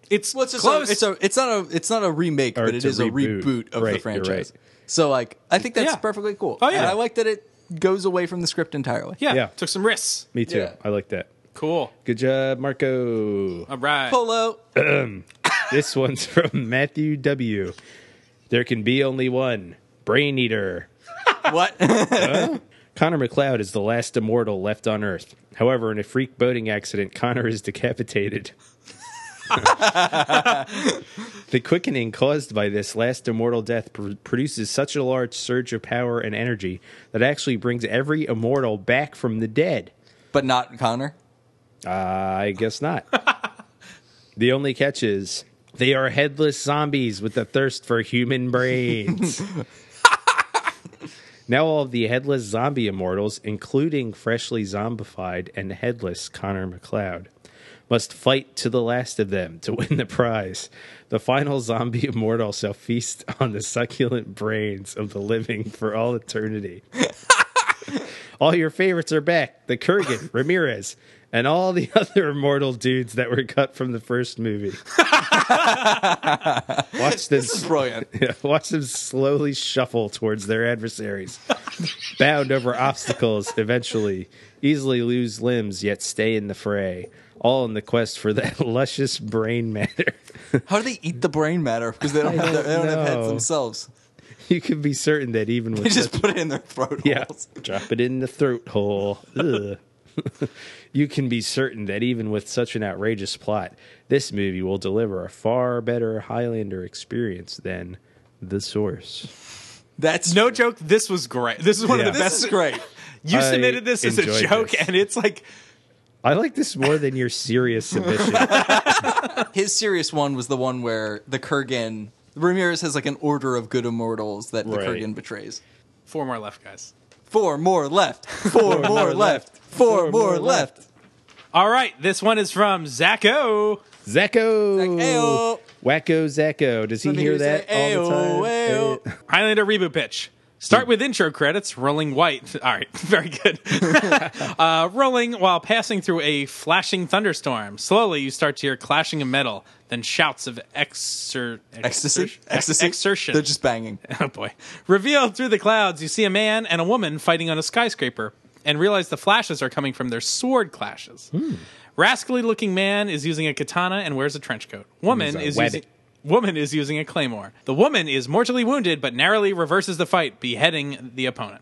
Speaker 1: It's
Speaker 2: Well, it's just
Speaker 1: close.
Speaker 2: A, it's a it's not a it's not a remake, but it
Speaker 3: it's a
Speaker 2: is a reboot,
Speaker 3: reboot.
Speaker 2: of
Speaker 3: Right,
Speaker 2: the
Speaker 3: you're
Speaker 2: franchise.
Speaker 3: right.
Speaker 2: So like, I think that's
Speaker 1: Yeah.
Speaker 2: perfectly cool.
Speaker 1: Oh, yeah.
Speaker 2: and I like that it goes away from the script entirely.
Speaker 1: yeah,
Speaker 3: yeah.
Speaker 1: Took some risks.
Speaker 3: Me too.
Speaker 2: Yeah.
Speaker 3: I like that.
Speaker 1: Cool.
Speaker 3: Good job, Marco.
Speaker 1: All right.
Speaker 2: Polo.
Speaker 3: this one's from Matthew W. There can be only one Brain Eater.
Speaker 2: What?
Speaker 3: Connor McLeod is the last immortal left on Earth. However, in a freak boating accident, Connor is decapitated. the quickening caused by this last immortal death pr- produces such a large surge of power and energy that actually brings every immortal back from the dead.
Speaker 2: but not Connor.
Speaker 3: I guess not. the only catch is they are headless zombies with a thirst for human brains. now all of the headless zombie immortals, including freshly zombified and headless Connor McLeod, must fight to the last of them to win the prize. The final zombie immortal shall feast on the succulent brains of the living for all eternity. All your favorites are back. The Kurgan, Ramirez, and all the other immortal dudes that were cut from the first movie. watch them
Speaker 2: Brilliant.
Speaker 3: watch them slowly shuffle towards their adversaries. Bound over obstacles, eventually, easily lose limbs yet stay in the fray. All in the quest for that luscious brain matter.
Speaker 2: How do they eat the brain matter? Because they don't, have, they don't have heads
Speaker 3: know.
Speaker 2: themselves.
Speaker 3: you can be certain that even
Speaker 2: They
Speaker 3: with
Speaker 2: just put it in their throat
Speaker 3: Yeah,
Speaker 2: holes.
Speaker 3: drop it in the throat hole. Ugh. you can be certain that even with such an outrageous plot, this movie will deliver a far better Highlander experience than the source.
Speaker 2: That's
Speaker 1: No joke. This was great. This is one
Speaker 3: Yeah.
Speaker 1: of the
Speaker 2: This
Speaker 1: best.
Speaker 2: is great.
Speaker 1: You
Speaker 3: I
Speaker 1: submitted this as a
Speaker 3: enjoyed
Speaker 1: joke,
Speaker 3: this.
Speaker 1: and it's like
Speaker 3: I like this more than your serious submission.
Speaker 2: His serious one was the one where the Kurgan Ramirez has like an order of good immortals that the
Speaker 3: Right.
Speaker 2: Kurgan betrays.
Speaker 1: four more left, guys.
Speaker 2: Four more left. Four more left. Four more left.
Speaker 1: All right, this one is from Zacho.
Speaker 3: Zeko.
Speaker 2: Ayo.
Speaker 3: Wacko Zacko. Does he
Speaker 2: Let me
Speaker 3: hear
Speaker 2: hear you
Speaker 3: that
Speaker 2: say,
Speaker 3: all the time?
Speaker 2: "Ayo,
Speaker 3: Eh,
Speaker 1: Highlander reboot pitch. Start with intro credits, rolling white. All right, very good. uh, rolling while passing through a flashing thunderstorm. Slowly, you start to hear clashing of metal, then shouts of exer-
Speaker 2: Ecstasy?
Speaker 1: exer-
Speaker 2: Ecstasy?
Speaker 1: exertion.
Speaker 2: They're just banging.
Speaker 1: Oh boy. Revealed through the clouds, you see a man and a woman fighting on a skyscraper and realize the flashes are coming from their sword clashes. Rascally looking man is using a katana and wears a trench coat. Woman
Speaker 3: a
Speaker 1: is
Speaker 3: wabbit.
Speaker 1: using Woman is using a claymore. The woman is mortally wounded but narrowly reverses the fight, beheading the opponent.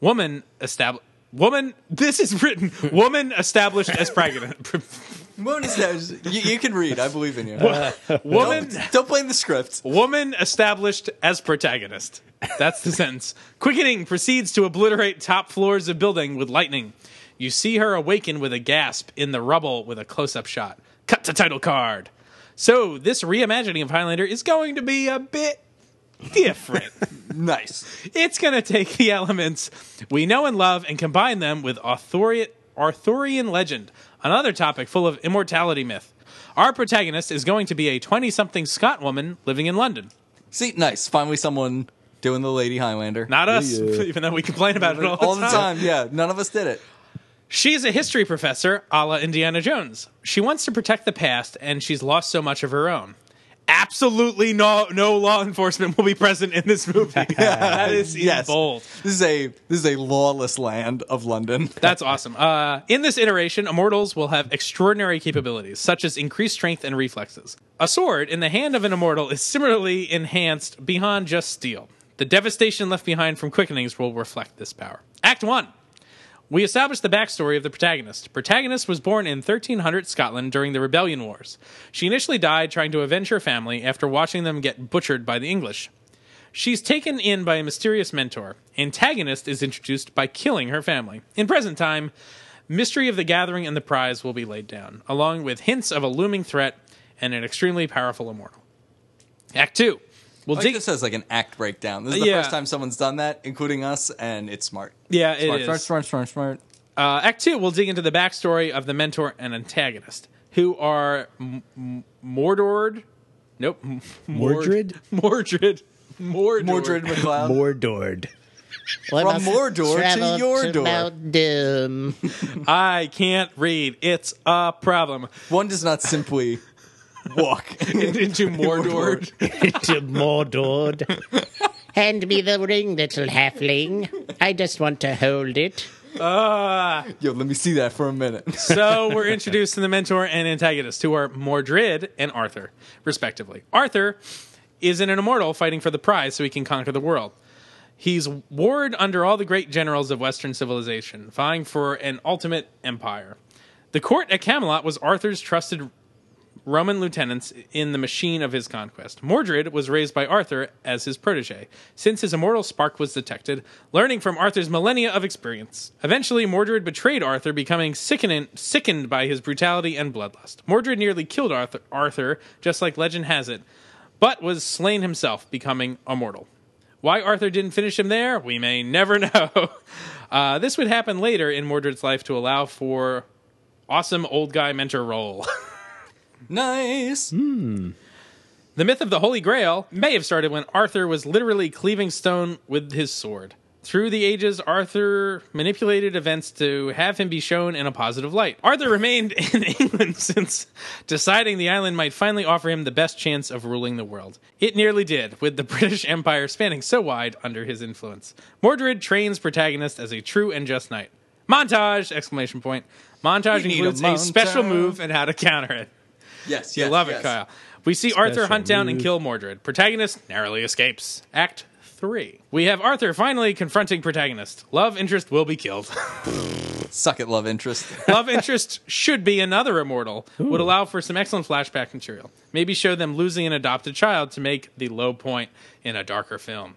Speaker 1: Woman estab Woman, this is written. Woman established as pregnant.
Speaker 2: Bonus knows. You, you can read. I believe in you.
Speaker 1: woman,
Speaker 2: Don't, don't blame the script.
Speaker 1: Woman established as protagonist. That's the sentence. Quickening proceeds to obliterate top floors of building with lightning. You see her awaken with a gasp in the rubble with a close up shot. Cut to title card. So, this reimagining of Highlander is going to be a bit different.
Speaker 2: Nice.
Speaker 1: it's going to take the elements we know and love and combine them with Arthuri- Arthurian legend, another topic full of immortality myth. Our protagonist is going to be a 20 something Scot woman living in London.
Speaker 2: See, nice. Finally, someone doing the Lady Highlander.
Speaker 1: Not us, even though we complain about it all,
Speaker 2: all the time. Yeah, none of us did it.
Speaker 1: She's a history professor, a la Indiana Jones. She wants to protect the past, and she's lost so much of her own. Absolutely no, no law enforcement will be present in this movie. that is in
Speaker 2: Yes.
Speaker 1: bold.
Speaker 2: This is a this is a lawless land of London.
Speaker 1: That's awesome. Uh, in this iteration, immortals will have extraordinary capabilities, such as increased strength and reflexes. A sword in the hand of an immortal is similarly enhanced beyond just steel. The devastation left behind from quickenings will reflect this power. Act 1. We establish the backstory of the protagonist. Protagonist was born in 1300 Scotland during the Rebellion Wars. She initially died trying to avenge her family after watching them get butchered by the English. She's taken in by a mysterious mentor. Antagonist is introduced by killing her family. In present time, Mystery of the Gathering and the prize will be laid down, along with hints of a looming threat and an extremely powerful immortal. Act 2. We'll
Speaker 2: I
Speaker 1: dig
Speaker 2: think this has like an act breakdown. This is the
Speaker 1: Yeah.
Speaker 2: first time someone's done that, including us, and it's smart.
Speaker 1: Yeah, it
Speaker 2: smart,
Speaker 1: is.
Speaker 2: smart, smart, smart, smart.
Speaker 1: Uh, Act two, we'll dig into the backstory of the mentor and antagonist, who are M- M- Mordord. Nope. M- Mord-
Speaker 3: Mordred?
Speaker 1: Mordred. Mordred.
Speaker 2: Mordred McLeod.
Speaker 3: Mordord.
Speaker 2: From Mordor to your door.
Speaker 5: Mount Doom.
Speaker 1: I can't read. It's a problem.
Speaker 2: One does not simply walk.
Speaker 1: Into Mordord.
Speaker 3: to Mordord.
Speaker 5: Hand me the ring, little halfling. I just want to hold it.
Speaker 2: Yo, let me see that for a minute.
Speaker 1: so we're introduced to the mentor and antagonist, who are Mordred and Arthur, respectively. Arthur is an immortal fighting for the prize so he can conquer the world. He's warred under all the great generals of Western civilization, vying for an ultimate empire. The court at Camelot was Arthur's trusted Roman lieutenants in the machine of his conquest. Mordred was raised by Arthur as his protege, since his immortal spark was detected, learning from Arthur's millennia of experience. Eventually, Mordred betrayed Arthur, becoming sickening, sickened by his brutality and bloodlust. Mordred nearly killed Arthur, Arthur, just like legend has it, but was slain himself, becoming immortal. Why Arthur didn't finish him there, we may never know. Uh, this would happen later in Mordred's life to allow for awesome old guy mentor role.
Speaker 2: nice.
Speaker 1: Hmm? The myth of the Holy Grail may have started when Arthur was literally cleaving stone with his sword. Through the ages, Arthur manipulated events to have him be shown in a positive light. Arthur remained in England since deciding the island might finally offer him the best chance of ruling the world. It nearly did, with the British Empire spanning so wide under his influence. Mordred trains protagonist as a true and just knight. Montage! Exclamation point. Montage
Speaker 2: We need a
Speaker 1: includes a, special
Speaker 2: montage.
Speaker 1: move and how to counter it.
Speaker 2: Yes,
Speaker 1: You
Speaker 2: yes,
Speaker 1: love it,
Speaker 2: yes.
Speaker 1: Kyle. We see Arthur hunt down and kill Mordred. Protagonist narrowly escapes. Act three. We have Arthur finally confronting protagonist. Love interest will be killed.
Speaker 2: Suck it, love interest.
Speaker 1: Love interest should be another immortal. Would allow for some excellent flashback material. Maybe show them losing an adopted child to make the low point in a darker film.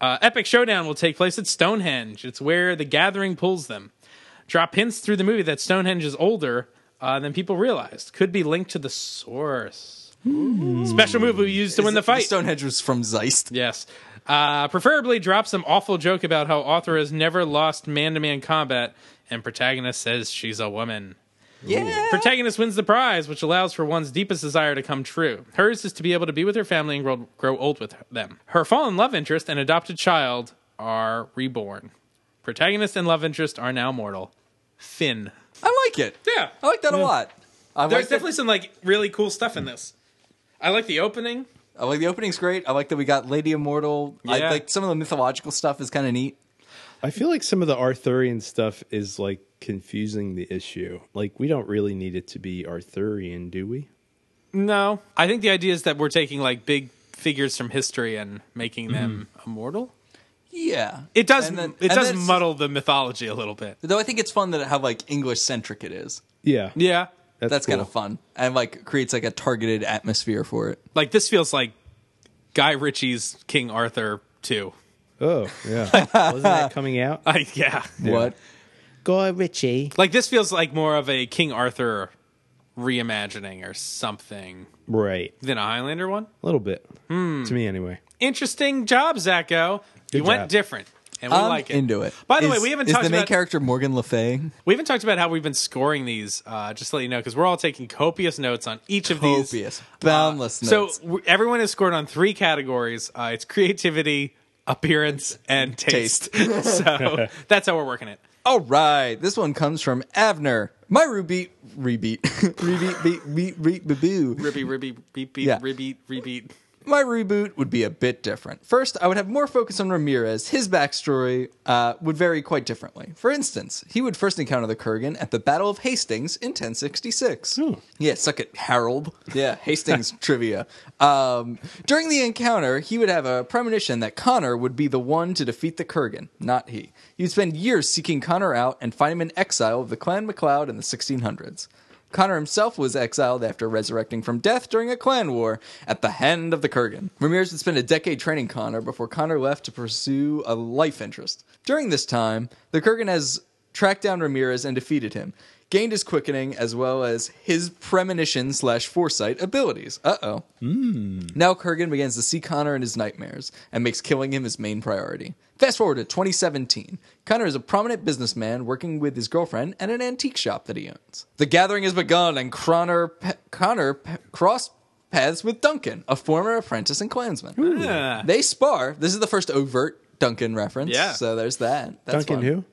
Speaker 1: Uh, epic showdown will take place at Stonehenge. It's where the gathering pulls them. Drop hints through the movie that Stonehenge is older uh, than people realized. Could be linked to the source. Special move we used to win the fight.
Speaker 2: Stonehenge was from Zeist.
Speaker 1: Yes. Uh, preferably drop some awful joke about how author has never lost man to man combat and protagonist says she's a woman.
Speaker 2: Yeah.
Speaker 1: Protagonist wins the prize, which allows for one's deepest desire to come true. Hers is to be able to be with her family and grow, grow old with them. Her fallen love interest and adopted child are reborn. Protagonist and love interest are now mortal. Finn.
Speaker 2: I like it.
Speaker 1: Yeah.
Speaker 2: I like that a lot. I
Speaker 1: There's
Speaker 2: Oh, like that-
Speaker 1: definitely some like really cool stuff in this. I like the opening.
Speaker 2: I like the opening's great. I like that we got Lady Immortal. I
Speaker 1: Yeah.
Speaker 2: like some of the mythological stuff is kind of neat.
Speaker 3: I feel like some of the Arthurian stuff is like confusing the issue. Like we don't really need it to be Arthurian, do we?
Speaker 1: No. I think the idea is that we're taking like big figures from history and making them immortal.
Speaker 2: Yeah.
Speaker 1: Mm-hmm. It does
Speaker 2: And then-
Speaker 1: it
Speaker 2: and
Speaker 1: does
Speaker 2: then it's-
Speaker 1: muddle the mythology a little bit.
Speaker 2: Though I think it's fun that how like English centric it is.
Speaker 3: Yeah.
Speaker 1: Yeah.
Speaker 2: That's, kind of fun and like creates like a targeted atmosphere for it.
Speaker 1: Like this feels like Guy Ritchie's King Arthur 2.
Speaker 3: Oh, yeah. Wasn't that coming out?
Speaker 1: I yeah.
Speaker 2: What?
Speaker 6: Guy Ritchie.
Speaker 1: Like this feels like more of a King Arthur reimagining or something
Speaker 3: Right.
Speaker 1: than a Highlander one.
Speaker 3: A little bit.
Speaker 2: Hmm.
Speaker 3: To me anyway.
Speaker 1: Interesting job, Zacho. You
Speaker 3: Good
Speaker 1: went
Speaker 3: job.
Speaker 1: different. And we
Speaker 2: I'm
Speaker 1: like it.
Speaker 2: into it.
Speaker 1: By the way,
Speaker 2: Is-
Speaker 1: we haven't
Speaker 2: is
Speaker 1: talked
Speaker 2: the main
Speaker 1: about
Speaker 2: character Morgan Le Fay.
Speaker 1: we haven't talked about how we've been scoring these. Uh, just to let you know, because we're all taking copious notes on each of these.
Speaker 2: Copious, boundless.
Speaker 1: uh, So
Speaker 2: notes.
Speaker 1: w- everyone has scored on three categories. Uh, it's creativity, appearance, and taste. so that's how we're working it.
Speaker 2: All right, this one comes from Avner. My Ruby, rebeat, rebeat, beat, beat, beat, beat, boo.
Speaker 1: Ribby, ribby, beep, beep,
Speaker 2: Yeah.
Speaker 1: ribby, rebeat.
Speaker 2: My reboot would be a bit different. First, I would have more focus on Ramirez. His backstory uh, would vary quite differently. For instance, he would first encounter the Kurgan at the Battle of Hastings in 1066. Yeah, suck it, Harold. Yeah, Hastings trivia. Um, during the encounter, he would have a premonition that Connor would be the one to defeat the Kurgan, not he. He'd spend years seeking Connor out and find him in exile of the Clan MacLeod in the 1600s. Connor himself was exiled after resurrecting from death during a clan war at the hand of the Kurgan. Ramirez would spend a decade training Connor before Connor left to pursue a life interest. During this time, the Kurgan has tracked down Ramirez and defeated him, gained his quickening as well as his premonition slash foresight abilities. Uh oh. Now Kurgan begins to see Connor in his nightmares and makes killing him his main priority. Fast forward to 2017. Connor is a prominent businessman working with his girlfriend at an antique shop that he owns. The gathering has begun, and Connor, pe- Connor pe- cross paths with Duncan, a former apprentice and clansman.
Speaker 1: Yeah.
Speaker 2: They spar. This is the first overt Duncan reference.
Speaker 1: Yeah.
Speaker 2: So there's that. That's
Speaker 3: Duncan
Speaker 2: fun.
Speaker 3: who?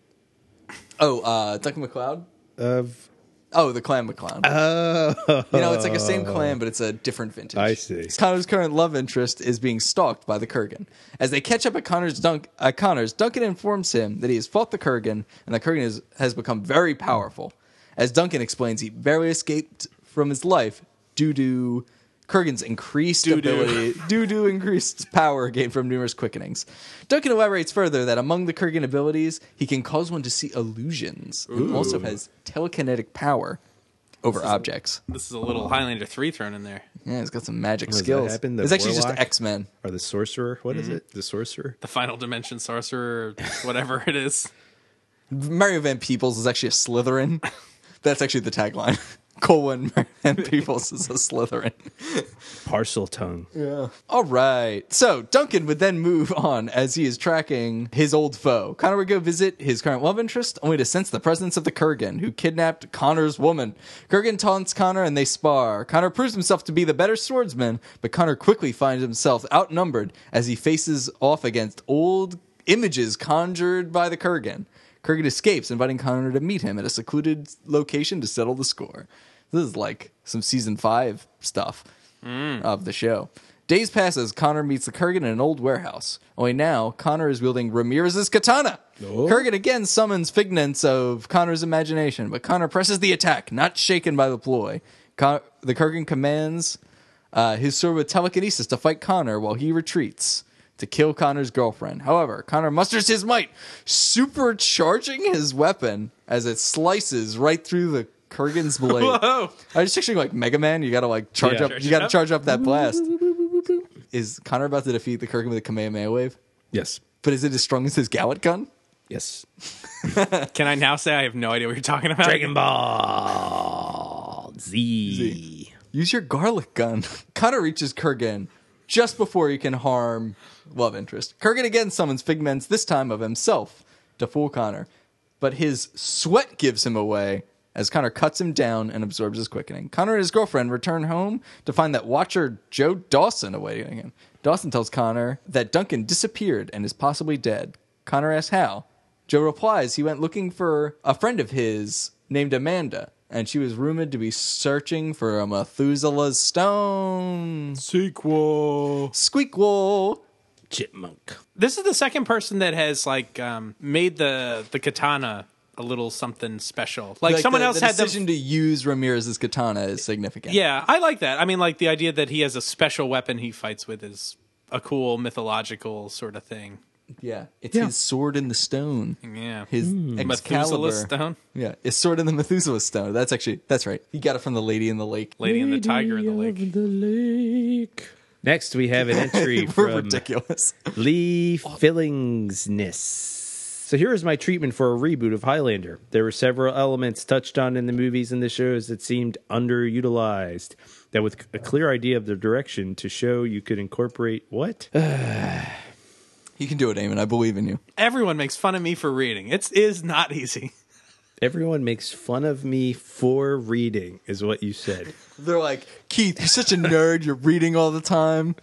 Speaker 2: Oh, uh, Duncan McLeod.
Speaker 3: Of
Speaker 2: Oh, the Clan McClown. you know, it's like a same clan, but it's a different vintage.
Speaker 3: I see.
Speaker 2: Connor's current love interest is being stalked by the Kurgan. As they catch up at Connor's, dunk, uh, Connor's Duncan informs him that he has fought the Kurgan, and the Kurgan is, has become very powerful. As Duncan explains, he barely escaped from his life due to Kurgan's increased ability, due to increased power gained from numerous quickenings. Duncan elaborates further that among the Kurgan abilities, he can cause one to see illusions. He also has telekinetic power over objects.
Speaker 1: This is a little Highlander 3 thrown in there.
Speaker 2: Yeah, he's got some magic
Speaker 3: does that
Speaker 2: skills.
Speaker 3: happen? The
Speaker 2: it's actually just
Speaker 3: warlock?
Speaker 2: X Men.
Speaker 3: or the sorcerer? What is it? Hmm. The sorcerer?
Speaker 1: The Final Dimension Sorcerer, or whatever it is.
Speaker 2: Mario Van Peebles is actually a Slytherin. That's actually the tagline. Cole and Mario Van Peebles is a Slytherin.
Speaker 3: Parcel tongue.
Speaker 2: All right. So Duncan would then move on as he is tracking his old foe. Connor would go visit his current love interest, only to sense the presence of the Kurgan, who kidnapped Connor's woman. Kurgan taunts Connor and they spar. Connor proves himself to be the better swordsman, but Connor quickly finds himself outnumbered as he faces off against old images conjured by the Kurgan. Kurgan escapes, inviting Connor to meet him at a secluded location to settle the score. This is like some season five stuff of the show. Days pass as Connor meets the Kurgan in an old warehouse. Only now, Connor is wielding Ramirez's katana. Kurgan again summons figments of Connor's imagination, but Connor presses the attack, not shaken by the ploy. Con- the Kurgan commands uh, his sword with telekinesis to fight Connor while he retreats to kill Connor's girlfriend. However, Connor musters his might, supercharging his weapon as it slices right through the Kurgan's blade.
Speaker 1: Oh,
Speaker 2: I was picturing like Mega Man. You gotta like charge
Speaker 3: Yeah.
Speaker 2: up.
Speaker 1: Charge
Speaker 2: you
Speaker 1: it
Speaker 2: gotta
Speaker 1: up.
Speaker 2: charge up that blast. Is Connor about to defeat the Kurgan with a Kamehameha wave?
Speaker 3: Yes.
Speaker 2: But is it as strong as his Gallet gun?
Speaker 3: Yes.
Speaker 1: can I now say I have no idea what you're talking about?
Speaker 6: Dragon Ball Z.
Speaker 2: Use your garlic gun. Connor reaches Kurgan just before he can harm love interest. Kurgan again summons figments, this time of himself, to fool Connor. But his sweat gives him away as Connor cuts him down and absorbs his quickening. Connor and his girlfriend return home to find that watcher Joe Dawson awaiting him. Dawson tells Connor that Duncan disappeared and is possibly dead. Connor asks how. Joe replies he went looking for a friend of his named Amanda, and she was rumored to be searching for a Methuselah's stone.
Speaker 7: Sequel.
Speaker 2: Squeakquel.
Speaker 6: Chipmunk.
Speaker 1: This is the second person that has like um, made the the katana a little something special. Like,
Speaker 2: Like,
Speaker 1: someone
Speaker 2: the,
Speaker 1: else
Speaker 2: the
Speaker 1: had the
Speaker 2: decision to use Ramirez's katana is significant.
Speaker 1: Yeah, I like that. I mean, like the idea that he has a special weapon he fights with is a cool mythological sort of thing.
Speaker 2: yeah. It's his sword in the stone.
Speaker 1: Yeah.
Speaker 2: His Excalibur
Speaker 1: Methuselah Hmm. stone?
Speaker 2: Yeah, his sword in the Methuselah stone. That's actually that's right. He got it from the Lady in the Lake.
Speaker 1: Lady and the Tiger in the Lake.
Speaker 3: Next, we have an entry
Speaker 2: We're
Speaker 3: from
Speaker 2: ridiculous.
Speaker 3: Lee Fillingsness. So here is my treatment for a reboot of Highlander. There were several elements touched on in the movies and the shows that seemed underutilized. That with a clear idea of the direction to show you could incorporate what?
Speaker 2: you can do it, Eamon. I believe in you.
Speaker 1: Everyone makes fun of me for reading. It's is not easy.
Speaker 3: Everyone makes fun of me for reading, is what you said.
Speaker 2: They're like, Keith, you're such a nerd. You're reading all the time.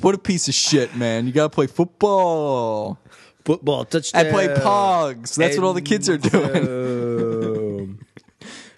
Speaker 2: What a piece of shit, man. You gotta play football.
Speaker 3: Football touchdown.
Speaker 2: And play pogs. That's what all the kids are doing.
Speaker 3: doing.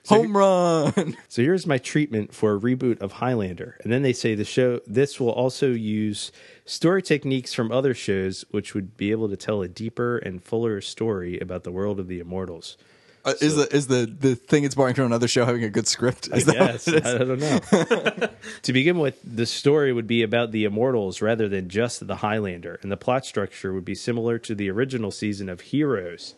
Speaker 2: Home run.
Speaker 3: So here's my treatment for a reboot of Highlander. And then they say the show this will also use story techniques from other shows which would be able to tell a deeper and fuller story about the world of the immortals.
Speaker 2: Uh, is the is the, the thing it's borrowing from another show having a good script? Is that
Speaker 3: Yes, I, I don't know. to begin with, the story would be about the immortals rather than just the Highlander, and the plot structure would be similar to the original season of Heroes,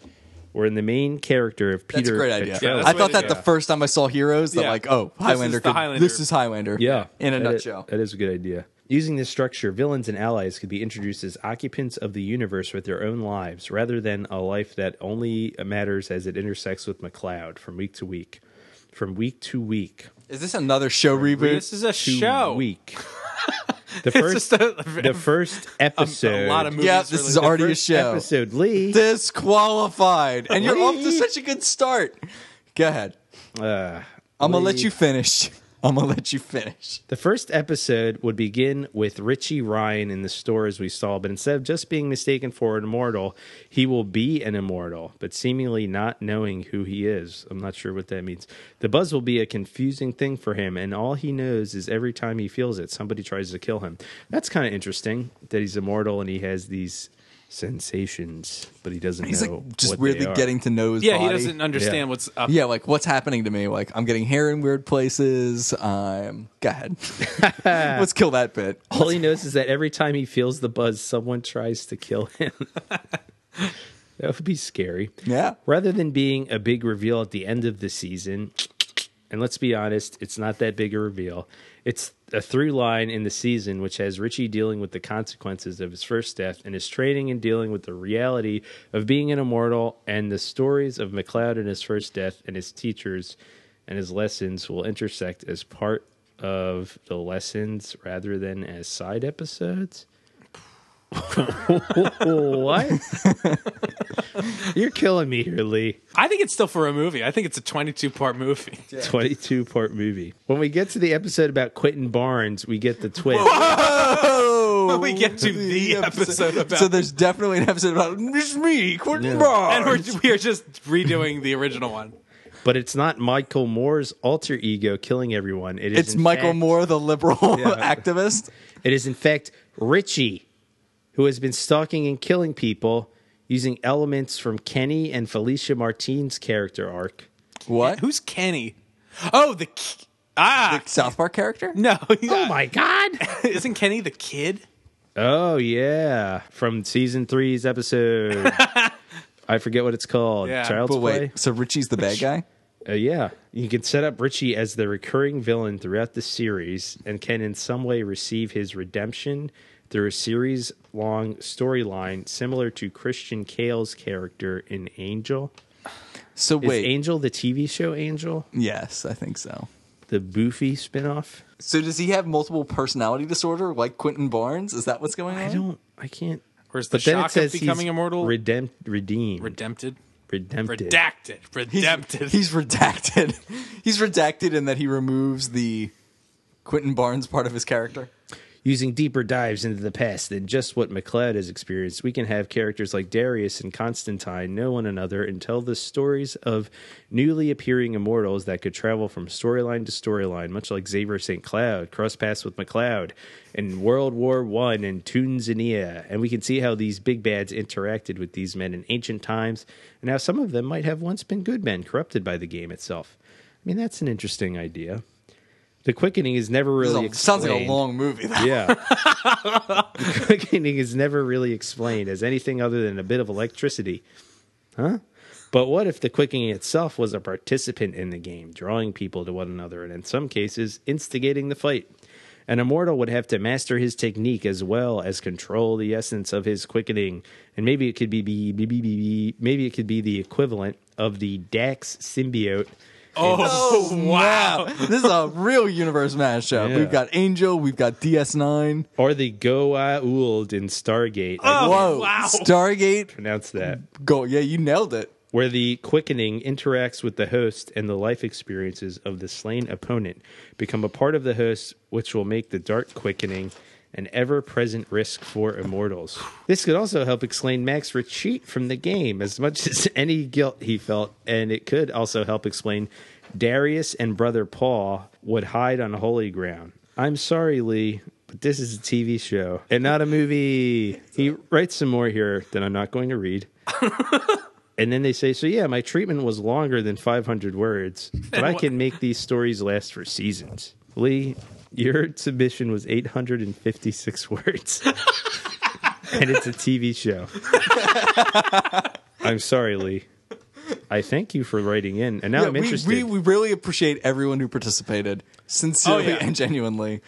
Speaker 3: wherein the main character of Peter
Speaker 2: that's a great idea.
Speaker 3: Petrella-
Speaker 1: that's
Speaker 2: I
Speaker 1: what
Speaker 2: thought
Speaker 1: it
Speaker 2: that
Speaker 1: is.
Speaker 2: the first time I saw Heroes, that
Speaker 1: Yeah.
Speaker 2: like, oh,
Speaker 1: This
Speaker 2: Highlander,
Speaker 1: is the
Speaker 2: could-
Speaker 1: Highlander.
Speaker 2: This is Highlander.
Speaker 3: Yeah.
Speaker 2: in a
Speaker 3: That i-
Speaker 2: nutshell.
Speaker 3: that is a good idea. Using this structure, villains and allies could be introduced as occupants of the universe with their own lives, rather than a life that only matters as it intersects with McLeod from week to week. From week to week.
Speaker 2: Is this another show reboot?
Speaker 1: This is a
Speaker 3: To
Speaker 1: show.
Speaker 3: week. The first,
Speaker 1: just a-
Speaker 3: the first episode.
Speaker 1: A lot of movies.
Speaker 2: yeah, this
Speaker 1: really-
Speaker 2: is already a
Speaker 3: first
Speaker 2: show.
Speaker 3: episode, Lee.
Speaker 2: Disqualified, and you're off to
Speaker 3: Lee.
Speaker 2: such a good start. Go ahead.
Speaker 3: Uh,
Speaker 2: I'm gonna let
Speaker 3: Lee.
Speaker 2: you finish. I'm gonna let you finish.
Speaker 3: The first episode would begin with Richie Ryan in the store as we saw, but instead of just being mistaken for an immortal, he will be an immortal, but seemingly not knowing who he is. I'm not sure what that means. The buzz will be a confusing thing for him, and all he knows is every time he feels it, somebody tries to kill him. That's kind of interesting that he's immortal and he has these sensations, but he doesn't
Speaker 2: He's
Speaker 3: know.
Speaker 2: like just
Speaker 3: what they
Speaker 2: weirdly
Speaker 3: are.
Speaker 2: getting to know his
Speaker 1: yeah, he
Speaker 2: body.
Speaker 1: doesn't understand
Speaker 3: Yeah.
Speaker 1: what's up.
Speaker 2: Yeah, like what's happening to me? Like I'm getting hair in weird places. I'm. Go ahead. Let's kill that bit.
Speaker 3: All he knows is that every time he feels the buzz, someone tries to kill him. that would be scary.
Speaker 2: Yeah.
Speaker 3: Rather than being a big reveal at the end of the season, and let's be honest, it's not that big a reveal. It's a through line in the season which has Richie dealing with the consequences of his first death and his training and dealing with the reality of being an immortal and the stories of McLeod and his first death and his teachers and his lessons will intersect as part of the lessons rather than as side episodes. what? You're killing me here, Lee.
Speaker 1: I think it's still for a movie. I think it's a 22 part movie.
Speaker 3: 22 part movie. When we get to the episode about Quentin Barnes, we get the twist.
Speaker 2: Oh,
Speaker 1: we get to the episode about-
Speaker 2: So there's definitely an episode about it's me, Quentin
Speaker 1: And
Speaker 2: Barnes.
Speaker 1: we're, we are just redoing the original one.
Speaker 3: But it's not Michael Moore's alter ego killing everyone. It is
Speaker 2: It's
Speaker 3: in
Speaker 2: Michael
Speaker 3: fact-
Speaker 2: Moore, the liberal
Speaker 3: Yeah.
Speaker 2: activist.
Speaker 3: It is in fact Richie, who has been stalking and killing people using elements from Kenny and Felicia Martine's character arc.
Speaker 2: What?
Speaker 1: Who's Kenny? Oh, the. ki- Ah!
Speaker 2: South Park character?
Speaker 1: no.
Speaker 3: Oh my god.
Speaker 1: Isn't Kenny the kid?
Speaker 3: Oh yeah, from season three's episode. I forget what it's called.
Speaker 1: Yeah,
Speaker 3: Child's
Speaker 2: But wait,
Speaker 3: Play.
Speaker 2: so Richie's the bad guy?
Speaker 3: Uh, yeah, you can set up Richie as the recurring villain throughout the series and can in some way receive his redemption through a series long storyline similar to Christian Kale's character in Angel.
Speaker 2: So
Speaker 3: Is
Speaker 2: wait,
Speaker 3: Angel the TV show Angel?
Speaker 2: yes, I think so.
Speaker 3: The Boofy spinoff?
Speaker 2: So does he have multiple personality disorder like Quentin Barnes? Is that what's going on?
Speaker 3: I don't, I can't.
Speaker 1: Or is the shock of becoming immortal
Speaker 3: Redempt, redeemed.
Speaker 1: redempted?
Speaker 3: Redempted.
Speaker 1: Redacted. Redempted.
Speaker 2: He's redacted. He's redacted in that he removes the Quentin Barnes part of his character.
Speaker 3: Using deeper dives into the past than just what McLeod has experienced, we can have characters like Darius and Constantine know one another and tell the stories of newly appearing immortals that could travel from storyline to storyline, much like Xavier St. Cloud cross paths with McLeod in World War One and Tunzania. And we can see how these big bads interacted with these men in ancient times and how some of them might have once been good men corrupted by the game itself. I mean, that's an interesting idea. The quickening is never
Speaker 2: This is
Speaker 3: really
Speaker 2: a- sounds like a
Speaker 3: explained. Oh,
Speaker 2: long movie. though.
Speaker 3: Yeah. the quickening is never really explained as anything other than a bit of electricity. Huh? But what if the quickening itself was a participant in the game, drawing people to one another and in some cases instigating the fight? An immortal would have to master his technique as well as control the essence of his quickening, and maybe it could be, be, be, be, be, be maybe it could be the equivalent of the Dax symbiote.
Speaker 1: oh, wow.
Speaker 2: This is a real universe mashup.
Speaker 3: Yeah.
Speaker 2: We've got Angel, we've got DS9.
Speaker 3: Or the Goa Uld in Stargate. I
Speaker 1: Oh,
Speaker 2: Whoa.
Speaker 1: wow.
Speaker 2: Stargate.
Speaker 3: pronounce that.
Speaker 2: Go. Yeah, you nailed it.
Speaker 3: where the quickening interacts with the host and the life experiences of the slain opponent become a part of the host, which will make the dark quickening an ever present risk for immortals. This could also help explain Mac's retreat from the game as much as any guilt he felt, and it could also help explain Darius and brother Paul would hide on holy ground. I'm sorry, Lee, but this is a TV show and not a movie. He writes some more here that I'm not going to read. And then they say, so yeah, my treatment was longer than 500 words, but I can make these stories last for seasons. Lee, your submission was 856 words. and it's a TV show. I'm sorry, Lee. I thank you for writing in. And now
Speaker 2: Yeah,
Speaker 3: I'm
Speaker 2: we-
Speaker 3: interested.
Speaker 2: We, we really appreciate everyone who participated sincerely
Speaker 1: Oh, yeah.
Speaker 2: and genuinely.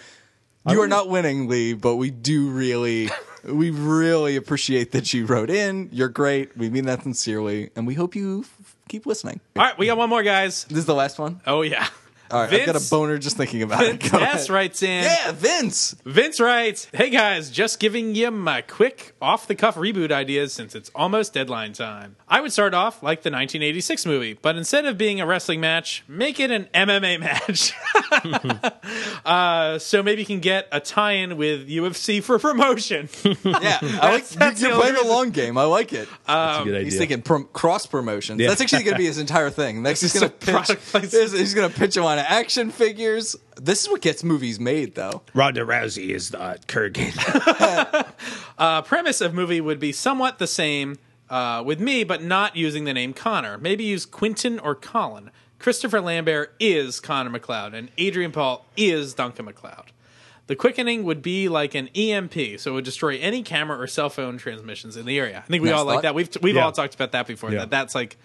Speaker 2: You are not winning, Lee, but we do really, we really appreciate that you wrote in. You're great. We mean that sincerely, and we hope you f- keep listening.
Speaker 1: All right, we got one more, guys.
Speaker 2: This is the last one.
Speaker 1: Oh, yeah.
Speaker 2: All right, I've got a
Speaker 1: Vince-
Speaker 2: boner just thinking about it. Go
Speaker 1: Vince
Speaker 2: ahead.
Speaker 1: writes in.
Speaker 2: Yeah, Vince.
Speaker 1: Vince writes, "Hey guys, just giving you my quick off-the-cuff reboot ideas since it's almost deadline time. I would start off like the 1986 movie, but instead of being a wrestling match, make it an MMA match. uh, so maybe you can get a tie-in with UFC for promotion.
Speaker 2: Yeah, I like
Speaker 1: that's
Speaker 2: you're
Speaker 1: the
Speaker 2: playing
Speaker 1: only
Speaker 2: the long game. I like it.
Speaker 3: That's a good
Speaker 6: Um,
Speaker 3: idea.
Speaker 2: He's thinking prom- cross promotions. That's actually going to be his entire thing. Next, he's
Speaker 1: It's
Speaker 2: going
Speaker 1: just a
Speaker 2: to pitch.
Speaker 1: product placement.
Speaker 2: He's, he's going to pitch him on action figures. This is what gets movies made, though.
Speaker 6: Ronda Rousey is the Kurgan.
Speaker 1: Uh, premise of movie would be somewhat the same uh, with me, but not using the name Connor. Maybe use Quentin or Colin. Christopher Lambert is Connor McLeod, and Adrian Paul is Duncan McLeod. The quickening would be like an EMP, so it would destroy any camera or cell phone transmissions in the area. I think we
Speaker 2: Nice
Speaker 1: all like
Speaker 2: thought.
Speaker 1: that. We've we've
Speaker 3: Yeah.
Speaker 1: all talked about that before.
Speaker 3: Yeah.
Speaker 1: That that's like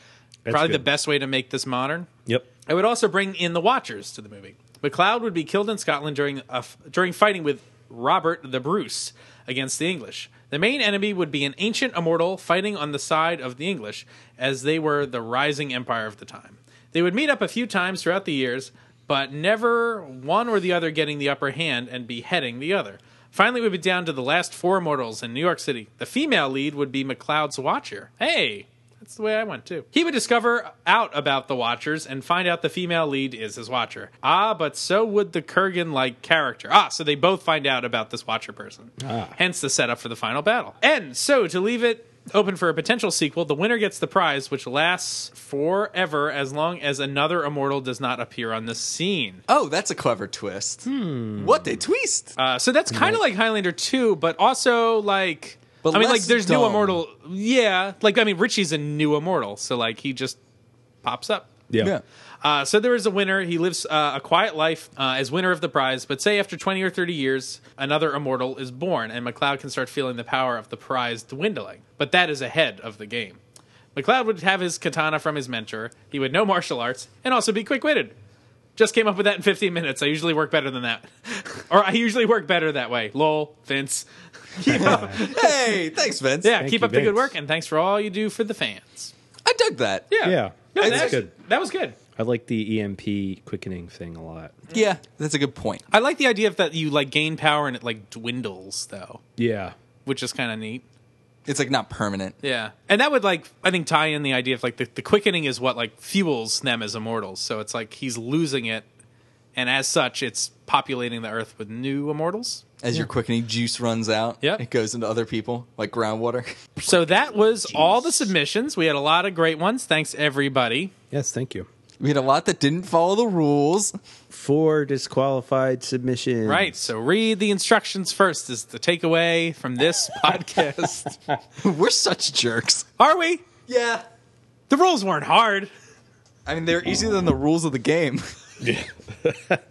Speaker 1: probably the
Speaker 3: good.
Speaker 1: best way to make this modern.
Speaker 3: Yep.
Speaker 1: I would also bring in the Watchers to the movie. McLeod would be killed in Scotland during a f- during fighting with Robert the Bruce against the English. The main enemy would be an ancient immortal fighting on the side of the English, as they were the rising empire of the time. They would meet up a few times throughout the years, but never one or the other getting the upper hand and beheading the other. Finally, we'd be down to the last four immortals in New York City. The female lead would be McLeod's Watcher. Hey, that's the way I went too. He would discover out about the Watchers and find out the female lead is his Watcher. Ah, but so would the Kurgan like character. Ah, so they both find out about this Watcher person.
Speaker 2: Ah.
Speaker 1: Hence the setup for the final battle. And so to leave it open for a potential sequel, the winner gets the prize, which lasts forever as long as another immortal does not appear on the scene.
Speaker 2: Oh, that's a clever twist. What a twist!
Speaker 1: Hmm. Uh, so that's kind of like Highlander 2, but also like.
Speaker 2: But
Speaker 1: I mean,
Speaker 2: less
Speaker 1: like, there's
Speaker 2: dumb.
Speaker 1: new immortal. Yeah. Like, I mean, Richie's a new immortal, so, like, he just pops up.
Speaker 3: Yeah.
Speaker 1: Uh, so there is a winner. He lives uh, a quiet life uh, as winner of the prize, but say after 20 or 30 years, another immortal is born, and McLeod can start feeling the power of the prize dwindling. But that is ahead of the game. McLeod would have his katana from his mentor, he would know martial arts, and also be quick witted. Just came up with that in 15 minutes. I usually work better than that. or I usually work better that way. Lol, Vince. Keep up.
Speaker 2: Hey, thanks, Vince.
Speaker 1: Yeah,
Speaker 3: Thank
Speaker 1: keep
Speaker 3: you,
Speaker 1: up the good
Speaker 3: Vince.
Speaker 1: work, and thanks for all you do for the fans.
Speaker 2: I dug that.
Speaker 1: Yeah.
Speaker 3: Yeah.
Speaker 1: No, that,
Speaker 3: That's good.
Speaker 1: that was good.
Speaker 3: I like the EMP quickening thing a lot.
Speaker 2: Yeah, that's a good point.
Speaker 1: I like the idea of that you like gain power and it like dwindles though,
Speaker 3: Yeah.
Speaker 1: which is kind of neat.
Speaker 2: It's like not permanent.
Speaker 1: Yeah, and that would like I think tie in the idea of like the, the quickening is what like fuels them as immortals. So it's like he's losing it, and as such, it's populating the earth with new immortals.
Speaker 2: As your quickening juice runs out,
Speaker 1: Yep.
Speaker 2: it goes into other people like groundwater.
Speaker 1: So that was all the submissions. We had a lot of great ones. Thanks everybody.
Speaker 3: Yes, thank you.
Speaker 2: We had a lot that didn't follow the rules.
Speaker 3: Four disqualified submissions.
Speaker 1: Right. So read the instructions first is the takeaway from this podcast.
Speaker 2: We're such jerks.
Speaker 1: Are we?
Speaker 2: Yeah.
Speaker 1: The rules weren't hard.
Speaker 2: I mean, they're easier than the rules of the game.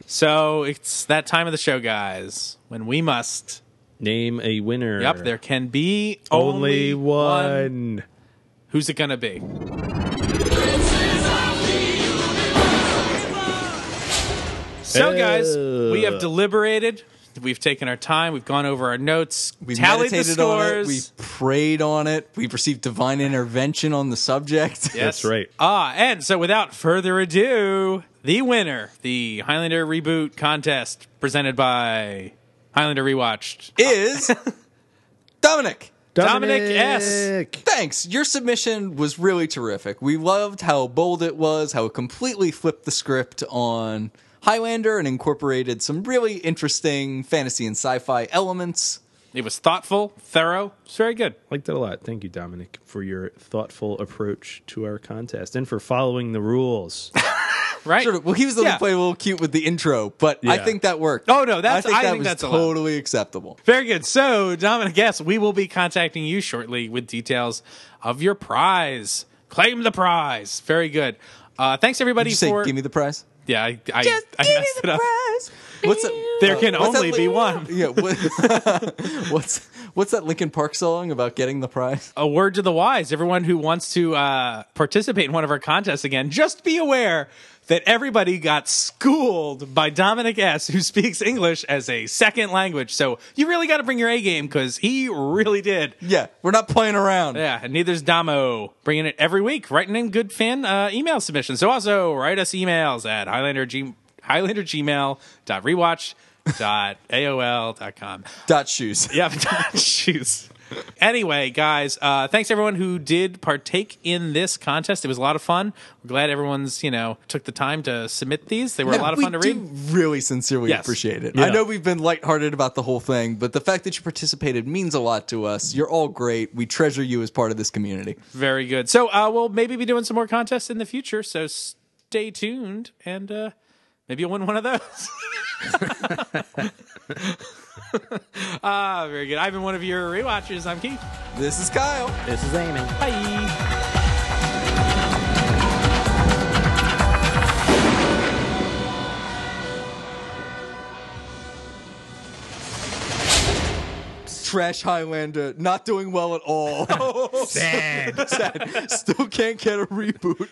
Speaker 1: So it's that time of the show, guys, when we must.
Speaker 3: Name a winner.
Speaker 1: Yep, there can be
Speaker 3: Only,
Speaker 1: one.
Speaker 3: one.
Speaker 1: Who's it gonna be? So, guys, we have deliberated. We've taken our time. We've gone over our notes.
Speaker 2: We
Speaker 1: tallied the
Speaker 2: meditated on it.
Speaker 1: scores.
Speaker 2: We prayed on it. We received divine intervention on the subject.
Speaker 1: Yes.
Speaker 3: That's right.
Speaker 1: Ah, and so without further ado, the winner, the Highlander reboot contest presented by Highlander Rewatched.
Speaker 2: Is Dominic.
Speaker 1: Dominic S.
Speaker 2: Thanks. Your submission was really terrific. We loved how bold it was, how it completely flipped the script on Highlander and incorporated some really interesting fantasy and sci fi elements.
Speaker 1: It was thoughtful, thorough. It's very good.
Speaker 3: Liked that a lot. Thank you, Dominic, for your thoughtful approach to our contest and for following the rules.
Speaker 1: Right?
Speaker 2: Sort of- well, he was the one
Speaker 1: Yeah.
Speaker 2: who played a little cute with the intro, but I
Speaker 3: Yeah.
Speaker 2: think that worked.
Speaker 1: Oh, no, that's- I
Speaker 2: that
Speaker 1: think
Speaker 2: was
Speaker 1: that's allowed.
Speaker 2: totally acceptable.
Speaker 1: Very good. So, Dominic S., we will be contacting you shortly with details of your prize. Claim the prize. Very good. Uh, thanks, everybody,
Speaker 2: Did you say,
Speaker 1: for.
Speaker 2: give me the prize?
Speaker 1: yeah, I, I, I messed it up.
Speaker 2: prize. What's that?
Speaker 1: There can
Speaker 2: what's that
Speaker 1: only be
Speaker 2: Linkin-
Speaker 1: one.
Speaker 2: Yeah. What, what's what's that Lincoln Park song about getting the prize?
Speaker 1: a word to the wise. Everyone who wants to uh, participate in one of our contests again, just be aware that everybody got schooled by Dominic S., who speaks English as a second language. So you really got to bring your A game because he really did.
Speaker 2: Yeah, we're not playing around.
Speaker 1: Yeah, and neither's Damo. Bringing it every week, writing in good fan uh, email submissions. So also write us emails at Highlander G- Highlander Gmail dot rewatch dot AOL dot com.
Speaker 2: Dot shoes.
Speaker 1: Yeah, dot shoes. Anyway, guys, uh, thanks everyone who did partake in this contest. It was a lot of fun. We're glad everyone's you know took the time to submit these. They were a lot of
Speaker 2: we
Speaker 1: fun to
Speaker 2: do
Speaker 1: read.
Speaker 2: Really sincerely
Speaker 1: Yes.
Speaker 2: appreciate it.
Speaker 3: Yeah.
Speaker 2: I know we've been lighthearted about the whole thing, but the fact that you participated means a lot to us. You're all great. We treasure you as part of this community.
Speaker 1: Very good. So uh, we'll maybe be doing some more contests in the future. So stay tuned, and uh, maybe you'll win one of those. Ah, very good. I've been one of your rewatchers. I'm Keith.
Speaker 2: This is Kyle.
Speaker 5: This is Amy.
Speaker 1: Bye.
Speaker 2: Trash Highlander, not doing well at all.
Speaker 6: Sad.
Speaker 2: Sad. Still can't get a reboot.